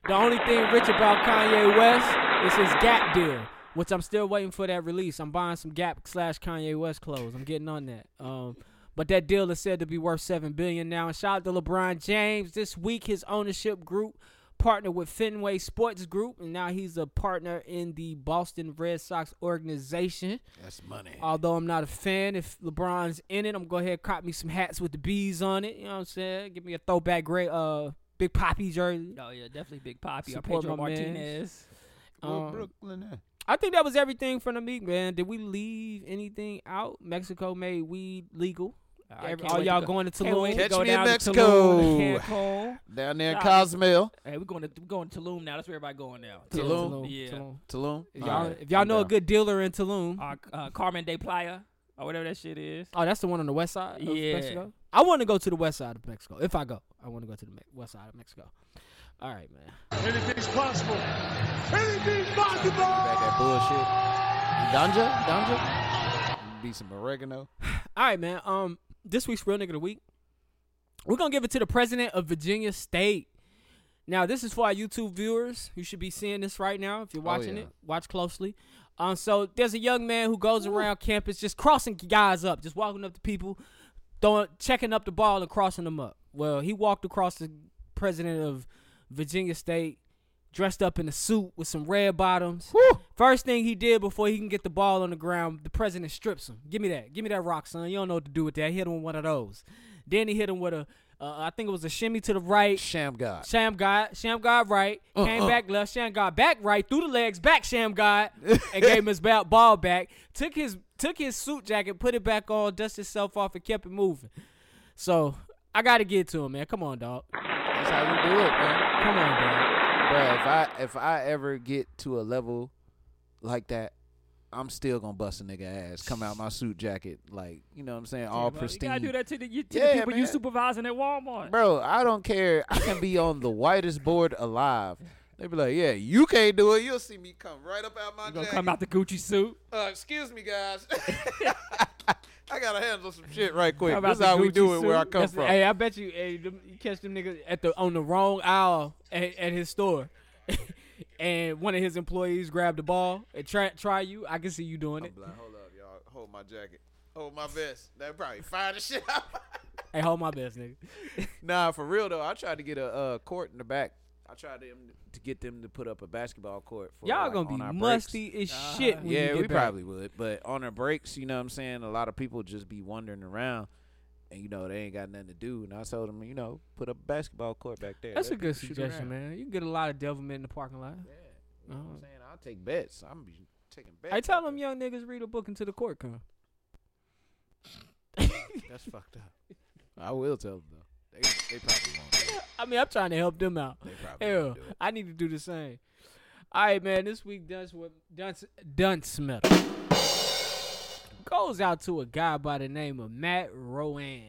[SPEAKER 1] the only thing rich about Kanye West is his Gap deal, which I'm still waiting for that release. I'm buying some Gap slash Kanye West clothes. I'm getting on that. Um, but that deal is said to be worth seven billion now. And shout out to LeBron James. This week, his ownership group partnered with Fenway Sports Group, and now he's a partner in the Boston Red Sox organization.
[SPEAKER 6] That's money.
[SPEAKER 1] Although I'm not a fan, if LeBron's in it, I'm gonna go ahead and cop me some hats with the bees on it. You know what I'm saying? Give me a throwback gray uh big poppy jersey.
[SPEAKER 7] Oh yeah, definitely Big Poppy or
[SPEAKER 1] Support
[SPEAKER 7] Pedro
[SPEAKER 1] my mans.
[SPEAKER 7] Martinez.
[SPEAKER 1] Um,
[SPEAKER 6] Brooklyn. eh. at?
[SPEAKER 1] I think that was everything from the meet, man. Did we leave anything out? Mexico made weed legal.
[SPEAKER 7] I
[SPEAKER 1] Every-
[SPEAKER 7] can't
[SPEAKER 1] all
[SPEAKER 7] wait to
[SPEAKER 1] y'all
[SPEAKER 7] go-
[SPEAKER 1] going to
[SPEAKER 7] can't wait
[SPEAKER 1] Tulum.
[SPEAKER 7] to
[SPEAKER 6] Catch
[SPEAKER 7] go
[SPEAKER 6] me in
[SPEAKER 7] down to
[SPEAKER 6] Mexico.
[SPEAKER 7] (laughs) Tulum, Cancun.
[SPEAKER 6] Down there in
[SPEAKER 7] Nah.
[SPEAKER 6] Cozumel.
[SPEAKER 7] Hey, we're going to we're going to Tulum now. That's where everybody going (laughs) now.
[SPEAKER 1] Yeah,
[SPEAKER 6] Tulum?
[SPEAKER 7] Yeah.
[SPEAKER 1] Tulum.
[SPEAKER 6] Tulum.
[SPEAKER 1] If y'all, if y'all know a good dealer in Tulum,
[SPEAKER 7] Our uh, Carmen de Playa or whatever that shit is.
[SPEAKER 1] oh, that's the one on the west side of
[SPEAKER 7] Yeah.
[SPEAKER 1] Mexico. I want to go to the west side of Mexico. If I go, I want to go to the me- west side of Mexico. All right, man.
[SPEAKER 11] Anything's possible. Anything's possible.
[SPEAKER 6] Back that bullshit. Ganja? Ganja? Be some oregano.
[SPEAKER 1] All right, man. Um, this week's real nigga of the week, we're gonna give it to the president of Virginia State. Now, this is for our YouTube viewers. You should be seeing this right now if you're watching
[SPEAKER 6] yeah.
[SPEAKER 1] it. Watch closely. Um, so there's a young man who goes around campus just crossing guys up, just walking up to people, throwing, checking up the ball and crossing them up. Well, he walked across the president of Virginia State, dressed up in a suit with some red bottoms. First thing he did before he can get the ball on the ground, the president strips him. Give me that. Give me that rock, son. You don't know what to do with that. Hit him with one of those. Then he hit him with a, uh, I think it was a shimmy to the right.
[SPEAKER 6] Sham God.
[SPEAKER 1] Sham God, Sham God right, came back left, Sham God back right, through the legs, back Sham God, and gave him his ba- ball back. Took his took his suit jacket, put it back on, dusted himself off, and kept it moving. So I got to get to him, man. Come on, dog.
[SPEAKER 6] (laughs) That's how you do it, man.
[SPEAKER 1] Come on, dog.
[SPEAKER 6] But if I if I ever get to a level like that, I'm still gonna bust a nigga ass. Come out my suit jacket, like you know what I'm saying, all
[SPEAKER 7] Well,
[SPEAKER 6] Oh, pristine.
[SPEAKER 7] You gotta do that to the, you, to
[SPEAKER 6] Yeah,
[SPEAKER 7] the people you
[SPEAKER 6] man.
[SPEAKER 7] supervising at Walmart.
[SPEAKER 6] Bro, I don't care. I can be on the whitest board alive. They be like, yeah, you can't do it. You'll see me come right up out my
[SPEAKER 7] you gonna
[SPEAKER 6] jacket.
[SPEAKER 7] come out the Gucci suit.
[SPEAKER 6] Uh, excuse me,
[SPEAKER 7] (laughs)
[SPEAKER 6] guys. (laughs) I gotta handle some shit right quick.
[SPEAKER 7] Come out
[SPEAKER 6] This is
[SPEAKER 7] the
[SPEAKER 6] how we
[SPEAKER 7] Gucci
[SPEAKER 6] do it where I
[SPEAKER 7] suit.
[SPEAKER 6] come
[SPEAKER 7] That's-
[SPEAKER 6] from.
[SPEAKER 1] Hey, I bet you, hey, them, you catch them niggas at the on the wrong aisle at, at his store, (laughs) and one of his employees grabbed the ball and try try you. I can see you doing it.
[SPEAKER 6] Be like, hold up, y'all. Hold my jacket. Hold my vest. That probably fire the shit out. (laughs)
[SPEAKER 1] Hey, hold my best, nigga.
[SPEAKER 6] nah, for real though. I tried to get a uh, court in the back. I tried them to get them to put up a basketball court. For,
[SPEAKER 1] Y'all
[SPEAKER 6] like,
[SPEAKER 1] gonna
[SPEAKER 6] on our
[SPEAKER 1] be
[SPEAKER 6] breaks.
[SPEAKER 1] musty as shit. When you
[SPEAKER 6] Yeah,
[SPEAKER 1] get
[SPEAKER 6] we
[SPEAKER 1] back.
[SPEAKER 6] probably would. But on our breaks, you know what I'm saying? A lot of people just be wandering around and you know they ain't got nothing to do. And I told them, you know, put up a basketball court back there.
[SPEAKER 1] That's a
[SPEAKER 6] Let
[SPEAKER 1] good
[SPEAKER 6] people shoot
[SPEAKER 1] suggestion,
[SPEAKER 6] around.
[SPEAKER 1] man. You can get a lot of devilment in the parking lot.
[SPEAKER 6] You know what
[SPEAKER 1] Uh-huh.
[SPEAKER 6] I'm saying? I'll take bets. I'm be taking bets.
[SPEAKER 1] I tell
[SPEAKER 6] out
[SPEAKER 1] them
[SPEAKER 6] there.
[SPEAKER 1] young niggas read a book until the court come.
[SPEAKER 6] That's fucked up. I will tell them though. They, they probably won't.
[SPEAKER 1] I mean, I'm trying to help them out.
[SPEAKER 6] They probably won't
[SPEAKER 1] Hell,
[SPEAKER 6] do it.
[SPEAKER 1] I need to do the same. All right, man. This week, Dunce with Dunce Dunce Metal goes out to a guy by the name of Matt Rowan.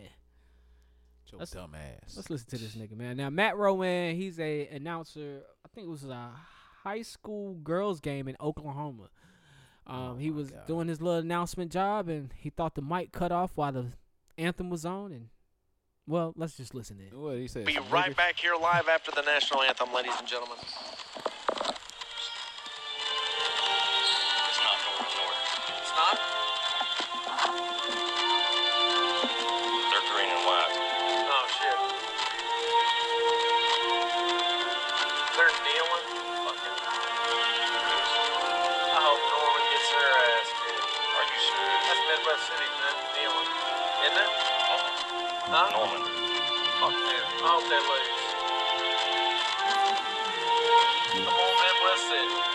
[SPEAKER 6] Your
[SPEAKER 1] Let's-
[SPEAKER 6] dumb ass.
[SPEAKER 1] Let's listen to this nigga, man. Now, Matt Rowan, he's a announcer. I think it was a high school girls game in Oklahoma. Um, he was doing his little announcement job, and he thought the mic cut off while the anthem was on. And well, let's just listen in.
[SPEAKER 6] What he said?
[SPEAKER 8] Be
[SPEAKER 6] some
[SPEAKER 8] right
[SPEAKER 6] nigga?
[SPEAKER 8] back here live after the national anthem, ladies and gentlemen. It's not North North. It's not? They're green and white. Oh, shit. There's Dylan. Fucking. I hope Norman gets her ass kicked. Are you sure? That's Midwest City, man. Dylan. Isn't it? Norman. Fuck that. Off that way. Come on, man, bless it.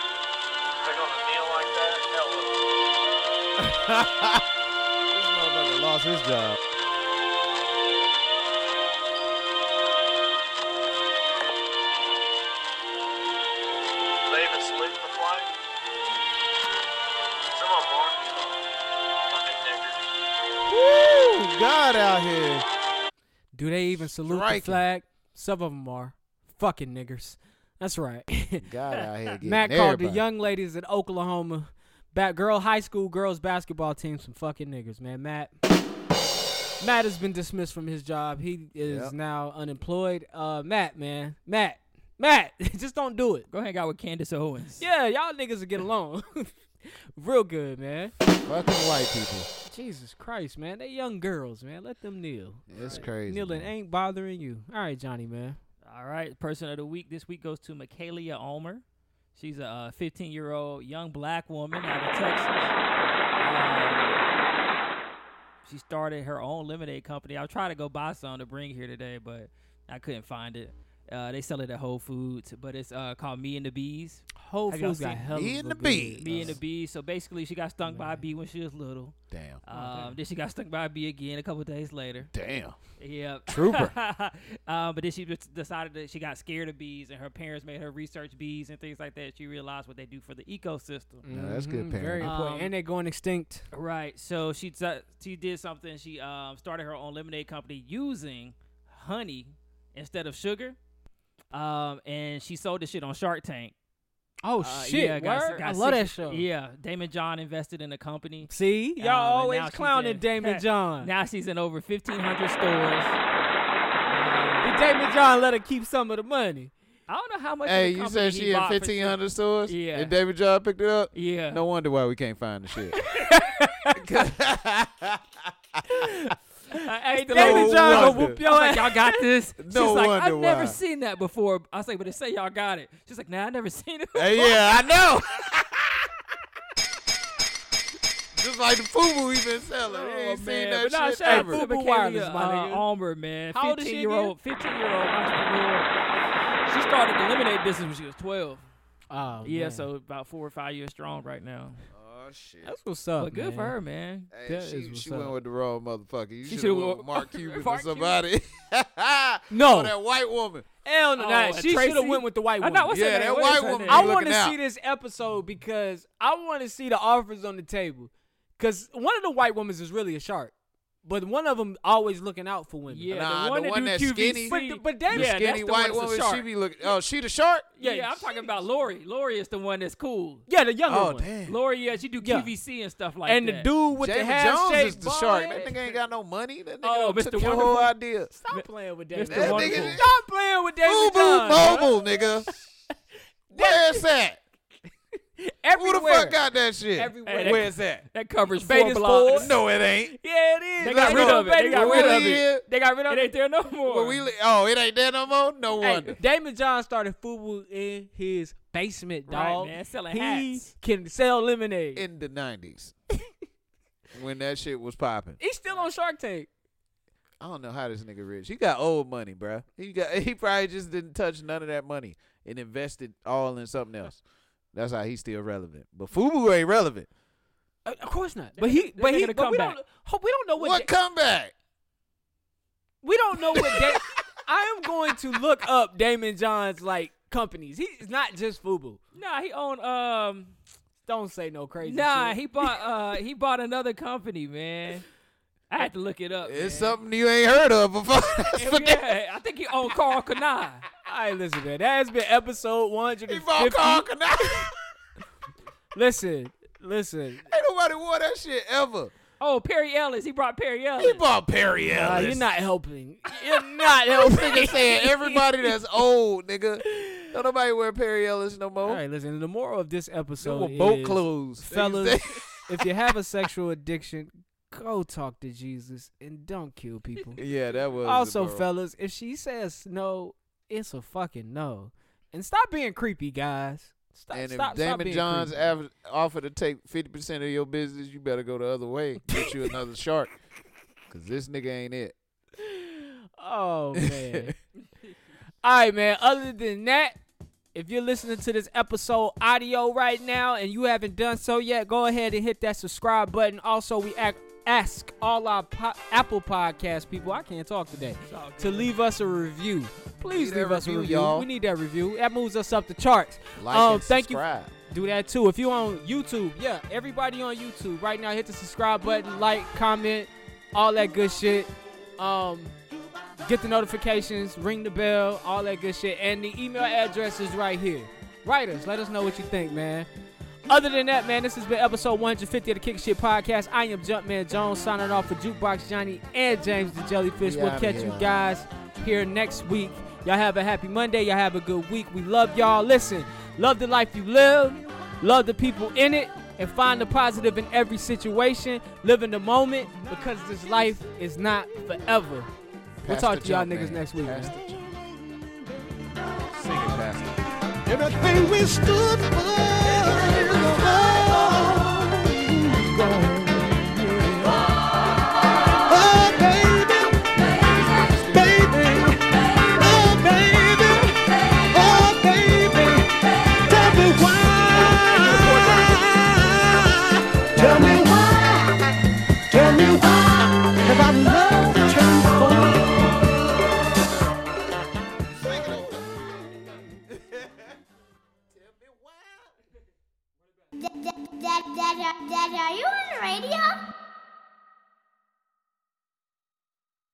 [SPEAKER 8] They're gonna kneel like that? Hell
[SPEAKER 6] This motherfucker lost his job.
[SPEAKER 8] They even sleep the flight? Some of them are. Fucking deckers.
[SPEAKER 6] Woo! God out here.
[SPEAKER 1] Do they even salute
[SPEAKER 6] Striking.
[SPEAKER 1] the flag? Some of them are fucking niggers. That's right.
[SPEAKER 6] God out here getting
[SPEAKER 1] (laughs) Matt called the
[SPEAKER 6] everybody.
[SPEAKER 1] young ladies in Oklahoma back girl high school girls basketball team some fucking niggers, man. Matt. Matt has been dismissed from his job. He is
[SPEAKER 7] Yep.
[SPEAKER 1] now unemployed. Uh, Matt, man, Matt, Matt, (laughs) just don't do it.
[SPEAKER 7] Go hang out with Candace Owens.
[SPEAKER 1] Yeah, y'all niggas will get along. (laughs) Real good, man.
[SPEAKER 6] Fucking white people.
[SPEAKER 1] Jesus Christ, man. They young girls, man. Let them kneel.
[SPEAKER 6] It's crazy.
[SPEAKER 1] Kneeling ain't bothering you. All right, Johnny, man.
[SPEAKER 7] All right, person of the week this week goes to Michaelia Almer. She's a 15 year old young black woman out of Texas. Um, she started her own lemonade company. I tried to go buy some to bring here today, but I couldn't find it. Uh, they sell it at Whole Foods, but it's uh, called Me and the Bees.
[SPEAKER 1] Whole
[SPEAKER 7] Have y'all
[SPEAKER 1] Foods got
[SPEAKER 7] seen it?
[SPEAKER 1] hella Me and the good bees.
[SPEAKER 7] Me and the Bees. So basically, she got stung by a bee when she was little.
[SPEAKER 6] Damn.
[SPEAKER 1] Oh,
[SPEAKER 7] Um, then she got stung by a bee again a couple days later.
[SPEAKER 6] Damn.
[SPEAKER 7] Yeah.
[SPEAKER 6] Trooper.
[SPEAKER 7] (laughs) um, but then she just decided that she got scared of bees, and her parents made her research bees and things like that. She realized what they do for the ecosystem.
[SPEAKER 6] No, that's good
[SPEAKER 1] Mhm, Very
[SPEAKER 6] parenting.
[SPEAKER 1] important.
[SPEAKER 7] Um,
[SPEAKER 1] and they're going extinct.
[SPEAKER 7] Right. So she t- she did something. She um, started her own lemonade company using honey instead of sugar, um, and she sold this shit on Shark Tank.
[SPEAKER 1] Oh
[SPEAKER 7] Uh,
[SPEAKER 1] shit!
[SPEAKER 7] yeah, got-
[SPEAKER 1] word?
[SPEAKER 7] got
[SPEAKER 1] I love that
[SPEAKER 7] six-
[SPEAKER 1] show.
[SPEAKER 7] Yeah, Damon John invested in the company.
[SPEAKER 1] See, y'all
[SPEAKER 7] Um, and now
[SPEAKER 1] always
[SPEAKER 7] she's
[SPEAKER 1] clowning (laughs)
[SPEAKER 7] in-
[SPEAKER 1] Damon John.
[SPEAKER 7] Now she's in over fifteen hundred stores.
[SPEAKER 1] Did Damon John let her keep some of the money?
[SPEAKER 7] I don't know how much. of
[SPEAKER 6] Hey,
[SPEAKER 7] the
[SPEAKER 6] you
[SPEAKER 7] company
[SPEAKER 6] said
[SPEAKER 7] he
[SPEAKER 6] she in
[SPEAKER 7] bought for six-
[SPEAKER 6] 1,500 stores?
[SPEAKER 7] Yeah.
[SPEAKER 6] And David John picked it up?
[SPEAKER 7] Yeah.
[SPEAKER 6] No wonder why we can't find the
[SPEAKER 7] (laughs)
[SPEAKER 6] shit.
[SPEAKER 7] hey,
[SPEAKER 1] Damon John gonna
[SPEAKER 6] wonder.
[SPEAKER 1] whoop your ass.
[SPEAKER 6] (laughs)
[SPEAKER 7] y'all got this.
[SPEAKER 6] No
[SPEAKER 7] She's like,
[SPEAKER 6] wonder
[SPEAKER 7] I've never
[SPEAKER 6] why.
[SPEAKER 7] seen that before. I was like, but they say y'all got it. She's like, nah, I've never (laughs) seen it.
[SPEAKER 6] Hey, yeah, I know.
[SPEAKER 7] (laughs)
[SPEAKER 6] Just like the FUBU we been selling.
[SPEAKER 7] Oh,
[SPEAKER 6] you ain't
[SPEAKER 7] man.
[SPEAKER 6] seen that
[SPEAKER 7] but nah,
[SPEAKER 6] shit
[SPEAKER 7] shout out
[SPEAKER 6] ever.
[SPEAKER 7] to
[SPEAKER 1] Fubu
[SPEAKER 7] Michaela,
[SPEAKER 1] Wireless, my
[SPEAKER 7] uh,
[SPEAKER 1] nigga.
[SPEAKER 7] Almer, man.
[SPEAKER 1] How old is she
[SPEAKER 7] 15 year old, 15 year old entrepreneur. She started the lemonade business when she was 12.
[SPEAKER 1] Oh
[SPEAKER 7] yeah,
[SPEAKER 1] man.
[SPEAKER 7] so about four or five years strong right now.
[SPEAKER 6] Oh, shit.
[SPEAKER 1] that's what's up.
[SPEAKER 7] but good
[SPEAKER 1] man.
[SPEAKER 7] for her, man.
[SPEAKER 6] Hey,
[SPEAKER 1] That is
[SPEAKER 6] she
[SPEAKER 1] what's
[SPEAKER 6] she went
[SPEAKER 1] up.
[SPEAKER 6] with the wrong motherfucker. You should have
[SPEAKER 7] should've
[SPEAKER 6] went
[SPEAKER 7] went-
[SPEAKER 6] with
[SPEAKER 7] (laughs)
[SPEAKER 6] Mark Cuban or
[SPEAKER 7] Mark Cuban.
[SPEAKER 6] somebody. (laughs)
[SPEAKER 1] No.
[SPEAKER 6] Or that white woman.
[SPEAKER 1] Hell no,
[SPEAKER 7] Oh,
[SPEAKER 1] nah,
[SPEAKER 7] uh,
[SPEAKER 1] she should have
[SPEAKER 7] Tracy?
[SPEAKER 1] went with the white
[SPEAKER 7] I
[SPEAKER 1] woman.
[SPEAKER 7] know, what's her
[SPEAKER 6] Yeah,
[SPEAKER 7] name?
[SPEAKER 6] that
[SPEAKER 7] What is
[SPEAKER 6] white
[SPEAKER 7] her
[SPEAKER 6] woman.
[SPEAKER 7] name?
[SPEAKER 1] I
[SPEAKER 6] looking
[SPEAKER 1] want to
[SPEAKER 6] out.
[SPEAKER 1] see this episode because I want to see the offers on the table. Because one of the white women is really a shark, but one of them always looking out for women.
[SPEAKER 7] Yeah,
[SPEAKER 6] Nah,
[SPEAKER 7] the
[SPEAKER 6] the
[SPEAKER 7] one,
[SPEAKER 6] one
[SPEAKER 7] that
[SPEAKER 6] that's
[SPEAKER 7] do
[SPEAKER 6] skinny.
[SPEAKER 7] QVC.
[SPEAKER 1] But the- but that-
[SPEAKER 7] yeah,
[SPEAKER 1] The
[SPEAKER 7] that's
[SPEAKER 6] Skinny
[SPEAKER 7] the
[SPEAKER 6] white
[SPEAKER 7] one
[SPEAKER 6] woman,
[SPEAKER 7] that's a
[SPEAKER 6] she
[SPEAKER 7] shark.
[SPEAKER 6] be looking. Oh, she the shark?
[SPEAKER 7] Yeah,
[SPEAKER 1] Yeah,
[SPEAKER 7] I'm talking about Lori. Lori is the one that's cool.
[SPEAKER 1] Yeah, the younger
[SPEAKER 6] Oh,
[SPEAKER 1] one.
[SPEAKER 6] damn.
[SPEAKER 7] Lori, yeah, she do
[SPEAKER 1] Yeah.
[SPEAKER 7] QVC and stuff like
[SPEAKER 1] And
[SPEAKER 7] that.
[SPEAKER 1] the dude with the
[SPEAKER 6] David
[SPEAKER 1] half
[SPEAKER 6] Jones is
[SPEAKER 1] shaved
[SPEAKER 6] the shark. That nigga ain't got no money. That nigga
[SPEAKER 7] Oh,
[SPEAKER 6] done took
[SPEAKER 7] Mr.
[SPEAKER 6] your whole
[SPEAKER 7] Wonderful.
[SPEAKER 6] idea.
[SPEAKER 1] Stop playing with David.
[SPEAKER 7] Mr.
[SPEAKER 1] Jones.
[SPEAKER 7] Wonderful.
[SPEAKER 1] Stop playing with David.
[SPEAKER 6] Boo boo
[SPEAKER 1] Jones, bro.
[SPEAKER 6] mobile, nigga.
[SPEAKER 7] (laughs)
[SPEAKER 6] Where's that? Who
[SPEAKER 1] Everywhere.
[SPEAKER 6] the fuck got that shit?
[SPEAKER 1] Everywhere.
[SPEAKER 7] Hey, that-
[SPEAKER 6] Where's that?
[SPEAKER 7] that covers four
[SPEAKER 1] Beta's
[SPEAKER 7] blocks.
[SPEAKER 1] Ford.
[SPEAKER 6] No, it ain't.
[SPEAKER 1] Yeah, it is.
[SPEAKER 7] They
[SPEAKER 1] They
[SPEAKER 7] got
[SPEAKER 1] got
[SPEAKER 7] rid of it. They got rid of
[SPEAKER 6] it.
[SPEAKER 1] They got rid of
[SPEAKER 7] It ain't there no more.
[SPEAKER 6] When we li- oh, it ain't there no more. No
[SPEAKER 1] Hey,
[SPEAKER 6] wonder.
[SPEAKER 1] Damon John started FUBU in his basement,
[SPEAKER 7] Right,
[SPEAKER 1] dog.
[SPEAKER 7] man, selling
[SPEAKER 1] he
[SPEAKER 7] hats.
[SPEAKER 1] can sell lemonade.
[SPEAKER 6] In the
[SPEAKER 7] (laughs)
[SPEAKER 6] nineties, when that shit was popping,
[SPEAKER 1] He's still on Shark Tank.
[SPEAKER 6] I don't know how this nigga rich. He got old money, bruh. He got (laughs) he probably just didn't touch none of that money and invested all in something else. That's how he's still relevant. But Fubu ain't relevant.
[SPEAKER 1] Uh, of course not. But he, but
[SPEAKER 7] they're
[SPEAKER 1] he,
[SPEAKER 7] gonna
[SPEAKER 1] but
[SPEAKER 7] come
[SPEAKER 1] we
[SPEAKER 7] back.
[SPEAKER 1] don't, ho- we don't know what,
[SPEAKER 6] What
[SPEAKER 1] Da-
[SPEAKER 6] comeback?
[SPEAKER 1] we don't know what. Da- (laughs) I am going to look up Damon John's like companies. He's not just FUBU.
[SPEAKER 7] nah, he owned um
[SPEAKER 1] Don't say no crazy.
[SPEAKER 7] nah,
[SPEAKER 1] shit.
[SPEAKER 7] he bought uh he bought another company, man. I had to look it up.
[SPEAKER 6] It's
[SPEAKER 7] man.
[SPEAKER 6] something you ain't heard of before. (laughs) That's
[SPEAKER 7] Hell
[SPEAKER 6] what that-
[SPEAKER 7] yeah, I think he owned Carl Kanai.
[SPEAKER 1] All right, listen, man. That has been episode
[SPEAKER 6] He
[SPEAKER 1] 150.
[SPEAKER 6] bought Carl (laughs) Kanai.
[SPEAKER 1] Listen, listen.
[SPEAKER 6] Ain't nobody wore that shit ever.
[SPEAKER 7] Oh, Perry Ellis. He brought Perry Ellis.
[SPEAKER 6] He bought Perry
[SPEAKER 1] Uh,
[SPEAKER 6] Ellis.
[SPEAKER 1] you're
[SPEAKER 6] (laughs)
[SPEAKER 1] not helping. You're (laughs) not helping.
[SPEAKER 6] nigga saying
[SPEAKER 1] (laughs)
[SPEAKER 6] everybody that's old, nigga. Don't nobody wear Perry Ellis no more.
[SPEAKER 1] All right, listen. The moral of this
[SPEAKER 6] They
[SPEAKER 1] episode
[SPEAKER 6] wore boat
[SPEAKER 1] is,
[SPEAKER 6] clothes.
[SPEAKER 1] fellas, if you (laughs) have a sexual addiction, go talk to Jesus and don't kill (laughs) people.
[SPEAKER 6] (laughs) yeah, that was the
[SPEAKER 1] Also,
[SPEAKER 6] moral.
[SPEAKER 1] fellas, if she says no, it's a fucking no. And stop being creepy, guys. Stop.
[SPEAKER 6] And if
[SPEAKER 1] stop, stop
[SPEAKER 6] Damon
[SPEAKER 1] being
[SPEAKER 6] Johns
[SPEAKER 1] creepy.
[SPEAKER 6] aver- offer to take fifty percent of your business, you better go the other way. Get you another shark, cause this nigga ain't it.
[SPEAKER 1] (laughs) Oh man. All right, man. Other than that, if you're listening to this episode audio right now and you haven't done so yet, go ahead and hit that subscribe button. Also, we act, ask all our po- Apple Podcast people, I can't talk today, to leave us a review. Please
[SPEAKER 6] Leave that
[SPEAKER 1] leave us a
[SPEAKER 6] review,
[SPEAKER 1] review.
[SPEAKER 6] y'all.
[SPEAKER 1] We need that review. That moves us up the charts.
[SPEAKER 6] (laughs)
[SPEAKER 1] Um,
[SPEAKER 6] Like and
[SPEAKER 1] Oh, thank
[SPEAKER 6] subscribe.
[SPEAKER 1] you. Do that too. If you're on YouTube, yeah, everybody on YouTube right now, hit the subscribe button, like, comment, all that good shit. Um, get the notifications, ring the bell, all that good shit. And the email address is right here. Write us. Let us know what you think, man. Other than that, man, this has been episode 150 of the Kick Shit Podcast. I am Jumpman Jones signing off for Jukebox Johnny and James the Jellyfish.
[SPEAKER 6] We
[SPEAKER 1] we'll
[SPEAKER 6] outta
[SPEAKER 1] catch
[SPEAKER 6] here.
[SPEAKER 1] you guys here next week. Y'all have a happy Monday. Y'all have a good week. We love y'all. Listen, love the life you live, love the people in it, and find the positive in every situation. Live in the moment because this life is not forever. We'll
[SPEAKER 6] Pass
[SPEAKER 1] talk
[SPEAKER 6] the
[SPEAKER 1] to y'all
[SPEAKER 6] jump,
[SPEAKER 1] niggas
[SPEAKER 6] man.
[SPEAKER 1] next week,
[SPEAKER 6] Pass
[SPEAKER 1] man.
[SPEAKER 6] Sing it faster.
[SPEAKER 8] Everything we stood for is gone. Oh, baby. Baby. Oh, baby. Oh, baby. Tell me why. Tell me why. Tell me why have I loved the transformed?
[SPEAKER 12] Dad, Dad, Dad, Dad, are you on the radio?